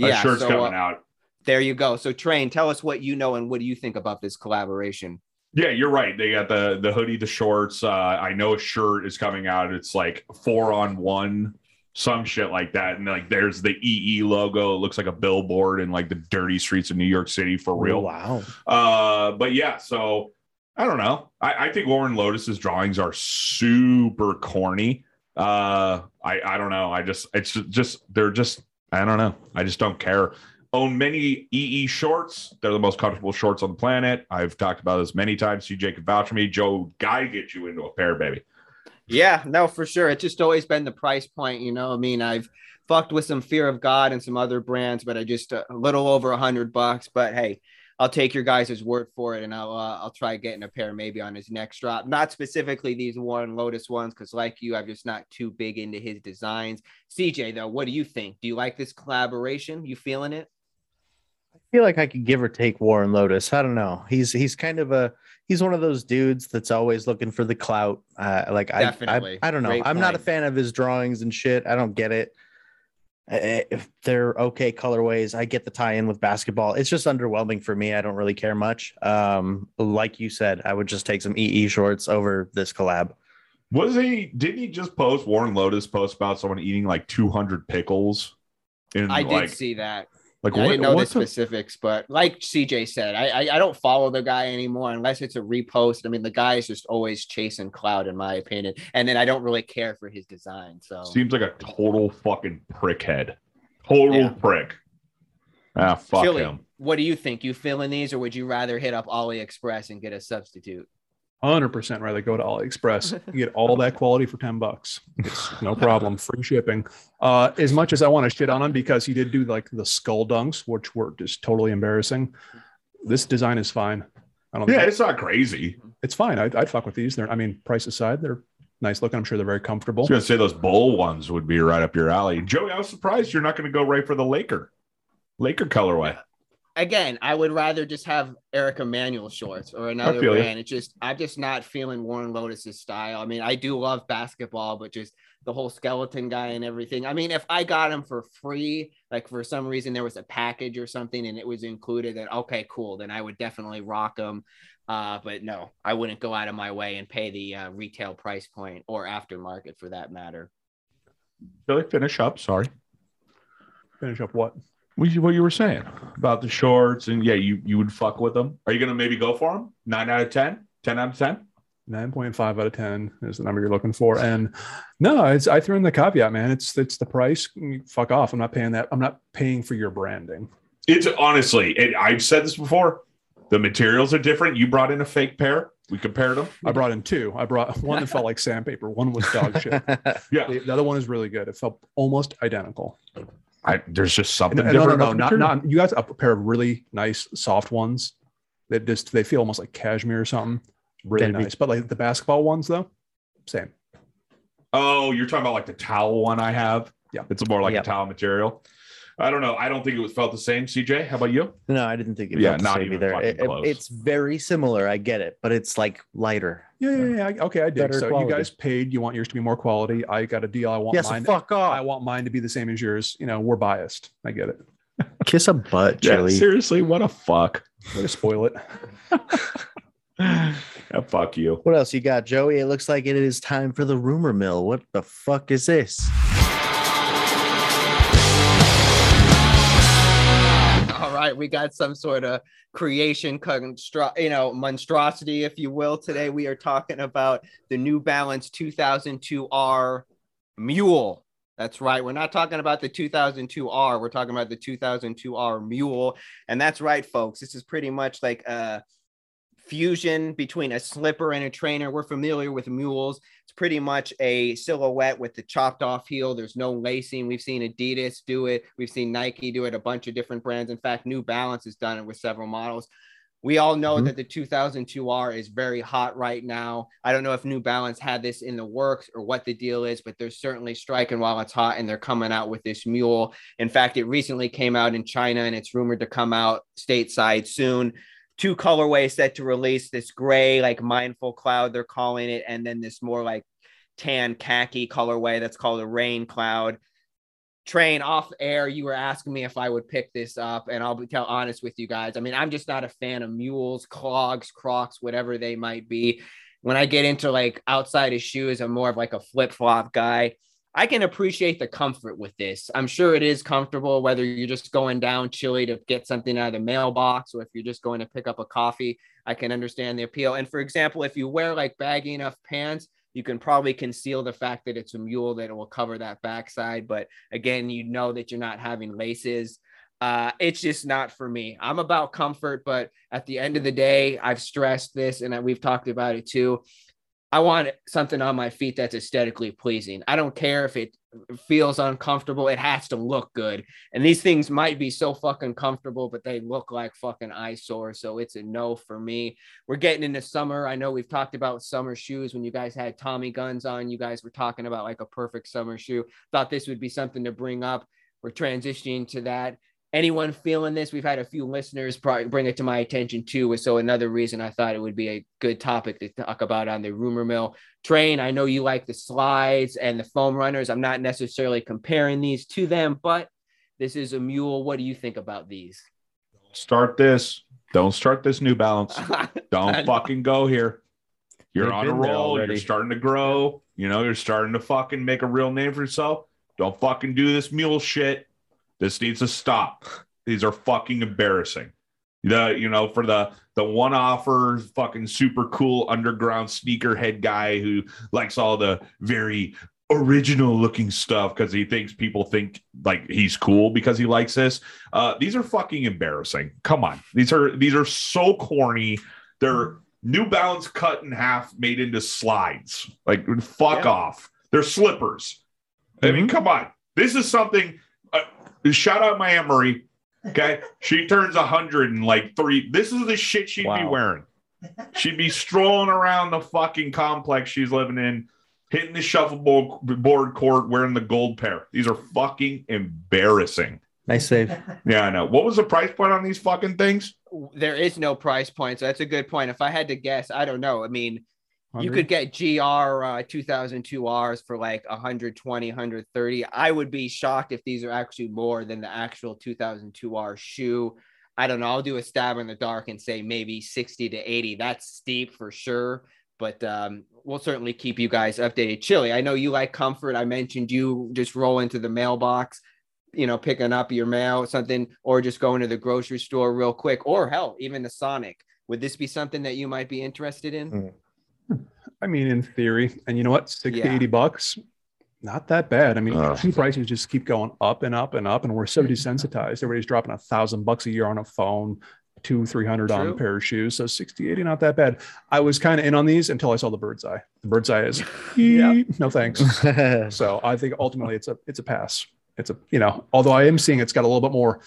A Yeah, shirt's so, uh, coming out. there you go. So, Train, tell us what you know and what do you think about this collaboration? Yeah, you're right. They got the the hoodie, the shorts. Uh, I know a shirt is coming out. It's like four on one, some shit like that. And like, there's the EE logo. It looks like a billboard in like the dirty streets of New York City for real. Wow. Uh, but yeah, so I don't know. I, I think Warren Lotus's drawings are super corny. Uh, I I don't know. I just it's just they're just I don't know. I just don't care. Own many EE shorts. They're the most comfortable shorts on the planet. I've talked about this many times. CJ can vouch for me. Joe Guy get you into a pair, baby. Yeah, no, for sure. It's just always been the price point, you know. I mean, I've fucked with some Fear of God and some other brands, but I just uh, a little over a hundred bucks. But hey, I'll take your guys' word for it, and I'll uh, I'll try getting a pair maybe on his next drop. Not specifically these Warren Lotus ones, because like you, I'm just not too big into his designs. CJ, though, what do you think? Do you like this collaboration? You feeling it? I feel like I could give or take Warren Lotus. I don't know. He's he's kind of a he's one of those dudes that's always looking for the clout. Uh, like I, I Definitely. I don't know. Great I'm not a point. fan of his drawings and shit. I don't get it. I- If they're okay colorways, I get the tie-in with basketball. It's just underwhelming for me. I don't really care much. Um, like you said, I would just take some EE shorts over this collab. [LAUGHS] Was he? Didn't he just post Warren Lotus post about someone eating like 200 pickles? In I did like, see that. Like I what? didn't know the what the- specifics, but like CJ said, I, I I don't follow the guy anymore unless it's a repost. I mean, the guy is just always chasing cloud, in my opinion, and then I don't really care for his design. So Seems like a total fucking prickhead. Total Yeah. prick. Ah, fuck Chili, him. what do you think? You feeling these, or would you rather hit up AliExpress and get a substitute? Hundred percent rather go to AliExpress. You get all that quality for ten bucks. It's no problem, free shipping. Uh, as much as I want to shit on him because he did do like the skull dunks, which were just totally embarrassing. This design is fine. I don't. Yeah, think it's not crazy. I it's fine. I'd, I'd fuck with these. They're. I mean, price aside, they're nice looking. I'm sure they're very comfortable. was gonna say those bowl ones would be right up your alley. Joey, I was surprised you're not gonna go right for the Laker. Laker colorway. Again, I would rather just have Eric Emanuel shorts or another feel ya. brand. It's just I'm just not feeling Warren Lotus's style. I mean, I do love basketball, but just the whole skeleton guy and everything. I mean, if I got him for free, like for some reason there was a package or something and it was included, then okay, cool. Then I would definitely rock them. Uh, but no, I wouldn't go out of my way and pay the uh, retail price point or aftermarket for that matter. Joey, finish up. Sorry. Finish up what? What you, what you were saying about the shorts and yeah, you you would fuck with them. Are you gonna maybe go for them? Nine out of ten? Ten out of ten? 9.5 out of 10 is the number you're looking for. And no, it's, I threw in the caveat, man. It's, it's the price. mm, Fuck off. I'm not paying that. I'm not paying for your branding. It's honestly, it, I've said this before. The materials are different. You brought in a fake pair. We compared them. I brought in two. I brought [LAUGHS] one that felt like sandpaper. One was dog shit. [LAUGHS] Yeah, The, the other one is really good. It felt almost identical. I, there's just something And, and no, different. no, no, about the not, material. not, you got a pair of really nice soft ones that just, they feel almost like cashmere or something. Really That'd be- nice. But like the basketball ones though, same. Oh, you're talking about like the towel one I have. Yeah. it's more like Yep. a towel material. I don't know. I don't think it was felt the same. CJ, how about you? No, I didn't think it. Yeah, felt the not same even either. fucking It- it- close. it's very similar. I get it, but it's like lighter. Yeah, yeah, yeah. I- Okay, I did. Better So quality. you guys paid. You want yours to be more quality. I got a deal. I want Yes, mine. fuck Oh. I off. want mine to be the same as yours. You know, we're biased. I get it. Kiss a butt, Chili. seriously, what a fuck. Way to spoil [LAUGHS] it. [LAUGHS] yeah, fuck you. what else you got, Joey? It looks like it is time for the rumor mill. What the fuck is this? [LAUGHS] All right, we got some sort of creation construct, you know, monstrosity, if you will. Today we are talking about the New Balance 2002R Mule. That's right. We're not talking about the 2002R. We're talking about the 2002R Mule, and that's right, folks. This is pretty much like a fusion between a slipper and a trainer. We're familiar with mules. It's pretty much a silhouette with the chopped off heel. There's no lacing. We've seen Adidas do it. We've seen Nike do it, a bunch of different brands. In fact, New Balance has done it with several models. We all know Mhm. that the 2002R is very hot right now. I don't know if New Balance had this in the works or what the deal is, but they're certainly striking while it's hot and they're coming out with this mule. In fact, it recently came out in China and it's rumored to come out stateside soon two colorways set to release this gray like mindful cloud they're calling it and then this more like tan khaki colorway that's called a rain cloud train off air you were asking me if i would pick this up and i'll be tell honest with you guys i mean i'm just not a fan of mules clogs crocs whatever they might be when i get into like outside of shoes i'm more of like a flip-flop guy i can appreciate the comfort with this i'm sure it is comfortable whether you're just going down chilly to get something out of the mailbox or if you're just going to pick up a coffee i can understand the appeal and for example if you wear like baggy enough pants you can probably conceal the fact that it's a mule that it will cover that backside but again you know that you're not having laces uh, it's just not for me i'm about comfort but at the end of the day i've stressed this and I- we've talked about it too i want something on my feet that's aesthetically pleasing i don't care if it feels uncomfortable it has to look good and these things might be so fucking comfortable but they look like fucking eyesore so it's a no for me we're getting into summer i know we've talked about summer shoes when you guys had tommy guns on you guys were talking about like a perfect summer shoe thought this would be something to bring up. We're transitioning to that. Anyone feeling this? We've had a few listeners probably bring it to my attention too. So another reason I thought it would be a good topic to talk about on the rumor mill train. I know you like the slides and the foam runners. I'm not necessarily comparing these to them, but this is a mule. What do you think about these? Start this. Don't start this New Balance. Don't fucking go here. You're They've on a been there roll. You're already. starting to grow. You know, you're starting to fucking make a real name for yourself. Don't fucking do this mule shit. This needs to stop. These are fucking embarrassing. The you know for the the one offer fucking super cool underground sneakerhead guy who likes all the very original looking stuff because he thinks people think like he's cool because he likes this. Uh, these are fucking embarrassing. Come on, these are these are so corny. They're New Balance cut in half, made into slides. Like fuck Yeah. off. They're slippers. I mean, come on. This is something. Uh, shout out my Aunt Marie. Okay, she turns a hundred in like three. This is the shit she'd be Wow. wearing. She'd be strolling around the fucking complex she's living in, hitting the shuffleboard board court, wearing the gold pair. These are fucking embarrassing. Nice save. [LAUGHS] Yeah, I know. What was the price point on these fucking things? there is no price point. So that's a good point. If I had to guess, I don't know. I mean, you 100? could get GR uh, 2002 Rs for like 120, 130. I would be shocked if these are actually more than the actual 2002 R shoe. I don't know. I'll do a stab in the dark and say maybe 60 to 80. That's steep for sure. But um, we'll certainly keep you guys updated. Chili, I know you like comfort. I mentioned you just roll into the mailbox, you know, picking up your mail or something, or just going to the grocery store real quick, or hell, even the Sonic. Would this be something that you might be interested in? Mm. I mean, in theory, and you know what, sixty, Yeah. eighty bucks, not that bad. I mean, Ugh. shoe prices just keep going up and up and up, and we're so Mm-hmm. desensitized. Everybody's dropping a thousand bucks a year on a phone, two, three hundred on a True. pair of shoes. So 60, 80, not that bad. I was kind of in on these until I saw the bird's eye. The bird's eye [LAUGHS] is "Eep, [LAUGHS] no thanks. So I think ultimately it's a it's a pass. It's a you know, although I am seeing it's got a little bit more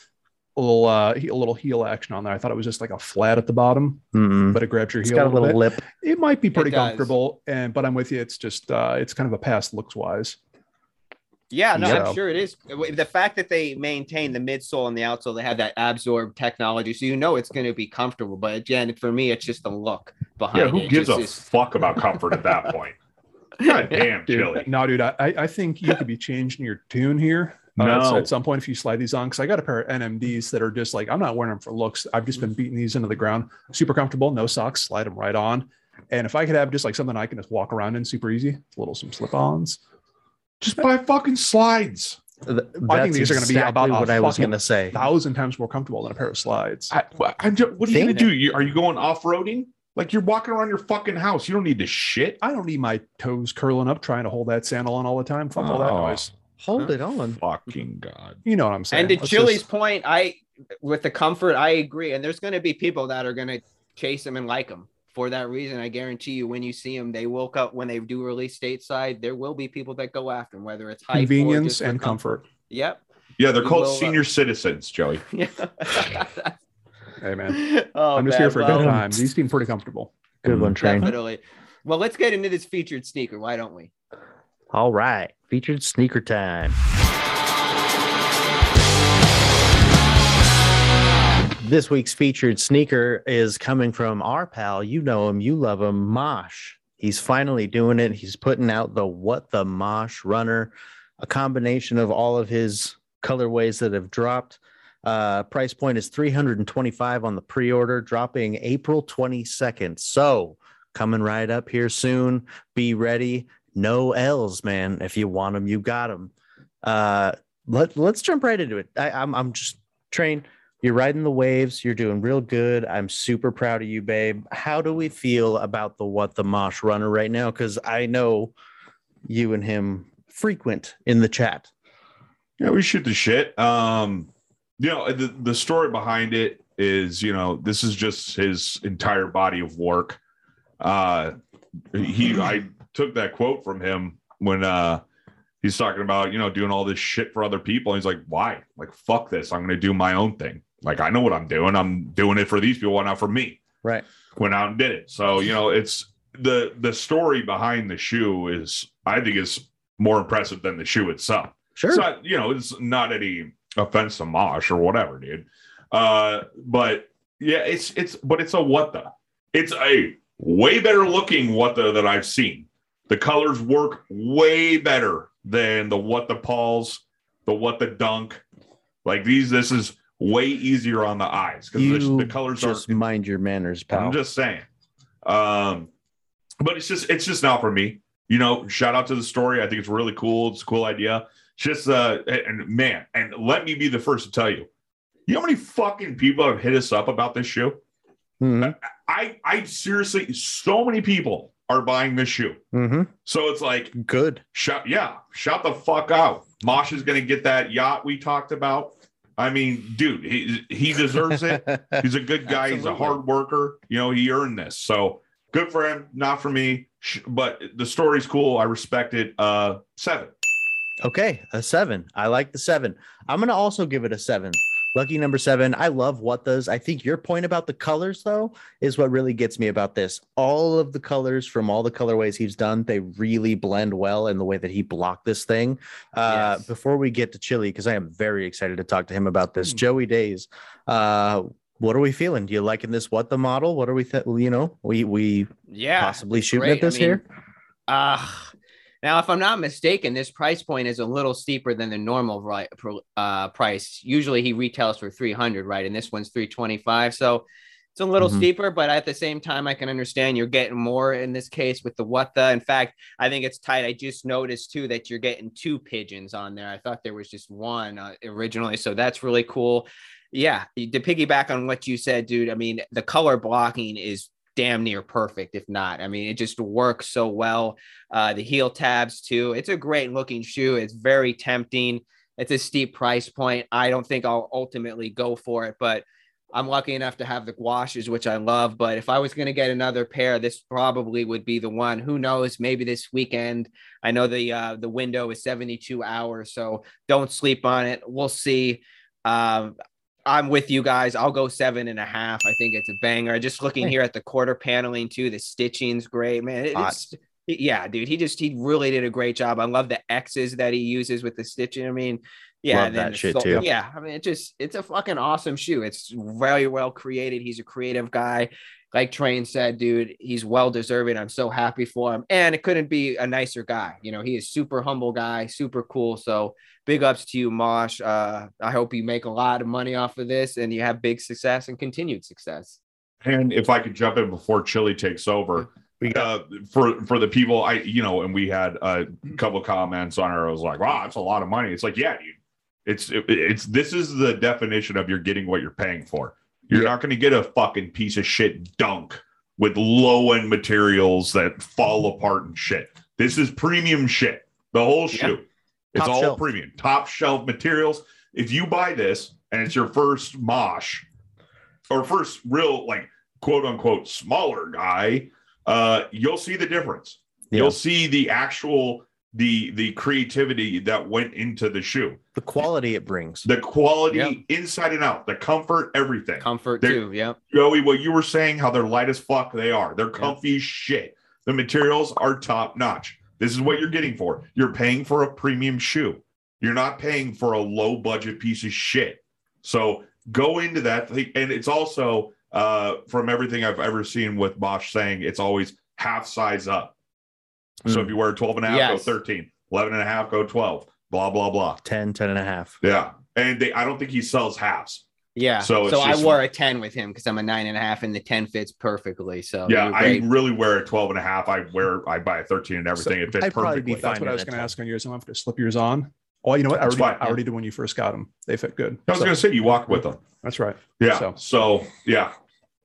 a little uh, he- a little heel action on there. I thought it was just like a flat at the bottom, Mm-mm. but it grabs your It's heel. got a bit little lip. it might be pretty [LAUGHS] does. comfortable and but i'm with you it's just uh it's kind of a pass looks wise Yeah, no, So- I'm sure it is. The fact that they maintain the midsole and the outsole, they have that absorb technology, so you know it's going to be comfortable. But again, for me, it's just the look behind. Yeah, it. who It gives just a is- fuck about comfort at that point? God damn, Dude, chili. No, dude, I, I I think you could be changing your tune here. uh, No. so at some point, if you slide these on, because I got a pair of NMDs that are just like I'm not wearing them for looks. I've just been beating these into the ground. Super comfortable, no socks. Slide them right on. And if I could have just like something I can just walk around in, super easy. It's a little some slip-ons. Just buy fucking slides. Th- I That's think these are gonna be exactly about a what I was fucking going to say. Thousand times more comfortable than a pair of slides. I, I don't- what are you Think- gonna do? You, are you going off roading? Like you're walking around your fucking house. You don't need to shit. I don't need my toes curling up trying to hold that sandal on all the time. Fuck all that Oh. noise. Hold it on. Fucking god. You know what I'm saying? And to Let's Chili's just- point, I with the comfort, I agree. And there's going to be people that are going to chase them and like them for that reason. I guarantee you, when you see them, they woke up when they do release stateside. There will be people that go after them, whether it's hype or just convenience for and com- comfort. Yep. [LAUGHS] Yeah, they're You called will, uh, senior citizens, Joey. Yeah. Hey man, oh, I'm just man, here for a well- good time. These seem pretty comfortable. Good one, Train. Definitely. Well, let's get into this featured sneaker. Why don't we? All right. Featured sneaker time. This week's featured sneaker is coming from our pal. You know him, you love him, Mosh. He's finally doing it. He's putting out the What the Mosh Runner, a combination of all of his colorways that have dropped. Uh, price point is 325 on the pre-order, dropping April 22nd. So coming right up here soon. Be ready no L's, man. If you want them, you got them. Uh, let let's jump right into it. I, I'm I'm just train. You're riding the waves. You're doing real good. I'm super proud of you, babe. How do we feel about the what the mosh runner right now? Because I know you and him frequent in the chat. Yeah, we shoot the shit. Um, you know, the, the story behind it is, you know, this is just his entire body of work. Uh he I took that quote from him when uh he's talking about, you know, doing all this shit for other people. And he's like, Why? Like, fuck this. I'm gonna do my own thing. Like, I know what I'm doing. I'm doing it for these people, why not for me? Right. went out and did it. So you know, it's the the story behind the shoe is I think is more impressive than the shoe itself. Sure. It's not you know it's not any offense to Mosh or whatever, dude. Uh, but yeah, it's it's but it's a what the it's a way better looking what the that I've seen. The colors work way better than the what the Pauls, the what the dunk. Like these, this is way easier on the eyes because you the colors are just mind your manners, pal. I'm just saying. Um, but it's just it's just not for me. You know, shout out to the story. I think it's really cool. It's a cool idea. It's Just uh, and man, and let me be the first to tell you, you know how many fucking people have hit us up about this shoe. hmm I I seriously, so many people are buying this shoe. hmm So it's like, [LAUGHS] Good. shout yeah, shout the fuck out. Mosh is gonna get that yacht we talked about. I mean, dude, he he deserves it. He's a good guy. He's a Absolutely. hard worker. You know, he earned this. So good for him. Not for me. Sh- But the story's cool. I respect it. Uh, seven. Okay, a seven. I like the seven. I'm gonna also give it a seven. Lucky number seven. I love what those. I think your point about the colors, though, is what really gets me about this. All of the colors from all the colorways he's done, they really blend well in the way that he blocked this thing. Uh, Yes. Before we get to Chili, because I am very excited to talk to him about this. Hmm. Joey Days, uh, what are we feeling? Do you liking this? What the model? What are we? Th- you know, we we Yeah. possibly shooting great. at this I mean, here. Uh, now, if I'm not mistaken, this price point is a little steeper than the normal ri- pro- uh, price. Usually he retails for 300, right? And this one's 325. So it's a little Mhm. steeper, but at the same time, I can understand you're getting more in this case with the what the. In fact, I think it's tight. I just noticed too that you're getting two pigeons on there. I thought there was just one uh, originally. So that's really cool. Yeah. To piggyback on what you said, dude, I mean, the color blocking is damn near perfect, if not. I mean, it just works so well. Uh, the heel tabs, too. It's a great looking shoe. It's very tempting. It's a steep price point. I don't think I'll ultimately go for it, but I'm lucky enough to have the gouaches, which I love. But if I was going to get another pair, this probably would be the one. Who knows? Maybe this weekend. I know the uh, the window is 72 hours, so don't sleep on it. We'll see. Um, I'm with you guys. I'll go seven and a half. I think it's a banger. Just looking here at the quarter paneling too, the stitching's great, man. It- Hot. It's Yeah, dude, he just he really did a great job. I love the X's that he uses with the stitching. I mean, yeah, Love and then that the shit sole- too. Yeah, I mean, it just it's a fucking awesome shoe. It's very well created. He's a creative guy. Like Train said, dude, he's well deserving. I'm so happy for him. And it couldn't be a nicer guy. You know, he is super humble guy, super cool. So big ups to you, Mosh. Uh, I hope you make a lot of money off of this and you have big success and continued success. And if I could jump in before Chili takes over, We uh, for for the people, I you know, and we had a couple comments on her. I was like, wow, that's a lot of money. It's like, yeah, dude, it's it- it's this is the definition of you're getting what you're paying for. You're not going to get a fucking piece of shit dunk with low end materials that Mm-hmm. fall apart and shit. This is premium shit. The whole Yeah. shoe. It's Top all shelf. premium, top shelf materials. If you buy this and it's your first mosh or first real like quote unquote smaller guy, uh, you'll see the difference. Yeah. You'll see the actual the the creativity that went into the shoe, the quality it brings. the quality Yeah. inside and out, the comfort, everything. Comfort There- too. Yeah. Joey, what you were saying, how they're light as fuck they are. They're comfy as shit. The materials are top notch. This is what you're getting for. You're paying for a premium shoe. You're not paying for a low budget piece of shit. So go into that thing. And it's also uh, from everything I've ever seen with Bosch saying it's always half size up. So if you wear 12 and a half, Yes. go 13, 11 and a half, go 12, blah, blah, blah. 10, 10 and a half. Yeah. And they, I don't think he sells halves. Yeah. So So, it's I just- wore a 10 with him because I'm a nine and a half and the 10 fits perfectly. So yeah, you're I Oh, great. really wear a 12 and a half. I wear, I buy a 13 and everything. it fits I'd probably be perfectly. fine. That's what I at was that going to time. ask on yours. I'm going to slip yours on. Oh, you know what? I That's already, fine. I already did when you first got them. They fit good. I was So, going to say you walk with them. that's right. Yeah. So- So, yeah,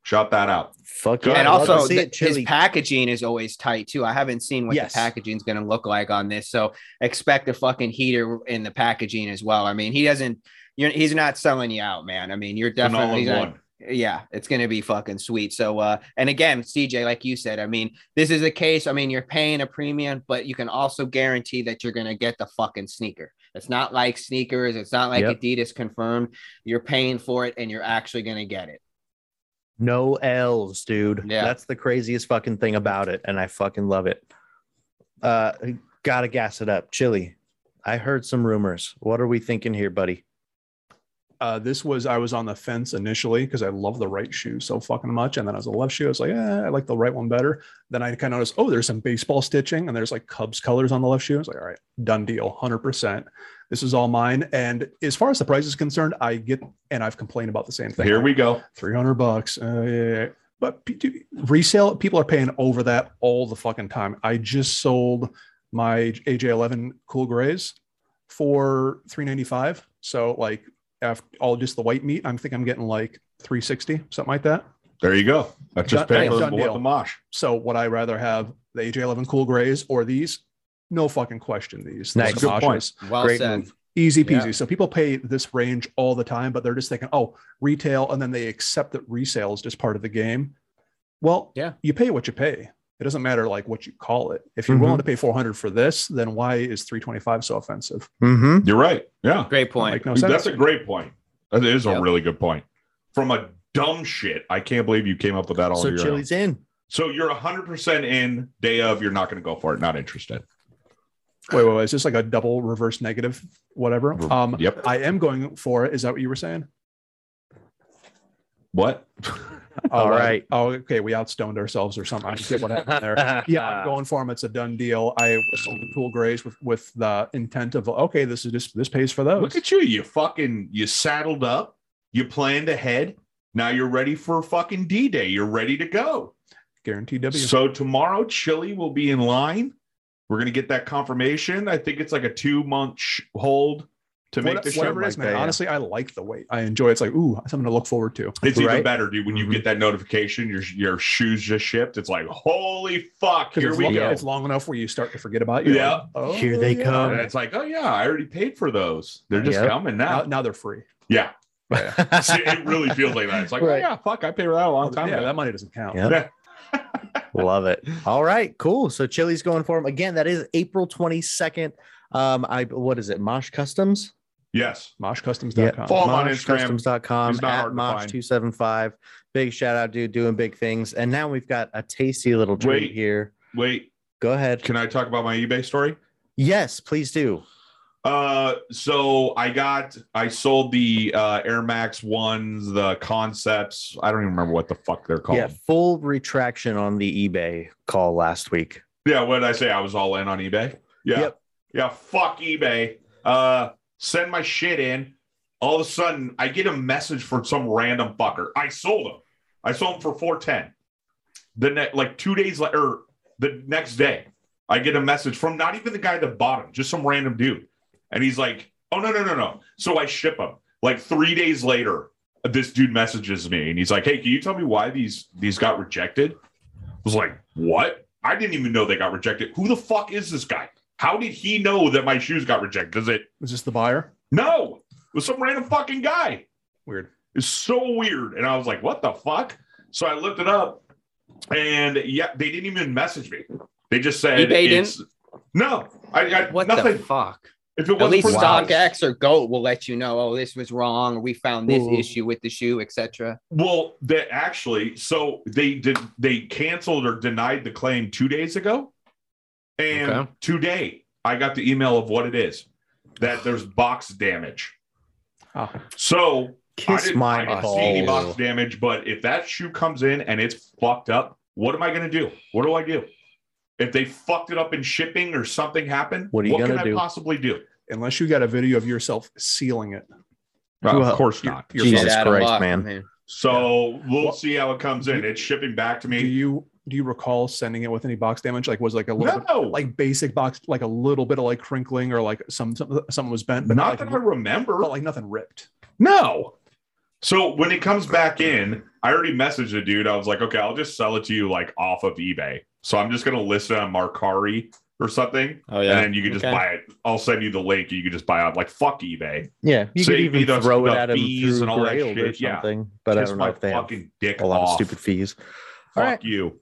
shout that out. Fuck Good. yeah. and I'd love to also, see th- it his chili. packaging is always tight too. I haven't seen what Yes. the packaging's going to look like on this, so expect a fucking heater in the packaging as well. I mean, he doesn't. You're, he's not selling you out, man. I mean, you're An all definitely in he's not- one. yeah, it's gonna be fucking sweet. So uh and again, CJ, like you said, I mean, this is a case, I mean, you're paying a premium, but you can also guarantee that you're gonna get the fucking sneaker. It's not like sneakers, it's not like Yep. Adidas confirmed. You're paying for it and you're actually gonna get it. No L's, dude. Yeah. That's the craziest fucking thing about it. And I fucking love it. Uh, gotta gas it up. Chili. I heard some rumors. What are we thinking here, buddy? Uh, this was I was on the fence initially because I love the right shoe so fucking much, and then I was a left shoe. I was like, eh, I like the right one better. Then I kind of noticed, oh, there's some baseball stitching, and there's like Cubs colors on the left shoe. I was like, all right, done deal, hundred percent. This is all mine. And as far as the price is concerned, I get and I've complained about the same thing. Here we go. 300 bucks. Uh, yeah, yeah, yeah. But p- dude, resale, people are paying over that all the fucking time. I just sold my AJ11 Cool Grays for 395. So like after all just the white meat, I'm think I'm getting like 360, something like that. There you go. That's just Done- paying for done what deal. the mosh. So would I rather have the AJ11 Cool Grays or these? No fucking question. These Nice. Those Good are point. Mashers. Well Great said. move. Easy Yeah. peasy. So people pay this range all the time, but they're just thinking, oh, retail, and then they accept that resale is just part of the game. Well, Yeah. you pay what you pay. It doesn't matter like what you call it. If you're willing to pay 400 for this, then why is 325 so offensive? Mm-hmm. You're right. Yeah. Great point. Like no Dude, sense. that's a great point. That is a Yep. really good point. From a dumb shit, I can't believe you came up with that all So your own. Chili's in. So you're 100% in day of, you're not going to go for it. Not interested. wait, wait, wait. Is this like a double reverse negative, whatever? Um, yep. I am going for it. Is that what you were saying? What? All I- right. Oh, okay. We outstoned ourselves or something. I forget what happened there. [LAUGHS] yeah, Uh, I'm going for them. It's a done deal. I sold the cool grays with with the intent of okay, this is just this pays for those. Look at you. You fucking, you saddled up. You planned ahead. Now you're ready for fucking D Day. You're ready to go. Guaranteed W. So tomorrow, Chile will be in line. We're gonna get that confirmation. I think it's like a two month sh- hold to make What- the show. uh, whatever it is, like man. that, yeah. Honestly, I like the weight. I enjoy. It. It's like ooh, something to look forward to. It's even right? better, dude. When you Mm-hmm. Mhm. get that notification, your your shoes just shipped. It's like holy fuck, Because here it's, we long- go. it's long enough where you start to forget about you. Yeah. Like, oh, Here they yeah. come. And it's like, oh yeah, I already paid for those. They're just Yep. coming Now, now. now they're free. Yeah, [LAUGHS] it really feels like that. It's like, oh Right. yeah, fuck, I paid for that a long time. yeah, ago. that money doesn't count. Yeah. [LAUGHS] Love it. All right, cool. So Chili's going for him again. That is April twenty second. Um, I what is it? Mosh Customs. Yes, MoshCustoms.com. Follow him on Instagram. MoshCustoms.com He's not at hard to Mosh find. two seven five. Big shout out, dude, doing big things. And now we've got a tasty little treat Wait. here. wait, Go ahead. Can I talk about my eBay story? Yes, please do. Uh, so I got I sold the uh, Air Max ones, the concepts. I don't even remember what the fuck they're called. Yeah, full retraction on the eBay call last week. Yeah, what did I say? I was all in on eBay. Yeah. Yep. Yeah, fuck eBay. Uh send my shit in. All of a sudden, I get a message from some random fucker. I sold them. I sold them for 410. The next like 2 days later or the next day, I get a message from not even the guy that bought them, just some random dude. And he's like, "Oh no, no, no, no." So I ship them. Like 3 days later, this dude messages me and he's like, "Hey, can you tell me why these these got rejected?" I was like, "What?" I didn't even know they got rejected. Who the fuck is this guy? How did he know that my shoes got rejected? Does it? Is this the buyer? No, it was some random fucking guy. Weird. It's so weird. And I was like, what the fuck? So I looked it up and yeah, they didn't even message me. They just said, eBay it's- no, I, I What nothing. the fuck? if it At wasn't least for StockX or Goat will let you know. Oh, this was wrong. We found this Ooh. issue with the shoe, etc. well, that actually, so they did, they canceled or denied the claim two days ago. And Okay. today I got the email of what it is that there's box damage. Ah. So I Kiss didn't, my I didn't see any balls. box damage, but if that shoe comes in and it's fucked up, what am I going to do? What do I do? If they fucked it up in shipping or something happened, What are you can gonna I do? possibly do? Unless you got a video of yourself sealing it. Well, of course you're- not. you're Jesus fucked. Get out of Christ, luck, man. So we'll Well- see how it comes in. It's shipping back to Do me. you do you recall sending it with any box damage? Like was like a little bit, No, like like basic box, like a little bit of like crinkling or like some, some something was bent, but not not, that I like, remember. but like nothing ripped. No. So when it comes back in, I already messaged a dude. I was like, okay, I'll just sell it to you like off of eBay. So I'm just gonna list it on Markari or something. Oh and then you can just buy it. I'll send you the link. You can just buy it. Like fuck eBay. Yeah, you Save could me even those- throw it the at him fees through and all that Grailed or shit, yeah. something, but I Kiss don't know my if they have fucking dick a lot off. of stupid fees. Fuck All right. you.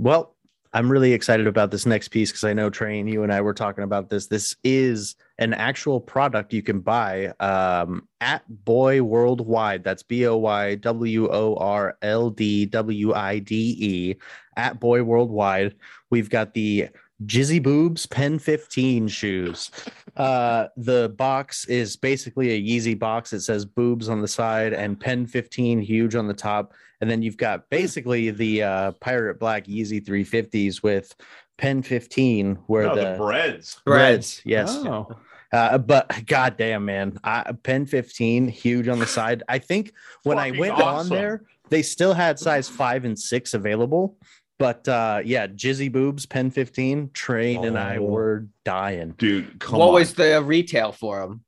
Well, I'm really excited about this next piece because I know Train, you and I were talking about this. This is an actual product you can buy um, at Boy Worldwide. That's B O Y W O R L D W I D E at Boy Worldwide. We've got the Jizzy Boobs Pen 15 shoes. Uh, the box is basically a Yeezy box. It says boobs on the side and Pen 15 huge on the top. And then you've got basically the uh, Pirate Black Yeezy 350s with Pen 15, where No, the, Oh, the breads. breads, yes. Oh. Uh, but goddamn, man, I, Pen 15 huge on the [LAUGHS] side. I think when I Fucking went awesome. on there, they still had size five and six available. But uh, yeah, Jizzy Boobs Pen 15 train and I Oh. were dying. Dude, come what on. was the retail for them?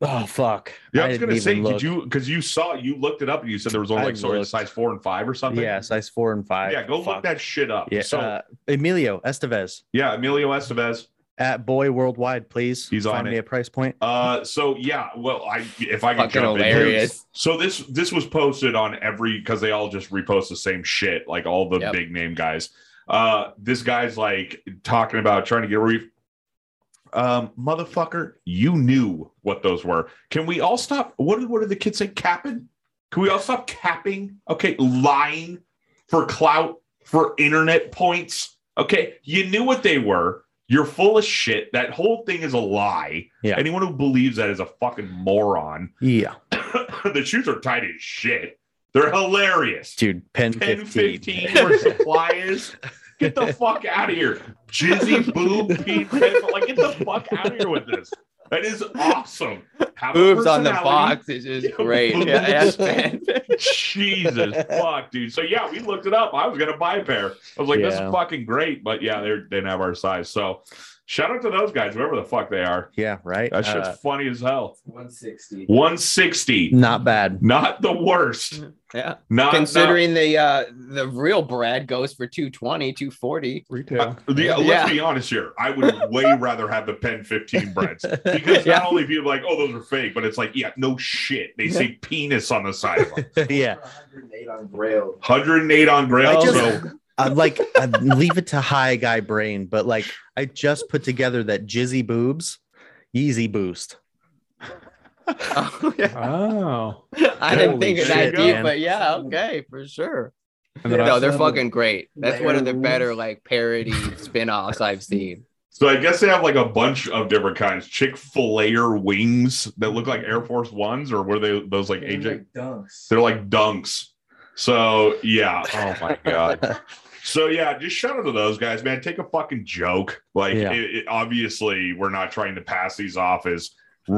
Oh fuck! yeah, I was didn't gonna even say, look. did you because you saw you looked it up and you said there was only I like sort of looked. size four and five or something? Yeah, size four and five. uh, Yeah, go look Fuck. that shit up. Yeah, So uh, Emilio Estevez yeah, Emilio Estevez. at Boy Worldwide, please. He's find on me it. a price point. Uh, so yeah, well, I if I can Fucking jump in here. hilarious. So this this was posted on every because they all just repost the same shit, like all the Yep. big name guys. Uh, this guy's like talking about trying to get a reef. Um, motherfucker, you knew what those were. Can we all stop? What did what did the kids say? Capping? Can we all stop capping? Okay, lying for clout for internet points. Okay, you knew what they were. You're full of shit. That whole thing is a lie. Yeah. Anyone who believes that is a fucking moron. Yeah, [LAUGHS] the shoes are tight as shit. They're hilarious. dude, Pen 10 15. 15 for suppliers. Get the fuck out of here. Jizzy [LAUGHS] boob Pete Pimpin- Like, get the fuck out of here with this. That is awesome. Have a [LAUGHS] Boobs on the personality. box is just Yeah, [LAUGHS] great. boobs. Yeah, that's [LAUGHS] fan- Jesus fuck, dude. So yeah, we looked it up. I was gonna buy a pair. I was like, this Yeah. is fucking great, but yeah, they're, they didn't have our size. So shout out to those guys, whoever the fuck they are. Yeah, right. That shit's Uh, funny as hell. 160. 160. not [LAUGHS] bad. Not the worst. yeah. Not Considering the uh the real bread goes for 220, [LAUGHS] 240. Retail. Uh, yeah, let's Yeah. be honest here. I would way rather have the Pen 15 breads because Yeah. not only people are like, oh, those are fake, but it's like, yeah, no shit. They say penis on the side of them. yeah, 108 on Braille. 108 on I Grail. just- so I'm like, I leave it to high guy brain, but like, I just put together that Jizzy Boobs, Yeezy Boost. Oh, yeah. Oh. I didn't Holy [LAUGHS] think of that Oh. shit, deep, man. but yeah, okay, for sure. And then No, I, they're also have a fucking great. That's layer one of the of better rules. like parody spin-offs I've seen. So I guess they have like a bunch of different kinds. Chick Fil A wings that look like Air Force Ones, or were they those like They're AJ? like dunks. They're like dunks. So [LAUGHS] yeah. Oh my god. So yeah, just shout out to those guys, man. Take a fucking joke. Like Yeah. it, it- obviously, we're not trying to pass these off as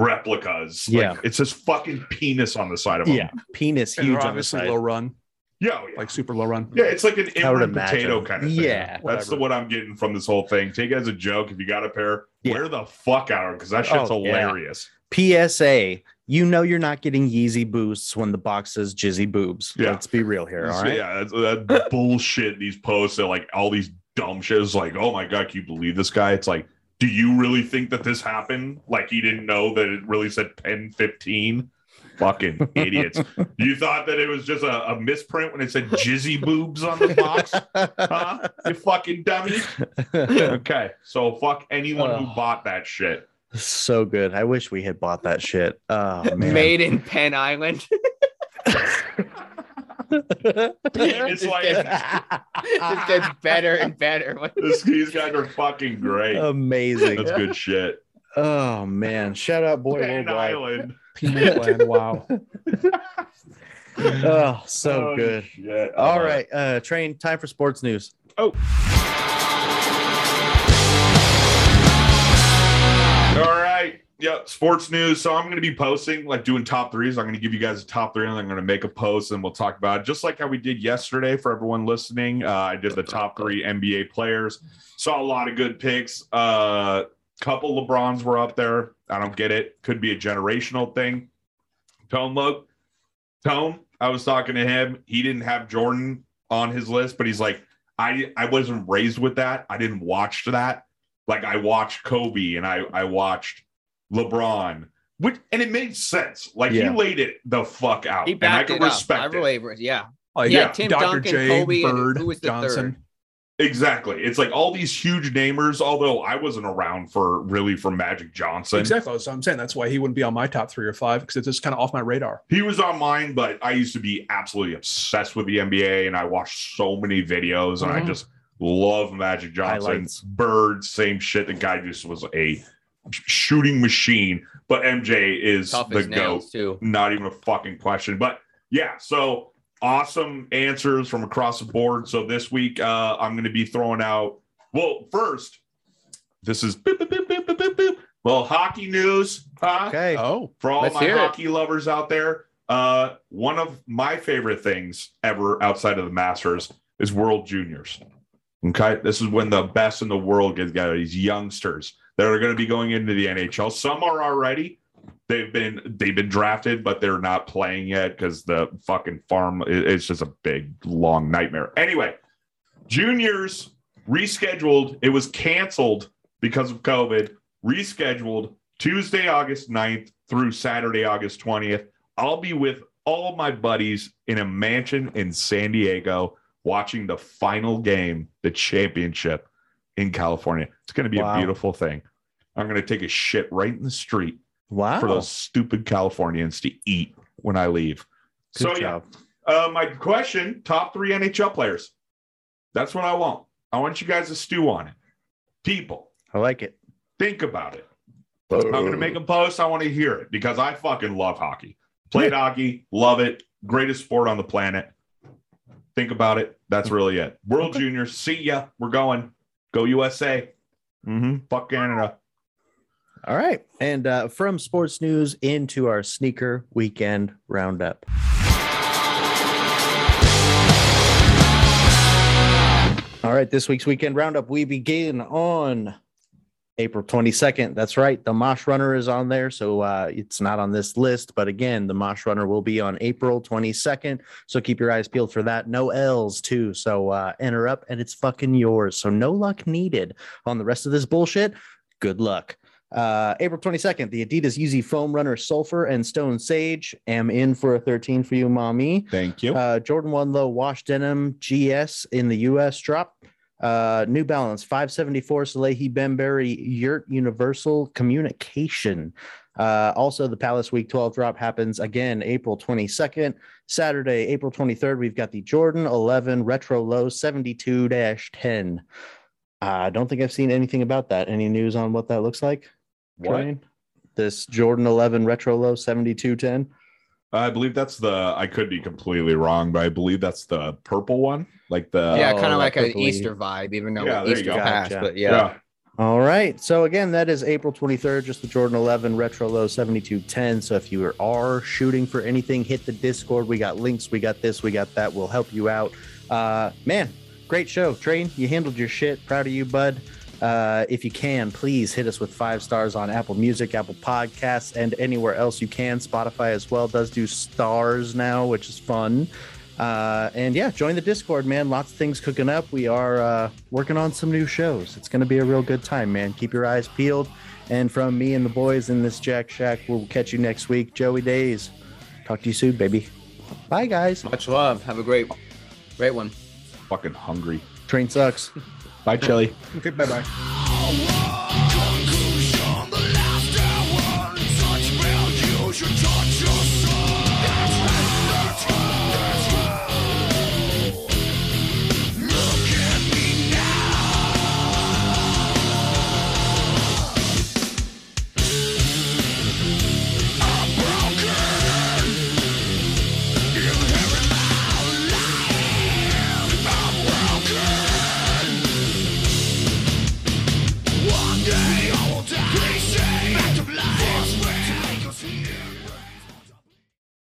replicas. Like, Yeah. it's this fucking penis on the side of them. Yeah. Penis and huge they're on the obviously side. low run, Yeah. oh, yeah. like super low run. Yeah, it's like an I would inward potato imagine. kind of thing. Yeah. That's the Whatever. what I'm getting from this whole thing. Take it as a joke. If you got a pair, Yeah. wear the fuck out of because that shit's Oh, yeah. hilarious. PSA. You know you're not getting Yeezy boosts when the box says Jizzy boobs. Yeah. Let's be real here. All right. Yeah, that's, that bullshit. These posts that like all these dumb shit is like, oh my god, can you believe this guy? It's like, do you really think that this happened? Like he didn't know that it really said pen fifteen. Fucking [LAUGHS] idiots! You thought that it was just a, a misprint when it said jizzy boobs on the box, [LAUGHS] huh? You fucking [LAUGHS] dummy. Okay, so fuck anyone who Oh. bought that shit. so good. I wish we had bought that shit. Oh [LAUGHS] [LAUGHS] man. Made in Penn Island. [LAUGHS] It's [LAUGHS] like Just gets better and better. [LAUGHS] What- this, these guys are fucking great. Oh Amazing. That's good shit. Oh man. Shout out boy Pen worldwide. Island. Peanut land, wow. [LAUGHS] Oh, so Oh, good. shit. All Uh, right, uh, train time for sports news. All right. Yeah, sports news. So I'm going to be posting, like doing top threes. I'm going to give you guys a top three, and I'm going to make a post, and we'll talk about it. just like how we did yesterday for everyone listening. Uh, I did the top three NBA players. Saw a lot of good picks. Uh, couple LeBrons were up there. I don't get it. Could be a generational thing. Tone look. Tone. I was talking to him. He didn't have Jordan on his list, but he's like, I I wasn't raised with that. I didn't watch that like I watched Kobe and I I watched LeBron, which and it made sense. Like Yeah. he laid it the fuck out, He and I backed can it up. respect I it. really, yeah. Like, Yeah, Tim Dr. Duncan, Uh, J, Kobe, and Bird, who was the Johnson. Exactly. It's like all these huge namers. Although I wasn't around for really for Magic Johnson, Exactly. That's what I'm saying. That's why he wouldn't be on my top three or five because it's just kind of off my radar. he was on mine. But I used to be absolutely obsessed with the NBA, and I watched so many videos, and I Mhm. just love Magic Johnson, Highlights. Bird, same shit. The guy just was a shooting machine. But MJ is Tough the as goat. nails too. not even a fucking question. But yeah, so awesome answers from across the board. So this week, uh, I'm going to be throwing out. Well, first, this is boop, boop, boop, boop, boop, boop, boop. well hockey news, huh? Okay. Oh, For all Let's my hear it. hockey lovers out there, uh, one of my favorite things ever outside of the Masters is World Juniors. Okay, this is when the best in the world get together. These youngsters that are going to be going into the NHL. Some are already. They've been they've been drafted, but they're not playing yet because the fucking farm. it- It's just a big long nightmare. Anyway, juniors rescheduled. It was canceled because of COVID. Rescheduled Tuesday, August 9th through Saturday, August 20th. I'll be with all my buddies in a mansion in San Diego watching the final game, the championship in California. It's going to be Wow. a beautiful thing. I'm going to take a shit right in the street Wow. for those stupid Californians to eat when I leave. Good so, yeah, job. uh, my question: Top three NHL players. That's what I want. I want you guys to stew on it. People, I like it. think about it. I'm going to make a post. I want to hear it because I fucking love hockey. Played hockey, love it. Greatest sport on the planet. Think about it. That's really it. World Juniors. See ya. We're going. Go USA. hmm Fuck Canada. All right. And uh, from sports news into our sneaker weekend roundup. All right. This week's weekend roundup, we begin on April 22nd. That's right. The Mosh Runner is on there. So uh, it's not on this list. But again, the Mosh Runner will be on April 22nd. So keep your eyes peeled for that. No L's, too. So uh, enter up and it's fucking yours. So no luck needed on the rest of this bullshit. Good luck. Uh, April 22nd, the Adidas Yeezy Foam Runner Sulfur and Stone Sage. Am in for a 13 for you, mommy. Thank you. Uh, Jordan 1 Low Wash Denim GS in the US drop. Uh, New Balance 574 Salehi Benberry Yurt Universal Communication. Uh, also, the Palace Week 12 drop happens again April 22nd. Saturday, April 23rd, we've got the Jordan 11 Retro Low 72 10. I don't think I've seen anything about that. Any news on what that looks like? What? Train? This Jordan 11 Retro Low 7210. I believe that's the. I could be completely wrong, but I believe that's the purple one, like the. yeah, Oh, kind I of like an totally- Easter vibe, even though Yeah, there you Easter go. passed. Gotcha. But yeah. yeah. All right. So again, that is April 23rd, just the Jordan 11 Retro Low 7210. So if you are shooting for anything, hit the Discord. We got links, we got this, we got that. We'll help you out. Uh, man, great show, Train. You handled your shit. Proud of you, bud. Uh, if you can, please hit us with five stars on Apple Music, Apple Podcasts, and anywhere else you can. Spotify as well does do stars now, which is fun. Uh, and yeah, join the Discord, man. Lots of things cooking up. We are uh, working on some new shows. It's going to be a real good time, man. Keep your eyes peeled. And from me and the boys in this Jack Shack, we'll catch you next week. Joey Days. Talk to you soon, baby. Bye, guys. Much love. Have a great, great one. Fucking hungry. Train sucks. Bye, Chili. Okay, bye bye. One day